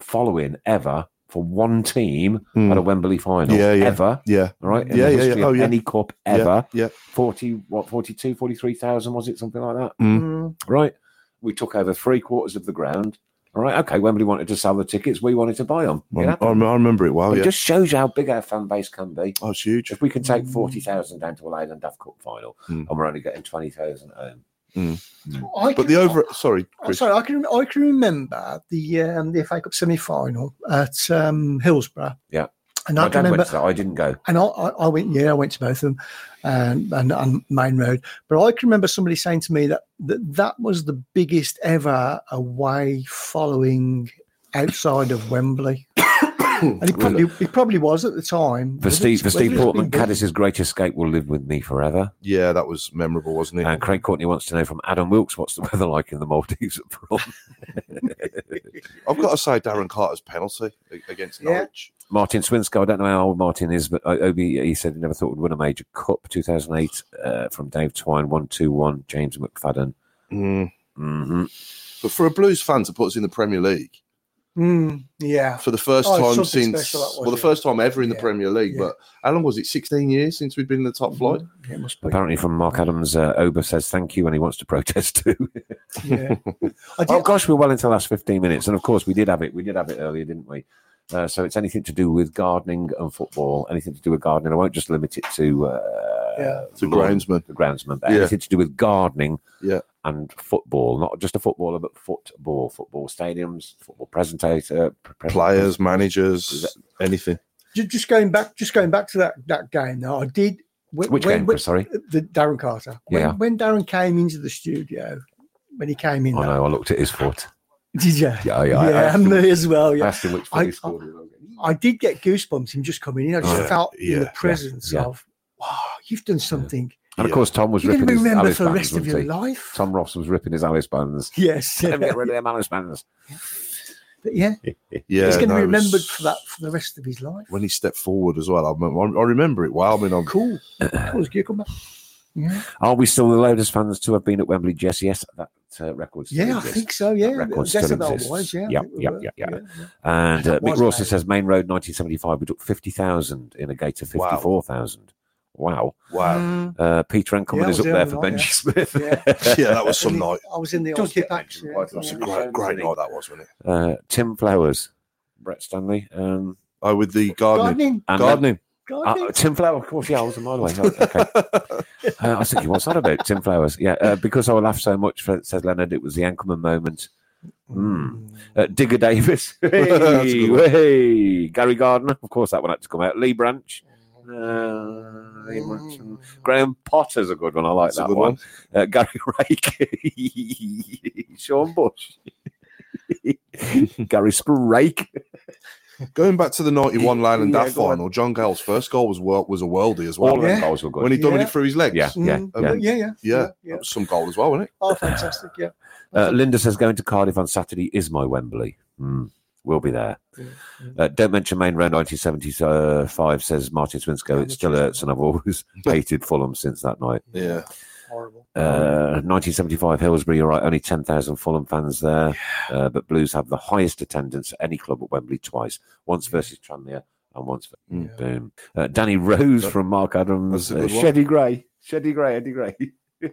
D: following ever for one team
F: Hmm.
D: at a Wembley final
F: Yeah, yeah.
D: ever.
F: Yeah,
D: all Right? In
F: Yeah,
D: the
F: yeah, yeah.
D: history of
F: Oh, yeah.
D: Any cup ever.
F: yeah.
D: Forty what 42, 43,000 was it, something like that.
F: Mm.
C: Mm.
D: Right. We took over three quarters of the ground. All right, okay. Wembley wanted to sell the tickets, we wanted to buy them. It,
F: I,
D: happened.
F: rem- I remember it well.
D: It
F: Oh, Yeah,
D: just shows you how big our fan base can be.
F: oh, it's huge.
D: If we can take forty thousand down to a Leyland Duff Cup final
F: Hmm.
D: and we're only getting twenty thousand home.
C: I
F: But
C: can-
F: the over, sorry,
C: I'm
F: Chris.
C: Oh, sorry, I can I can remember the um, the FA Cup semi final at um, Hillsborough.
D: Yeah.
C: And
D: My
C: I can
D: dad
C: remember,
D: went to that. I didn't go.
C: and I, I, I went, yeah, I went to both of them, and, and and Main Road. But I can remember somebody saying to me that that, that was the biggest ever away following outside of Wembley. and it probably it probably was at the time.
D: For
C: Whether
D: Steve,
C: it's-
D: for Steve
C: whether it's
D: Portman,
C: been-
D: Cadiz's Great Escape will live with me forever.
F: Yeah, that was memorable, wasn't it?
D: And Craig Courtney wants to know from Adam Wilkes, what's the weather like in the Maldives at prom?
F: I've got to say, Darren Carter's penalty a- against
C: Yeah.
F: Norwich.
D: Martin Swinscoe, I don't know how old Martin is, but uh, Obi, he said he never thought would win a major cup. 2008 uh, from Dave Twine, 121, James McFadden.
F: Mm.
D: hmm
F: But for a Blues fan to put us in the Premier League
C: Mm, yeah,
F: for the first
C: Oh, it's
F: time
C: something
F: since,
C: special, that was,
F: well, the
C: yeah.
F: first time ever in the
C: Yeah,
F: Premier League.
C: yeah. Mm-hmm.
F: But how long was it? 16 years since we'd been in the top flight?
C: it must be.
D: Apparently, from Mark Adams, uh, Ober says thank you and he wants to protest
C: (laughs)
D: too. (laughs)
C: Yeah. I did,
D: oh, gosh, we're well into the last 15 minutes. And of course, we did have it. We did have it earlier, didn't we? Uh, so it's anything to do with gardening and football, anything to do with gardening. I won't just limit it to uh,
C: Yeah.
F: To
D: lawn-
F: groundsman.
D: the groundsman, but
F: Yeah.
D: anything to do with gardening
F: Yeah.
D: and football, not just a footballer, but football, football stadiums, football presentator, pre-
F: Players,
D: Is
F: managers,
D: that-
F: anything.
C: ju- just going back, just going back to that that game. Now, I did. When,
D: Which
C: when-
D: game,
C: when-
D: Chris? Sorry,
C: the Darren Carter. When,
D: Yeah.
C: when Darren came into the studio, when he came in,
D: I
C: that-
D: know. I looked at his foot.
C: (laughs) did you?
D: Yeah, yeah. I,
C: yeah,
D: asked
C: and
D: him,
C: me as well.
D: I
C: Yeah,
D: asked him which foot
C: I-
D: he scored. with.
C: I did get goosebumps him just coming in. I just
F: Yeah,
C: felt
F: yeah,
C: in
F: yeah,
C: the presence
D: yeah.
C: of, wow, you've done something
D: and of course, Tom was
C: you're going
D: ripping
C: to
D: his
C: remember
D: Alice
C: for the
D: bands,
C: rest of
D: wasn't
C: your
D: he?
C: life. (laughs)
D: Tom Ross was ripping his Alice bands.
C: yes,
D: Let him
C: yeah,
D: get rid of them Alice bands.
C: But yeah,
F: Yeah,
C: he's going to
F: no,
C: be
F: it was-
C: remembered for that for the rest of his life.
F: When he stepped forward as well, I remember, I remember it. Wow, I mean, I'm
C: Cool, that was good. come back. Yeah,
D: Are we still the loudest fans to have been at Wembley, Jess? Yes, that uh, record still
C: yeah, I
D: exists.
C: think so. Yeah,
D: record
C: Jezebel
D: still exists.
C: was. Yeah, I
D: Yep,
C: think we
D: yep,
C: were,
D: yep, yep.
C: yeah.
D: And uh,
C: That
D: Mick
C: was
D: Rawson
C: loud.
D: says Main Road 1975, we took 50,000 in a gate of
F: Wow.
D: 54,000. Wow.
F: wow.
D: Uh, Peter Enkelman
C: Mm. Yeah, I
D: is up
C: was
D: there
C: there
D: for
C: all
D: Benji
C: night,
D: Smith.
C: Yeah.
F: (laughs) yeah, that was some
C: I
F: night.
C: was in the- I was in the
D: Does
C: old
D: get
C: hip action.
D: mentioned
F: That was a
D: Yeah.
F: great, great night that was, wasn't it?
D: (laughs) Uh, Tim Flowers, Brett Stanley. Um,
F: Oh, with the gardening.
C: Gardening,
D: and
F: Gardening.
D: Uh,
C: gardening.
D: Tim Flowers, of course, yeah, I was a mile away. Oh,
F: (laughs)
D: Okay. uh, I was thinking, what's that about? Tim Flowers. Yeah, uh, because I laughed so much, says Leonard, it was the Anchorman moment. Hmm. Uh, Digger Davis.
F: Mm. (laughs) That's a
D: hey,
F: good one.
D: hey. Gary Gardner. Of course, that one had to come out. Lee Branch. Uh, Lee Branch. Graham Potter's a good one. I like
F: Mm. That's a
D: that
F: good
D: one.
F: one.
D: Uh, Gary (laughs) Rake. Sean
F: (laughs)
D: Bush. Gary Sprake.
F: Going back to the 91 Leyland
D: Yeah,
F: Daff
D: go on.
F: final, John Gale's first goal was wor- was a worldie as well.
D: All of them
C: Yeah.
D: goals were good.
F: When he done it,
C: Yeah.
F: he threw his legs.
D: yeah, yeah,
C: Mm.
D: yeah.
C: yeah, yeah, yeah,
F: Yeah,
C: yeah.
F: That was some goal as well, wasn't it?
C: Oh, fantastic! Yeah,
D: Uh, Linda says going to Cardiff on Saturday is my Wembley. Hmm. we'll be there. Uh, don't mention Main Road 1975 says Martin Swinscoe. It still hurts, and I've always (laughs) hated Fulham since that night.
F: (laughs) Yeah.
C: horrible.
D: Uh, 1975 Hillsbury, you're right, only 10,000 Fulham fans there, uh, but Blues have the highest attendance at any club at Wembley twice, once versus Tranmere and once. For,
F: Mm.
D: Boom. Uh, Danny Rose from Mark Adams,
F: That's a
D: uh,
F: good one.
D: Sheddy Gray, Sheddy Gray, Eddie Gray. (laughs)
F: I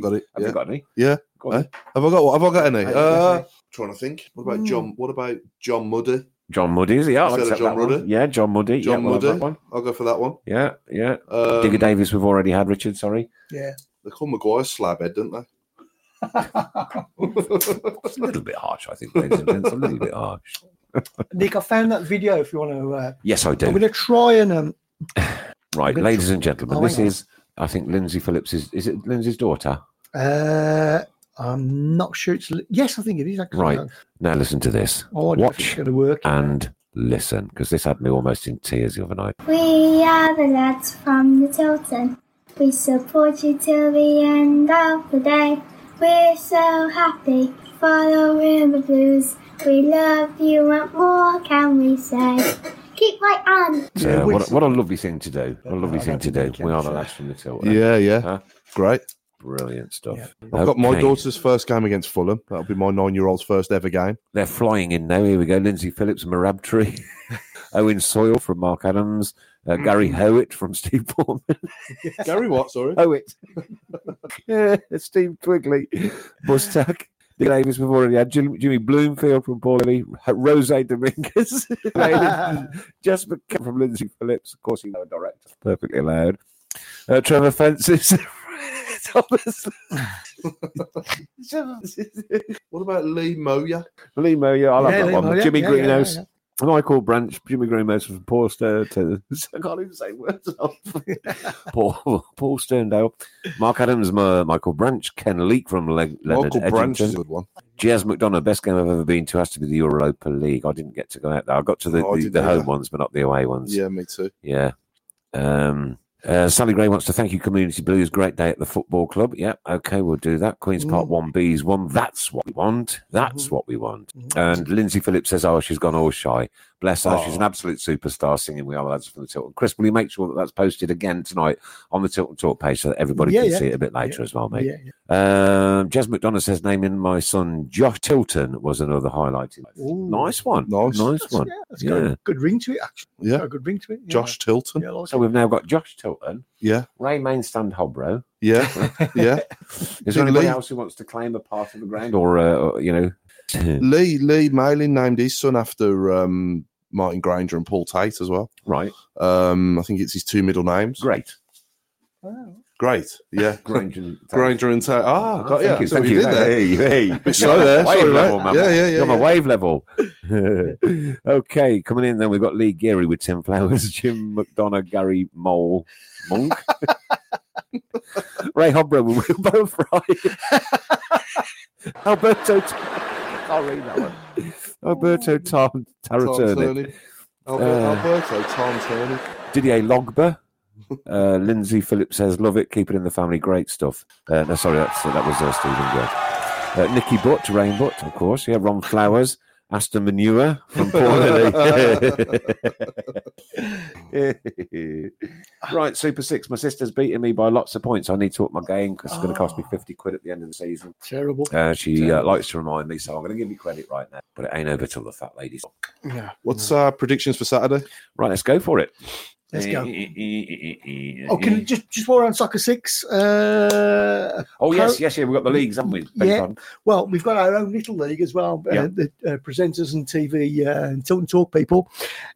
F: got it.
D: Have
F: Yeah.
D: you got any?
F: Yeah.
D: Go on.
F: Eh? Have I got what? Have I got any?
D: Yeah,
F: Uh,
D: definitely.
F: trying to think. What about John? What about John Muddy?
D: John Muddy, is he? Yeah, I'll
F: Instead of
D: accept
F: John
D: that one.
F: Ruddy?
D: Yeah, John Muddy.
F: John
D: yeah, we'll have
F: Muddy.
D: that one.
F: I'll go for that one.
D: Yeah, yeah.
F: Um,
D: Digger Davis, we've already had Richard,
F: (laughs)
D: sorry.
C: Yeah, (laughs)
F: They call Maguire slabhead, don't they?
D: It's a little bit harsh, I think, ladies and gents. A little bit harsh.
C: Nick, I found that video. If you want to, uh,
D: Yes, I do.
C: I'm going to try and um,
D: Right,
C: Which-
D: ladies and gentlemen,
C: Oh,
D: this
C: hang on.
D: is, I think, Lindsay Phillips is, is it Lindsay's daughter?
C: uh, I'm not sure it's. Yes, I think it is actually.
D: Right. Now listen to this.
C: I wonder if it's
D: Watch Uh,
C: going to work.
D: and listen, because this had me almost in tears the other night.
A: We are the lads from the Tilton. We support you till the end of the day. We're so happy following the blues. We love you, what more can we say? Keep right on.
D: So
C: Yeah, we-
D: what, a- what a lovely thing to do. What a lovely
C: I
D: thing
C: don't
D: to do.
C: think we
D: We
C: can
D: are the
C: say.
D: lads from the Tilton.
F: yeah, yeah.
D: Huh?
F: Great.
D: Brilliant stuff.
C: Yeah.
F: I've got my
D: Okay.
F: daughter's first game against Fulham. That'll be my nine-year-old's first ever game.
D: They're flying in now. Here we go. Lindsay Phillips, Marabtree. Owen Soyle from Mark Adams. Uh, Gary Howitt from Steve Portman.
F: Gary what? Sorry.
D: Howitt. yeah, Steve Twigley. Bustack. Dick Davis, we've already had Jim- Jimmy Bloomfield from Paulie, Rose Dominguez, (laughs) Jasper Kemp from Lindsay Phillips. Of course, you know, a director, perfectly allowed. Uh, Trevor Fences, (laughs) Thomas (laughs)
F: What about Lee Moya?
D: Limo, yeah, I love
C: Yeah,
D: that
C: Lee
D: one.
C: Moyer,
D: Jimmy
C: yeah, yeah,
D: Greenhouse,
C: yeah,
D: Michael Branch, Jimmy Graham Mason from Paul Stern. to- (laughs) I can't even say words.
C: (laughs)
D: Paul, Paul Sterndale, Mark Adams, Ma- Michael Branch, Ken Leake from Le- Leonard
F: Michael Branch is a
D: Edgington.
F: good one.
D: Jazz McDonough, best game I've ever been to has to be the Europa League. I didn't get to go out there. I got to the,
F: Oh, I
D: the,
F: didn't
D: the
F: either.
D: home ones, but not the away ones.
F: Yeah, me too.
D: Yeah. Um, uh, Sally Gray wants to thank you, Community Blues. Great day at the football club. Yeah, okay, we'll do that. Queen's
C: Mm-hmm.
D: Park 1B's one. That's what we want. That's what we want.
C: Mm-hmm.
D: And Lindsay Phillips says, oh, she's gone all shy. Bless her. She's an absolute superstar singing We Are the Lads from the Tilton. Chris, will you make sure that that's posted again tonight on the Tilton Talk page so that everybody
C: Yeah,
D: can
C: yeah.
D: see it a bit later as well, mate?
C: Yeah, yeah.
D: Um, Jez McDonough says, naming my son Josh Tilton was another highlight.
C: Ooh.
D: Nice one.
F: Nice.
D: Nice one.
C: Yeah, that's got
D: Yeah.
C: a good ring to it, actually. Got
F: Yeah,
C: a good ring to it. yeah.
F: Josh Tilton.
C: Yeah, I like
D: So we've now got Josh Tilton,
F: Yeah,
D: Ray Mainstand Hobro. (laughs)
F: yeah, yeah.
D: Is there anybody
F: Lee.
D: else who wants to claim a part of the ground or, uh, or, you know?
F: Lee Lee Malin named his son after um, Martin Granger and Paul Tate as well.
D: right.
F: Um, I think it's his two middle names.
D: Great.
F: Great. Yeah.
D: (laughs)
F: (laughs)
D: Granger. Oh,
F: Granger and Tate. Ah, got, yeah.
D: Thank you.
F: so
D: Thank
F: we
D: you.
F: did there.
D: Hey, hey.
F: (laughs) slow there.
D: Wave
F: Sorry,
D: level,
F: mate.
D: man.
F: Yeah, yeah, yeah,
D: You're on a
F: yeah.
D: wave level. (laughs) okay. Coming in, then we've got Lee Geary with Tim Flowers, (laughs) Jim McDonough, Gary Mole,
F: (laughs)
D: Monk. Ray Hobro (laughs) with Wilbur Fry. Alberto. I'll read that one. Alberto Tar-
F: Tom
D: Taraturnip.
F: Turnip. Albert-
D: Uh,
F: Alberto, Tom Turnip.
D: Didier Logba. Uh, Lindsay Phillips says, love it, keep it in the family, great stuff. Uh, no, sorry, that's, that was uh, Stephen Good. Uh, Nikki Butt, Rain Butt, of course. Yeah, Ron Flowers, Aston Manure
C: (laughs)
D: from
C: (laughs)
D: Portland. right, Super Six. My sister's beating me by lots of points. I need to up my game because it's going to
C: Ah.
D: cost me 50 quid at the end of the season.
C: it. Terrible.
D: Uh, she uh, likes to remind me, so I'm going to give you credit right now, but it ain't over till the fat ladies.
C: Yeah.
F: What's our predictions for Saturday?
D: Right, let's go for it. Eh,
C: Let's go. Oh, can just just while we're on soccer six. Uh,
D: Oh
C: Pro-
D: yes, yes, yeah. We've got the leagues, haven't we? Beg your
C: Yeah.
D: pardon.
C: well, we've got our own little league as well.
D: Yeah.
C: Uh, the uh, presenters and TV uh, and Tilton Talk people.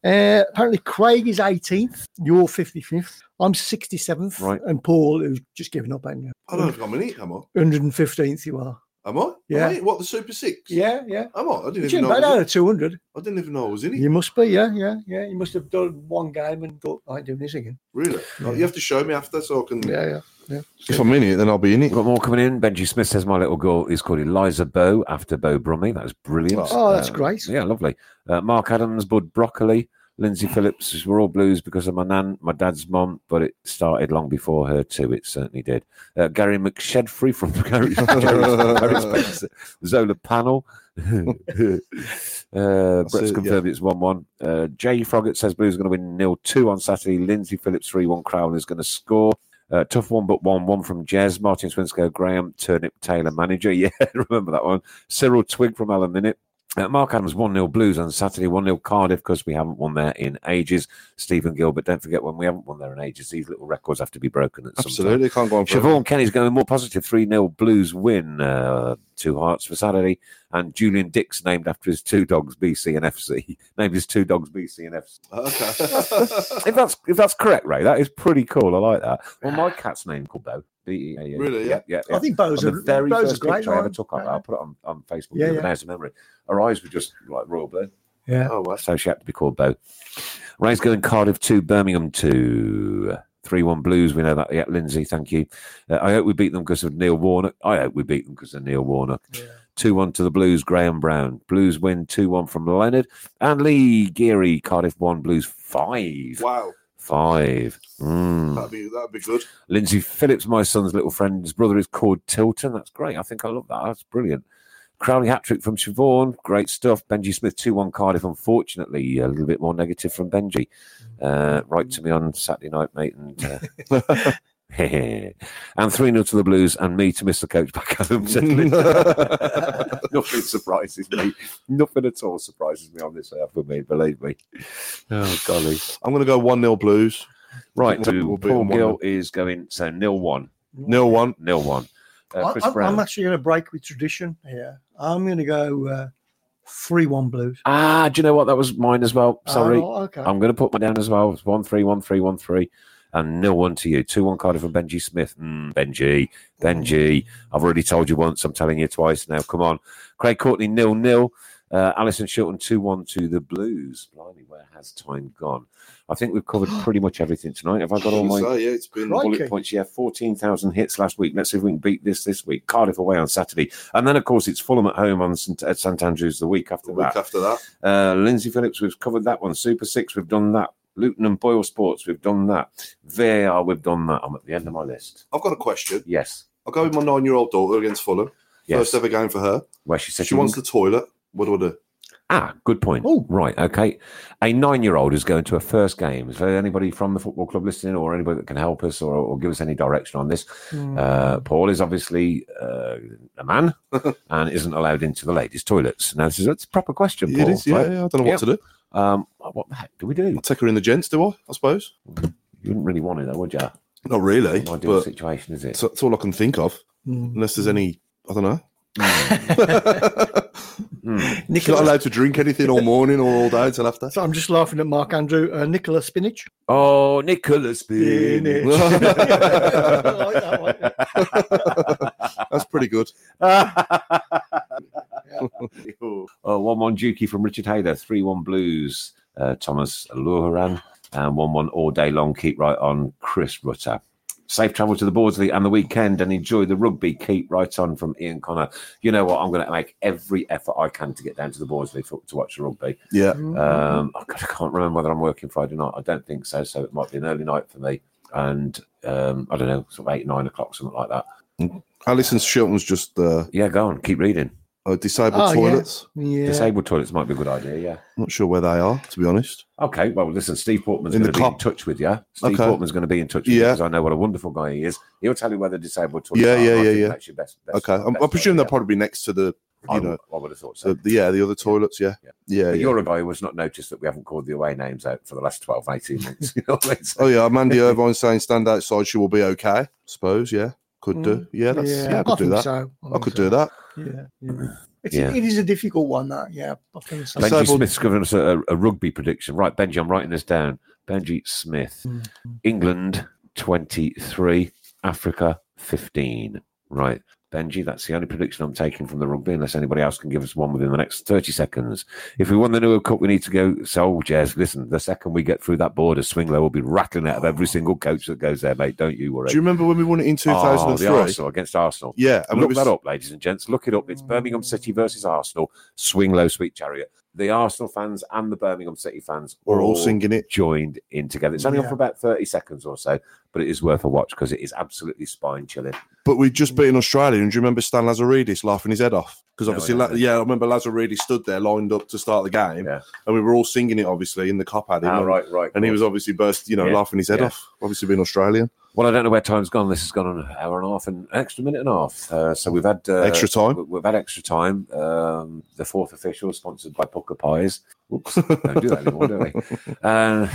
C: Uh, apparently, Craig is 18th. You're 55th. I'm 67th.
D: Right.
C: And Paul, who's just given up, ain't you?
F: got a minute. Am I?
C: 115th. You are.
F: Am I?
C: Yeah.
F: Am I? What the Super Six?
C: Yeah, yeah.
F: Am I? I didn't
C: But you ain't bad out of 200.
F: I didn't even know I was in
C: You must be, yeah, yeah, yeah. You must have done one game and thought, I ain't doing this again.
F: Really? Like, You have to show me after so I can.
C: Yeah, yeah. yeah.
F: If I'm in it, then I'll be in it.
D: We've got more coming in. Benji Smith says my little girl is called Eliza Bow after Bo Brummy. That was brilliant.
C: Oh, that's great.
D: Yeah, lovely. Uh, Mark Adams, Bud Broccoli, Lindsay Phillips. We're all blues because of my nan, my dad's mum, but it started long before her too. It certainly did. Uh, Gary McShedfrey from (laughs) Gary,
F: (laughs)
D: Gary Spencer, Zola Panel. uh,
F: That's
D: Brett's
F: it,
D: confirmed it's 1 1. Uh, Jay Froggett says Blues are going to win 0 2 on Saturday. Lindsay Phillips 3 1. Crown is going to score. Uh, tough one, but one. One from Jez, Martin Swinscoe, Graham, Turnip Taylor, manager. (laughs) Yeah, remember that one. Cyril Twig from Alan Minute. Uh, Mark Adams 1 0 Blues on Saturday, 1 0 Cardiff because we haven't won there in ages. Stephen Gilbert, don't forget when we haven't won there in ages, these little records have to be broken at some time.
F: Absolutely. Can't go on forever.
D: Siobhan Kenny's going more positive 3 0 Blues win, uh, two hearts for Saturday. And Julian Dix, named after his two dogs, BC and FC, (laughs) named his two dogs, BC and FC.
F: Okay. (laughs)
D: If that's if that's correct, Ray, that is pretty cool. I like that. Well, my cat's name called Bo. B E A U.
F: Really,
D: Yeah,
F: yeah?
D: yeah.
C: Ah. I think Bo's
D: On
C: a,
D: the very
C: Bo's a
D: first
C: great
D: picture I ever
C: line.
D: took up, I put it on, on Facebook.
C: Yeah,
D: Yeah,
C: yeah.
D: yeah. a memory. Her eyes were just like royal blue.
C: Yeah.
F: oh, well.
D: So she had to be called Bo. Ray's going Cardiff 2, Birmingham 2. 3 1 Blues, we know that. Yeah, Lindsay, thank you. Uh, I hope we beat them because of Neil Warnock. I hope we beat them because of Neil Warnock. 2 1 to the Blues, Graham Brown. Blues win 2 1 from Leonard. And Lee Geary, Cardiff 1, Blues 5.
F: Wow.
D: 5. Mm.
F: That'd be, that'd be good.
D: Lindsay Phillips, my son's little friend, his brother is called Tilton. That's great. I think I love that. That's brilliant. Crowley hat trick from Siobhan. Great stuff. Benji Smith, 2 1 Cardiff. Unfortunately, a little bit more negative from Benji. Uh, write to me on Saturday night, mate. And. Uh, (laughs) and 3 0 to the Blues, and me to miss the coach back home. said (laughs) Linda. Nothing surprises me. Nothing at all surprises me on this half of me, believe me. Oh, golly.
F: I'm going to go 1 0 Blues.
D: Right,
F: We'll-
D: so
F: we'll beat
D: Paul
F: them one
D: Gill is going, so nil 1
F: 0 1.
D: nil one. Uh,
C: I-
D: Chris
C: I'm,
D: Brown.
C: I'm actually going to break with tradition here. I'm going to go three-one Blues.
D: ah, do you know what? That was mine as well. Sorry,
C: Oh, okay.
D: I'm going to put mine down as well. It's one three one three one three, and nil one to you. Two one Cardiff from Benji Smith. Mm, Benji, Benji. I've already told you once. I'm telling you twice now. Come on, Craig Courtney nil nil. Uh, Alison Shilton, 2 1 to the Blues. Blimey, where has time gone? I think we've
C: (gasps)
D: covered pretty much everything tonight. Have I got all my
F: So, yeah, it's been
D: bullet points? Yeah, 14,000 hits last week. Let's see if we can beat this this week. Cardiff away on Saturday. And then, of course, it's Fulham at home on St- at St Andrews the week after
F: the
D: that.
F: week after that.
D: Uh, Lindsay Phillips, we've covered that one. Super Six, we've done that. Luton and Boyle Sports, we've done that. VAR, we've done that. I'm at the end of my list.
F: I've got a question.
D: Yes.
F: I'll go with my nine-year-old daughter against Fulham.
D: Yes.
F: First ever game for her.
D: Where she said
F: she wants
D: wouldn't-
F: the toilet. What do I do?
D: Ah, good point. Oh, right. Okay. A nine year old is going to a first game. Is there anybody from the football club listening or anybody that can help us or, or give us any direction on this?
F: Hmm.
D: Uh, Paul is obviously uh, a
F: (laughs)
D: man and isn't allowed into the ladies' toilets. Now, this is it's a proper question, Paul.
F: It is, yeah,
D: right?
F: yeah, I don't know what
D: Yeah.
F: to do.
D: Um, what the heck do we do?
F: I'll take her in the gents, do I? I suppose.
D: You wouldn't really want it, though, would you?
F: Not really.
D: Not ideal
F: But
D: situation, is it?
F: that's, that's all I can think of.
D: Mm.
F: Unless there's any, I don't know.
D: Mm.
F: (laughs) She's not
C: Nicola,
F: allowed to drink anything all morning or all day until after.
C: so I'm just laughing at Mark Andrew. Uh, Nicola Spinach.
D: Oh, Nicholas
C: Spinach.
D: Spinach.
C: I like that one.
F: (laughs) That's pretty
D: (laughs)
F: good.
D: Uh, 1 1 Dukey from Richard Hayder, 3 1 Blues, uh, Thomas Luharan, and 1 1 All Day Long, keep right on, Chris Rutter. Safe travel to the Bordsley and the weekend and enjoy the rugby. Keep right on from Ian Connor. You know what? I'm going to make every effort I can to get down to the Bordsley for, to watch the rugby.
F: Yeah.
D: Um, oh God, I can't remember whether I'm working Friday night. I don't think so. So it might be an early night for me. And um, I don't know, sort of eight, nine o'clock, something like that.
F: Alison Shilton's just uh,
D: Yeah, go on, keep reading.
F: uh, disabled
C: Oh, yeah.
F: toilets.
C: Yeah.
D: Disabled toilets might be a good idea. Yeah.
F: Not sure where they are, to be honest.
D: Okay. Well, listen, Steve Portman's
F: In
D: going
F: the
D: to be in
F: club.
D: touch with you. Steve
F: Okay.
D: Portman's going to be in touch with you
F: Yeah.
D: because I know what a wonderful guy he is. He'll tell you where the disabled toilets
F: Yeah,
D: are.
F: yeah,
D: I
F: yeah,
D: think
F: yeah.
D: That's your best. best
F: Okay. I'm, I
D: best
F: presume
D: idea.
F: they'll probably be next to the,
D: I,
F: you know,
D: would- I would have thought so.
F: the, the- yeah, the other toilets. Yeah.
D: Yeah.
F: Yeah.
D: But
F: yeah.
D: You're a guy who has not noticed that we haven't called the away names out for the last 12, 18 months. (laughs) You know what I mean? So-
F: Oh yeah, Mandy Irvine saying stand outside, she will be okay. Suppose, yeah, could do. Yeah, that's yeah, I could do
C: think
F: that.
C: So.
F: I could do that.
C: Yeah. yeah. It's,
D: Yeah.
C: It is a difficult one, that. Yeah. I think so.
D: Benji
F: Disabled-
D: Smith's given us a, a rugby prediction. Right, Benji, I'm writing this down. Benji Smith,
F: Mm-hmm.
D: England 23, Africa 15. Right, Benji, that's the only prediction I'm taking from the rugby, unless anybody else can give us one within the next 30 seconds. If we won the New Cup, we need to go soldiers. Listen, the second we get through that border, Swingler will be rattling out of every single coach that goes there, mate. Don't you worry.
F: Do you remember when we won it in two
D: Oh,
F: thousand
D: the
F: and three?
D: Arsenal against Arsenal.
F: Yeah,
D: And
F: it
D: look
F: was-
D: that up, ladies and gents. Look it up. It's Birmingham City versus Arsenal. Swing low, sweet chariot. The Arsenal fans and the Birmingham City fans
F: We're all singing it.
D: joined in together. It's only on for about 30 seconds or so, but it is worth a watch because it is absolutely spine chilling.
F: But we just beat in Australia, and do you remember Stan Lazaridis laughing his head off? Because
D: No,
F: obviously,
D: I
F: La-
D: don't.
F: yeah, I remember Lazaridis stood there lined up to start the game,
D: Yeah.
F: and we were all singing it obviously in the cop had him,
D: Ah,
F: and,
D: right, right.
F: and he
D: cool.
F: was obviously burst, you know,
D: Yeah,
F: laughing his head
D: yeah.
F: off. Obviously being Australian,
D: Well, I don't know where time's gone. This has gone on an hour and a half, an extra minute and a half. Uh, so we've had uh,
F: Extra time.
D: we- We've had extra time. Um, the fourth official, sponsored by Pucker Pies.
F: (laughs)
D: Whoops, don't do that anymore, do we? Uh,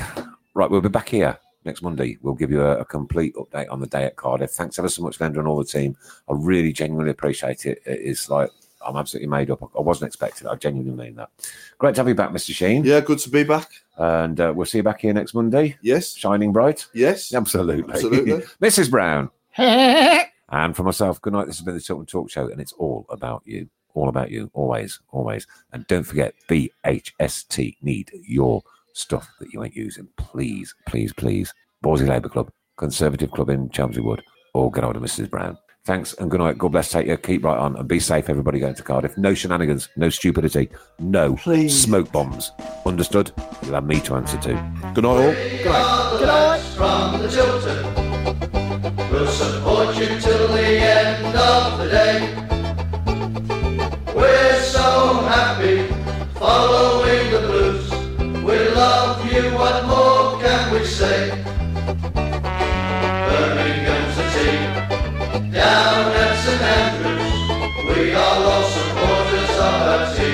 D: right, we'll be back here next Monday. We'll give you a, a complete update on the day at Cardiff. Thanks ever so much, Glenda, and all the team. I really genuinely appreciate it. It is like I'm absolutely made up. I wasn't expecting it. I genuinely mean that. Great to have you back, Mr. Sheen.
F: yeah, good to be back.
D: And uh, we'll see you back here next Monday,
F: Yes,
D: shining bright.
F: yes,
D: Absolutely. (laughs)
F: Absolutely.
D: Mrs. Brown. and for myself, good night. This has been the Tilt and Talk Show, and it's all about you. All about you. Always, always. And don't forget, BHST need your stuff that you ain't using. Please, please, please. Borsey Labour Club, Conservative Club in Chelmsley Wood, or get hold of Mrs. Brown. Thanks and good night. God bless. Take care. Keep right on and be safe, everybody going to Cardiff. No shenanigans, no stupidity, no
C: Please.
D: smoke bombs. Understood? You'll have me to answer to.
F: good night all.
G: from the Tilton. We'll support you till the end of the day. We're so happy following the blues. We love you, what more can we say? Birmingham's the team, down at St Andrews. We are all supporters of our team.